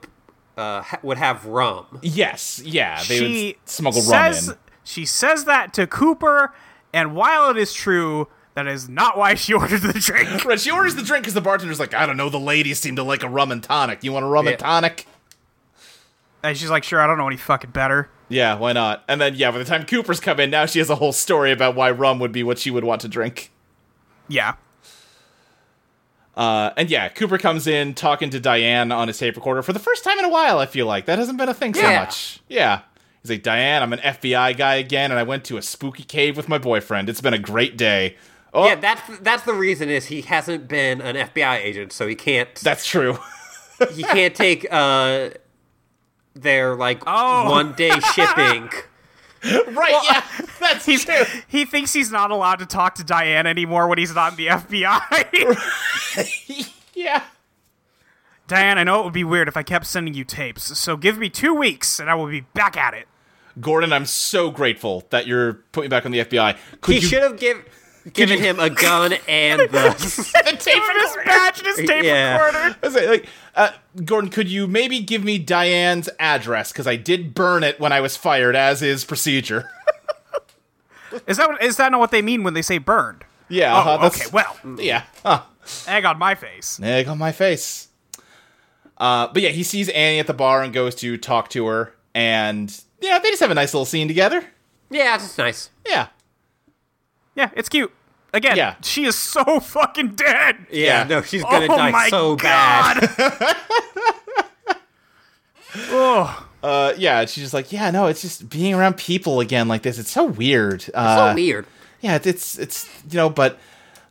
Speaker 1: uh, ha- would have rum.
Speaker 3: Yes, yeah, they
Speaker 2: she
Speaker 3: would s- smuggle
Speaker 2: says,
Speaker 3: rum
Speaker 2: She says that to Cooper, and while it is true, that is not why she *laughs* ordered the drink.
Speaker 3: in. Right, she orders the drink because the bartender's like, I don't know, the ladies seem to like a rum and tonic. You want a rum
Speaker 1: Yeah.
Speaker 3: and tonic?
Speaker 2: And she's like, sure, I don't know any fucking better.
Speaker 3: Yeah, why not? And then yeah, by the time Cooper's come in, now she has a whole story about why rum would be what she would want to drink. *laughs*
Speaker 2: Yeah.
Speaker 3: Uh, and yeah, Cooper comes in talking to Diane on his tape recorder for the first time in a while. I feel like that hasn't been a thing so
Speaker 1: Yeah.
Speaker 3: much. Yeah, he's like, Diane, I'm an FBI guy again, and I went to a spooky cave with my boyfriend. It's been a great day. Oh,
Speaker 1: Yeah, that's that's the reason is he hasn't been an FBI agent, so he can't
Speaker 3: that's true. *laughs*
Speaker 1: he can't take uh, their like
Speaker 2: Oh.
Speaker 1: one
Speaker 3: *laughs*
Speaker 1: day shipping.
Speaker 3: right? yeah, *laughs* that's
Speaker 2: He's,
Speaker 3: true.
Speaker 2: he thinks he's not allowed to talk to Diane anymore when he's not in the FBI.
Speaker 3: yeah,
Speaker 2: *laughs* Diane, I know it would be weird if I kept sending you tapes, so give me two weeks and I will be back at it.
Speaker 3: Gordon, I'm so grateful that you're putting me back on the FBI. Could
Speaker 1: He
Speaker 3: you
Speaker 1: should have give, given him a *laughs* gun and the
Speaker 3: the *laughs* tape
Speaker 2: Even his
Speaker 3: recorder?
Speaker 2: badge and his tape
Speaker 1: Yeah.
Speaker 2: recorder.
Speaker 3: I was like, like, uh, Gordon, could you maybe give me Diane's address? Because I did burn it when I was fired, as is procedure. *laughs*
Speaker 2: Is that what, is that not what they mean when they say burned?
Speaker 3: Yeah.
Speaker 2: Oh,
Speaker 3: uh-huh, that's-
Speaker 2: okay. Well,
Speaker 3: Yeah. Huh.
Speaker 2: egg on my face.
Speaker 3: Egg on my face. Uh, but yeah, he sees Annie at the bar and goes to talk to her, and yeah, they just have a nice little scene together.
Speaker 1: yeah, it's nice.
Speaker 3: Yeah.
Speaker 2: Yeah, it's cute. Again,
Speaker 3: Yeah.
Speaker 2: she is so *laughs* fucking dead.
Speaker 1: Yeah,
Speaker 3: Yeah.
Speaker 1: no, she's gonna
Speaker 2: oh
Speaker 1: die
Speaker 2: my
Speaker 1: so bad.
Speaker 2: god.
Speaker 3: *laughs*
Speaker 2: oh,
Speaker 3: Uh, yeah, and she's just like, yeah, no, it's just being around people again like this. It's so weird. Uh,
Speaker 1: So weird.
Speaker 3: Yeah, it's- it's it's you know, but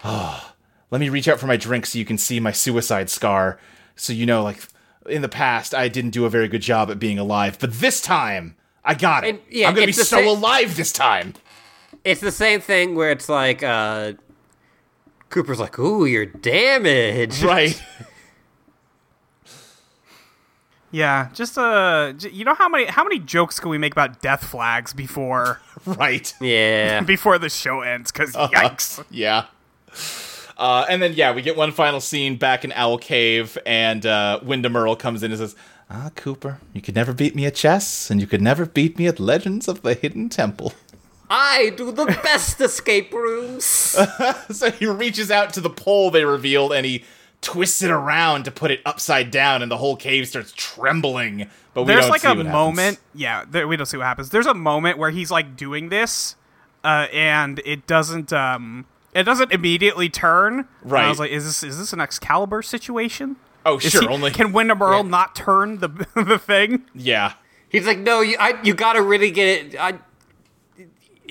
Speaker 3: oh, let me reach out for my drink so you can see my suicide scar. So you know, like in the past, I didn't do a very good job at being alive, but this time I got it.
Speaker 1: And, yeah,
Speaker 3: I'm gonna be
Speaker 1: it's the
Speaker 3: so
Speaker 1: same-
Speaker 3: alive
Speaker 1: *laughs*
Speaker 3: this time.
Speaker 1: It's the same thing where it's like uh Cooper's like, "Ooh, you're damaged."
Speaker 3: Right.
Speaker 2: yeah. Just uh, j- you know how many how many jokes can we make about death flags before *laughs*
Speaker 3: right.
Speaker 1: *laughs* Yeah.
Speaker 2: before the show ends? Because
Speaker 3: Uh-huh.
Speaker 2: yikes.
Speaker 3: Yeah. Uh, and then yeah, we get one final scene back in Owl Cave, and uh, Wyndham Earl comes in and says, "Ah, Cooper, you could never beat me at chess, and you could never beat me at Legends of the Hidden Temple." *laughs*
Speaker 1: I do the best escape rooms.
Speaker 3: so he reaches out to the pole they revealed, and he twists it around to put it upside down, and the whole cave starts trembling. But we
Speaker 2: There's
Speaker 3: don't
Speaker 2: like
Speaker 3: see
Speaker 2: a
Speaker 3: what happens.
Speaker 2: moment. Yeah, there, we don't see what happens. There's a moment where he's like doing this, uh, and it doesn't um it doesn't immediately turn. And I
Speaker 3: Right.
Speaker 2: was like, is this is this an Excalibur situation?
Speaker 3: Oh
Speaker 2: Is
Speaker 3: sure,
Speaker 2: he-
Speaker 3: only
Speaker 2: can Wyndham Earl
Speaker 1: Yeah.
Speaker 2: not turn the *laughs* the thing?
Speaker 3: yeah.
Speaker 1: He's like, "No, you I, you got to really get it. I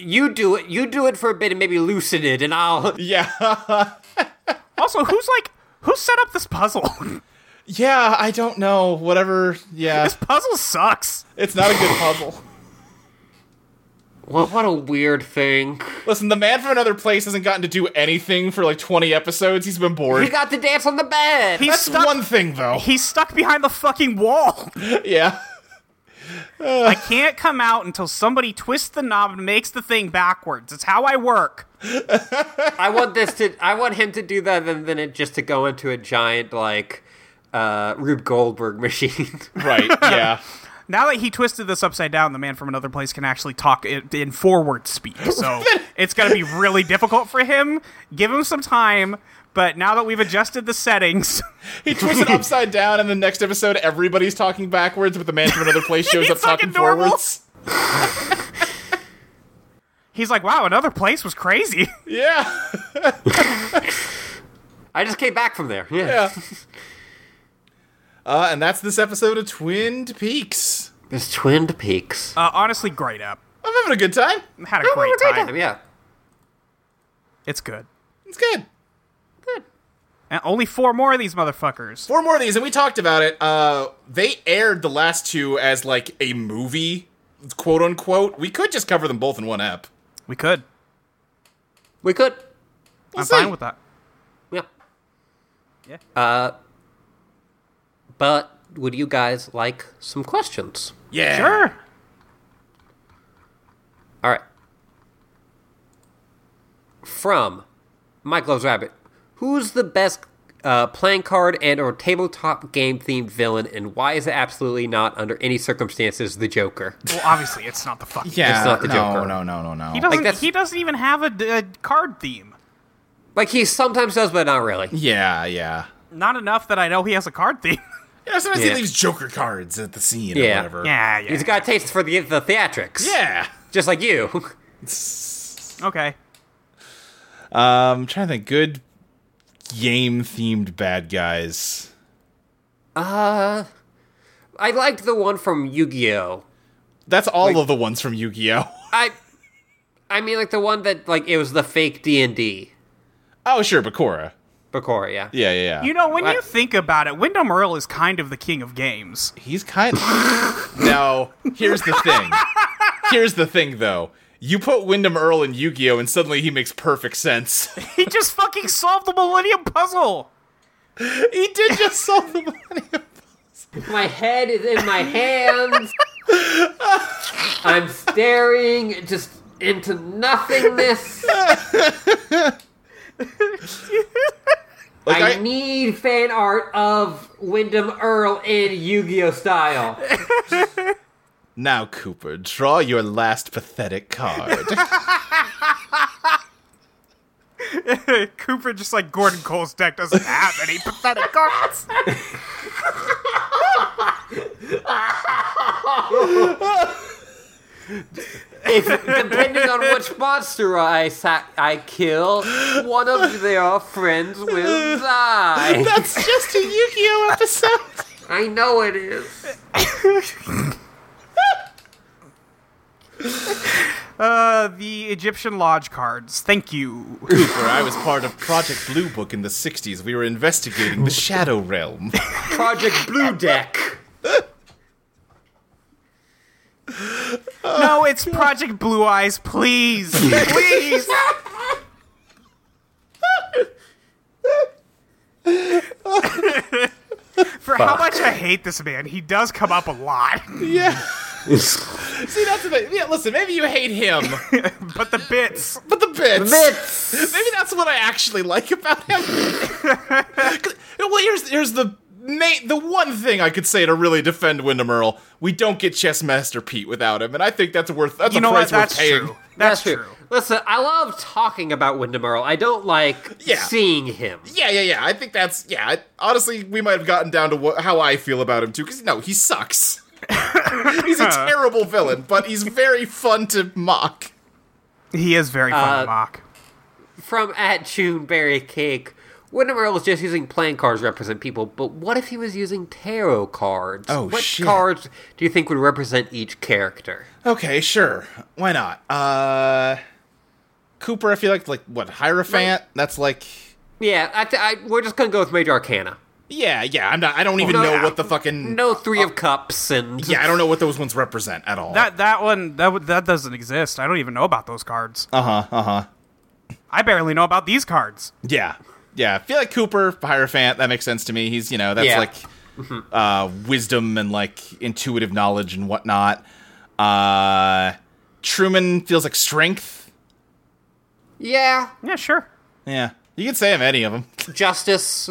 Speaker 1: you do it. You do it for a bit and maybe loosen it and I'll
Speaker 3: Yeah, *laughs*
Speaker 2: Also, who's like who set up this puzzle? *laughs*
Speaker 3: yeah. I don't know. Whatever. Yeah,
Speaker 2: this puzzle sucks.
Speaker 3: it's not a good puzzle.
Speaker 1: What what a weird thing.
Speaker 3: Listen, the man from another place hasn't gotten to do anything for like 20 episodes. He's been
Speaker 1: You
Speaker 3: bored.
Speaker 1: got to dance on the bed.
Speaker 2: He's
Speaker 3: That's
Speaker 2: stuck.
Speaker 3: one
Speaker 2: *laughs*
Speaker 3: thing, though.
Speaker 2: He's stuck behind the fucking wall.
Speaker 3: yeah.
Speaker 2: I can't come out until somebody twists the knob and makes the thing backwards. It's how I work.
Speaker 1: I want this to. I want him to do that, and then it just to go into a giant like uh Rube Goldberg *laughs* machine.
Speaker 3: Right. Yeah.
Speaker 2: Now that he twisted this upside down, the man from another place can actually talk i- in forward speak. So it's going to be really difficult for him. Give him some time. But now that we've adjusted the settings,
Speaker 3: *laughs*
Speaker 2: *laughs*
Speaker 3: he twists it upside down, and the next episode, everybody's talking backwards, but the man from another
Speaker 2: *laughs*
Speaker 3: place shows up
Speaker 2: It's fucking
Speaker 3: talking
Speaker 2: normal.
Speaker 3: forwards.
Speaker 2: he's like, wow, another place was crazy.
Speaker 3: Yeah.
Speaker 1: I just came back from there. Yeah.
Speaker 3: Yeah. Uh, and that's this episode of Twin Peaks.
Speaker 1: There's Twin Peaks.
Speaker 2: Uh, honestly, great up.
Speaker 3: I'm having a good time.
Speaker 2: Had a great time.
Speaker 1: Yeah.
Speaker 2: It's good.
Speaker 3: It's good.
Speaker 2: And only four more of these motherfuckers.
Speaker 3: Four more of these, and we talked about it. Uh, they aired the last two as like a movie, quote unquote. We could just cover them both in one ep.
Speaker 2: We could.
Speaker 1: We could.
Speaker 2: I'm
Speaker 3: see.
Speaker 2: fine with that.
Speaker 1: Yeah.
Speaker 2: Yeah.
Speaker 1: Uh. But would you guys like some questions?
Speaker 3: Yeah.
Speaker 2: Sure.
Speaker 1: All right. From Mike Loves Rabbit, who's the best uh, playing card and or tabletop game themed villain, and why is it absolutely not under any circumstances the Joker?
Speaker 2: Well, obviously, it's not the fucking.
Speaker 3: Yeah.
Speaker 1: It's not the
Speaker 3: no,
Speaker 1: Joker.
Speaker 3: no, no, no, no.
Speaker 2: He doesn't.
Speaker 1: that's-
Speaker 2: he doesn't even have a, d- a card theme.
Speaker 1: Like he sometimes does, but not really.
Speaker 3: yeah, yeah.
Speaker 2: Not enough that I know he has a card theme.
Speaker 3: You know, sometimes
Speaker 1: Yeah.
Speaker 3: he leaves Joker cards at the scene or
Speaker 1: Yeah.
Speaker 3: whatever.
Speaker 2: *laughs* yeah, yeah.
Speaker 1: He's got a taste for the the theatrics.
Speaker 3: Yeah.
Speaker 1: just like you. *laughs*
Speaker 2: okay.
Speaker 3: Um, trying to think. Good game themed bad guys.
Speaker 1: I liked the one from Yu Gi Oh.
Speaker 3: That's all of the ones from Yu Gi Oh!
Speaker 1: I, I mean, like the one that like it was the fake D and D.
Speaker 3: *laughs* oh, sure, Bakura.
Speaker 1: Bakura, yeah.
Speaker 3: Yeah, yeah, yeah.
Speaker 2: You know, when
Speaker 1: What?
Speaker 2: you think about it, Wyndham Earl is kind of the king of games.
Speaker 3: He's kind of. *laughs* no, here's the thing. Here's the thing, though. You put Wyndham Earl in Yu Gi Oh! and suddenly he makes perfect sense. *laughs*
Speaker 2: He *laughs* just fucking solved the Millennium Puzzle. *laughs*
Speaker 3: he did just solve the money.
Speaker 1: My head is in my hands. I'm staring just into nothingness.
Speaker 3: Like,
Speaker 1: I
Speaker 3: I-
Speaker 1: need fan art of Wyndham Earl in Yu Gi Oh style.
Speaker 3: Now, Cooper, draw your last pathetic *laughs* card.
Speaker 2: Cooper, just like Gordon Cole's deck, doesn't have any pathetic cards.
Speaker 1: if depending on which monster I sa- I kill, one of their friends will die.
Speaker 3: That's just a Yu-Gi-Oh episode.
Speaker 1: I know it is.
Speaker 2: Uh, *laughs* the Egyptian lodge cards. Thank you.
Speaker 3: Where I was part of Project Blue Book in the '60s. We were investigating the Shadow Realm.
Speaker 1: Project Blue Deck.
Speaker 2: no, it's Project Blue Eyes.
Speaker 3: *laughs*
Speaker 2: Please, please. For how much I hate this man, he does come up a lot. *laughs*
Speaker 3: Yeah. See, that's the thing. Yeah, listen, maybe you hate him,
Speaker 2: But the bits,
Speaker 3: but the bits.
Speaker 1: Bits.
Speaker 3: Maybe that's what I actually like about him. 'Cause- well, here's here's the ma- the one thing I could say to really defend Wyndham Earl. We don't get Chess Master Pete without him, and I think that's worth that's
Speaker 2: you
Speaker 3: a
Speaker 2: know what?
Speaker 3: price
Speaker 2: That's
Speaker 3: worth paying.
Speaker 2: true. That's, true.
Speaker 1: Listen, I love talking about Wyndham Earl. I don't like
Speaker 3: Yeah.
Speaker 1: seeing him.
Speaker 3: Yeah, yeah, yeah. I think that's yeah. I, honestly, we might have gotten down to wha- how I feel about him too. Because no, he sucks. *laughs* he's a terrible villain, but he's very fun to mock.
Speaker 2: He is very fun
Speaker 1: Uh,
Speaker 2: to mock.
Speaker 1: From at June Berry Cake, Wyndham Earl is just using playing cards to represent people, but what if he was using tarot cards?
Speaker 3: Oh,
Speaker 1: what
Speaker 3: shit.
Speaker 1: cards do you think would represent each character?
Speaker 3: Okay, sure. Why not? Uh, Cooper, I feel like like what Hierophant. That's like
Speaker 1: Yeah, I th- I, we're just gonna go with Major Arcana.
Speaker 3: yeah, yeah. I'm not. I don't even
Speaker 1: No,
Speaker 3: know
Speaker 1: yeah.
Speaker 3: what the fucking
Speaker 1: No Three of Cups and
Speaker 3: Yeah, I don't know what those ones represent at all.
Speaker 2: That that one that w- that doesn't exist. I don't even know about those cards.
Speaker 3: uh huh. Uh huh.
Speaker 2: I barely know about these cards.
Speaker 3: Yeah. Yeah. I feel like Cooper, Hierophant, that makes sense to me. He's, you know, that's
Speaker 1: Yeah.
Speaker 3: like uh, wisdom and like intuitive knowledge and whatnot. Uh, Truman feels like strength.
Speaker 1: Yeah,
Speaker 2: Yeah, sure.
Speaker 3: Yeah. You could say him any of them.
Speaker 1: Justice.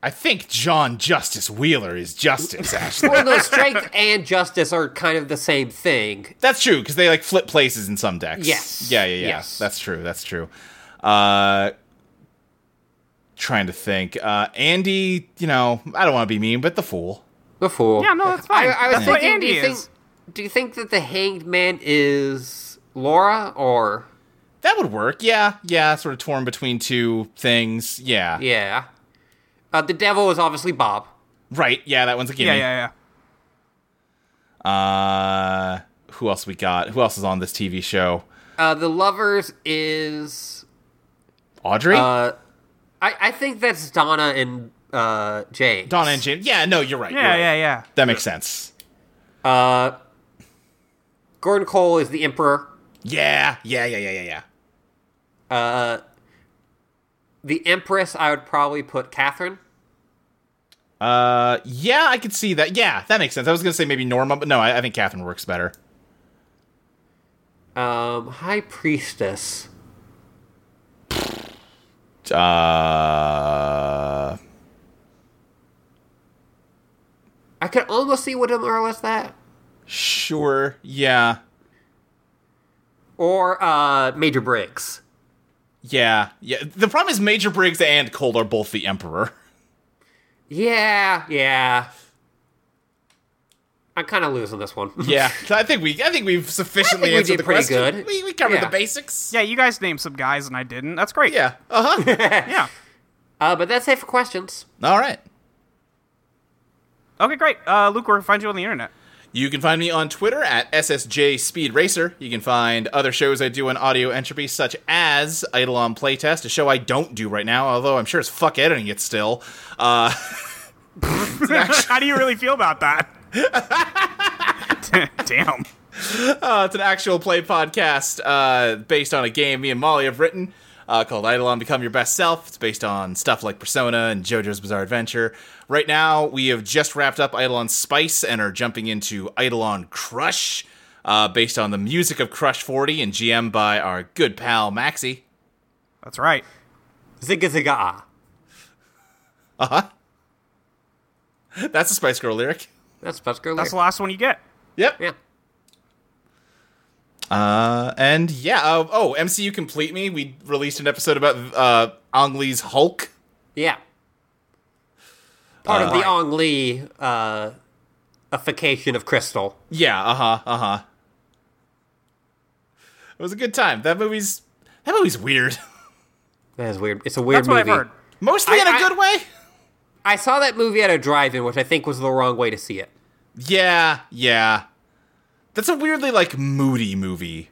Speaker 3: I think John Justice Wheeler
Speaker 1: *laughs*
Speaker 3: is Justice, actually.
Speaker 1: well, no,
Speaker 3: *laughs*
Speaker 1: Strength and Justice are kind of the same thing.
Speaker 3: That's true because they like flip places in some decks.
Speaker 1: Yes.
Speaker 3: Yeah, yeah, yeah.
Speaker 1: Yes.
Speaker 3: That's true. That's true. Uh, trying to think. Uh, Andy, you know, I don't want to be mean, but the fool.
Speaker 1: The Fool.
Speaker 2: Yeah, no, that's fine.
Speaker 1: I, I was
Speaker 2: that's
Speaker 1: thinking,
Speaker 2: what Andy
Speaker 1: do you
Speaker 2: is.
Speaker 1: think do you think that the hanged man is Laura or
Speaker 3: That would work. Yeah, yeah. Sort of torn between two things. Yeah.
Speaker 1: yeah? Uh, the devil is obviously Bob.
Speaker 3: Right. Yeah, that one's a
Speaker 2: Yeah,
Speaker 3: gimme.
Speaker 2: yeah, yeah.
Speaker 3: yeah. Uh, who else we got? Who else is on this TV show?
Speaker 1: Uh, the lovers is
Speaker 3: Audrey,
Speaker 1: uh, I I think that's Donna and uh, James.
Speaker 3: Donna, and James. Yeah. No, you're right.
Speaker 2: Yeah, yeah, yeah.
Speaker 3: That makes sense.
Speaker 1: Gordon Cole is the Emperor.
Speaker 3: Yeah. Yeah. Yeah. Yeah. Yeah. Yeah.
Speaker 1: The Empress, I would probably put Catherine.
Speaker 3: Uh, yeah, I could see that. Yeah, that makes sense. I was gonna say maybe Norma, but no, I, I think Catherine works better.
Speaker 1: Um, High Priestess.
Speaker 3: Uh,
Speaker 1: I could almost see Woodham Earl as that,
Speaker 3: sure. Yeah.
Speaker 1: or uh, Major Briggs.
Speaker 3: Yeah. Yeah. The problem is Major Briggs and Cole are both the Emperor. *laughs*
Speaker 1: Yeah, yeah. I'm kind of losing this one.
Speaker 3: Yeah, so I think we I think we've sufficiently
Speaker 1: I think we
Speaker 3: answered
Speaker 1: did
Speaker 3: the
Speaker 1: pretty
Speaker 3: question.
Speaker 1: good.
Speaker 3: We, we covered
Speaker 1: Yeah.
Speaker 3: the basics.
Speaker 2: Yeah, you guys named some guys and I didn't. That's great.
Speaker 3: Yeah.
Speaker 1: *laughs*
Speaker 3: Uh huh.
Speaker 2: Yeah.
Speaker 1: *laughs* Uh, but that's it for questions.
Speaker 3: All right.
Speaker 2: Okay, great. Uh, Luke, where can we find you on the internet? *laughs*
Speaker 3: You can find me on Twitter at SSJ Speed Racer. You can find other shows I do on Audio Entropy, such as Idle on Playtest, a show I don't do right now, although I'm sure as fuck editing it still. Uh,
Speaker 2: How do you really feel about that? *laughs* Damn.
Speaker 3: Uh, it's an actual play podcast uh, based on a game me and Molly have written uh, called Eidolon Become Your Best Self. It's based on stuff like Persona and JoJo's Bizarre Adventure. Right now, we have just wrapped up Eidolon Spice and are jumping into Eidolon Crush, uh, based on the music of Crush 40 and GM by our good pal Maxi.
Speaker 2: That's right.
Speaker 1: Zigga zigga ah.
Speaker 3: Uh-huh. *laughs* That's a Spice Girl lyric.
Speaker 1: That's best girl.
Speaker 2: That's the
Speaker 1: lyric.
Speaker 2: last one you get.
Speaker 3: Yep.
Speaker 1: yeah.
Speaker 3: Uh, and yeah, uh, oh, MCU Complete Me. We released an episode about uh, Ang Lee's Hulk.
Speaker 1: Yeah. Part of the
Speaker 3: Right.
Speaker 1: Ong Lee uh, ification of Crystal.
Speaker 3: Yeah, uh huh, uh huh. uh-huh, It was a good time. That movie's that movie's weird. *laughs*
Speaker 1: That is weird. It's a weird
Speaker 2: That's what
Speaker 1: movie.
Speaker 2: I've heard.
Speaker 3: Mostly
Speaker 1: I-
Speaker 3: in a
Speaker 1: I-
Speaker 3: good way.
Speaker 1: I saw that movie at a drive-in, which I think was the wrong way to see it.
Speaker 3: Yeah, yeah. That's a weirdly like moody movie.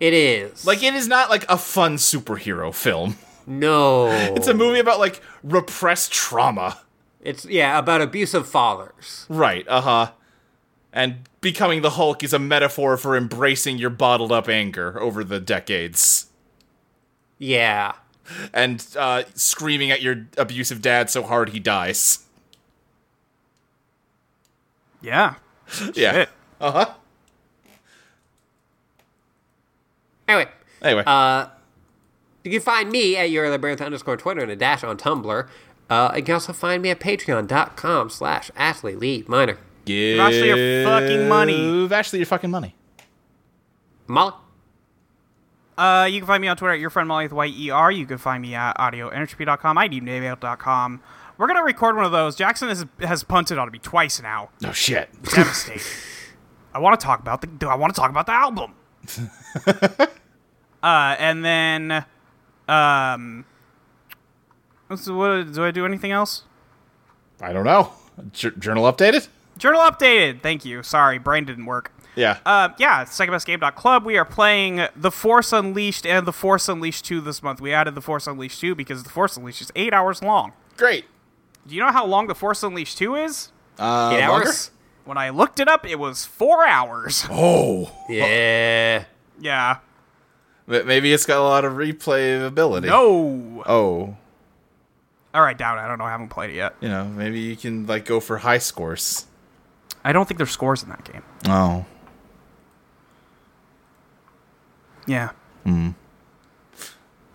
Speaker 1: It is
Speaker 3: Like it is not like a fun superhero film.
Speaker 1: no.
Speaker 3: It's a movie about like repressed trauma.
Speaker 1: It's yeah about abusive fathers.
Speaker 3: Right, uh-huh. And becoming the Hulk is a metaphor for embracing your bottled up anger over the decades.
Speaker 1: Yeah.
Speaker 3: And uh, screaming at your abusive dad so hard he dies. *laughs*
Speaker 2: Yeah.
Speaker 3: Yeah.
Speaker 2: Shit.
Speaker 1: Anyway,
Speaker 3: Anyway.
Speaker 1: you can find me at your labyrinth underscore Twitter and a dash on Tumblr. Uh, you can also find me at patreon.com slash Ashley Lee Minor.
Speaker 3: give
Speaker 2: Ashley your fucking money.
Speaker 3: Ashley your fucking money.
Speaker 1: Molly?
Speaker 2: Uh, you can find me on Twitter at your friend Molly with Y-E-R. You can find me at audioentropy.com, idmail.com. We're going to record one of those. Jackson has, has punted on me twice now.
Speaker 3: Oh shit.
Speaker 2: Devastated. I want to talk about the I want to talk about the album. uh, and then um so what do I do anything else?
Speaker 3: I don't know. Jour- journal updated?
Speaker 2: Journal updated. Thank you. Sorry, brain didn't work.
Speaker 3: Yeah.
Speaker 2: Uh, yeah, it's secondbestgame.club. We are playing The Force Unleashed and The Force Unleashed 2 this month. We added The Force Unleashed 2 because The Force Unleashed is eight hours long.
Speaker 3: Great.
Speaker 2: Do you know how long The Force Unleashed 2 is?
Speaker 3: Uh,
Speaker 1: Eight
Speaker 3: longer?
Speaker 1: hours?
Speaker 2: When I looked it up, it was four hours.
Speaker 3: Oh.
Speaker 1: Yeah.
Speaker 2: yeah.
Speaker 3: M- Maybe it's got a lot of replayability.
Speaker 2: No.
Speaker 3: Oh.
Speaker 2: All right, down. I don't know. I haven't played it yet.
Speaker 3: You know, maybe you can like go for high scores.
Speaker 2: I don't think there's scores in that game.
Speaker 3: Oh.
Speaker 2: Yeah.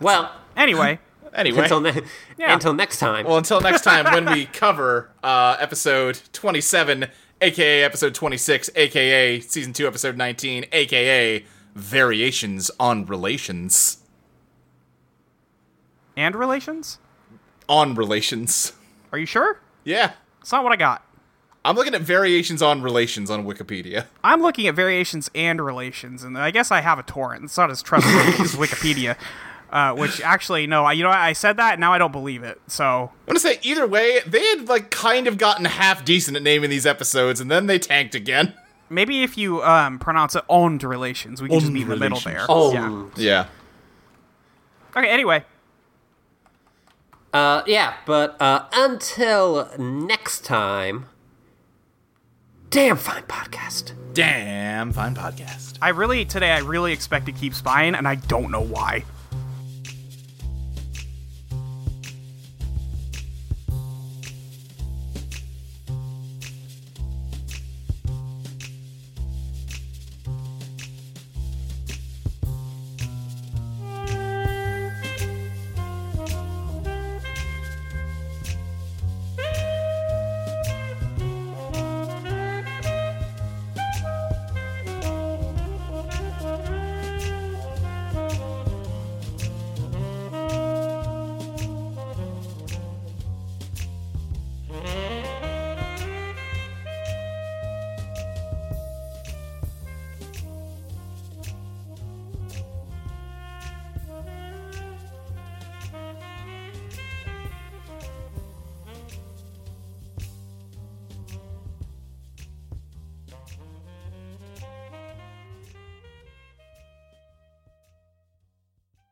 Speaker 1: Well,
Speaker 2: Anyway, *laughs*
Speaker 3: Anyway.
Speaker 1: until, ne-
Speaker 2: Yeah.
Speaker 1: until next time.
Speaker 3: well, until next time when we *laughs* cover uh, episode 27, aka episode 26, aka season 2, episode 19, aka variations on relations.
Speaker 2: and relations?
Speaker 3: On relations. *laughs*
Speaker 2: Are you sure?
Speaker 3: Yeah.
Speaker 2: It's not what I got.
Speaker 3: I'm looking at variations on relations on Wikipedia.
Speaker 2: I'm looking at variations and relations, and I guess I have a torrent. It's not as trustworthy *laughs* as Wikipedia, uh, which actually, no, I, you know, I said that, and now I don't believe it. So,
Speaker 3: I want to say either way, they had like kind of gotten half decent at naming these episodes, and then they tanked again.
Speaker 2: maybe if you um, pronounce it owned relations, we can just be in the middle
Speaker 3: relations.
Speaker 2: there.
Speaker 1: Oh.
Speaker 2: Yeah.
Speaker 3: Yeah.
Speaker 2: Okay, anyway.
Speaker 1: Uh, yeah, but uh, until next time, damn fine podcast.
Speaker 3: Damn fine podcast.
Speaker 2: I really, today, I really expected Keep Spying, and I don't know why.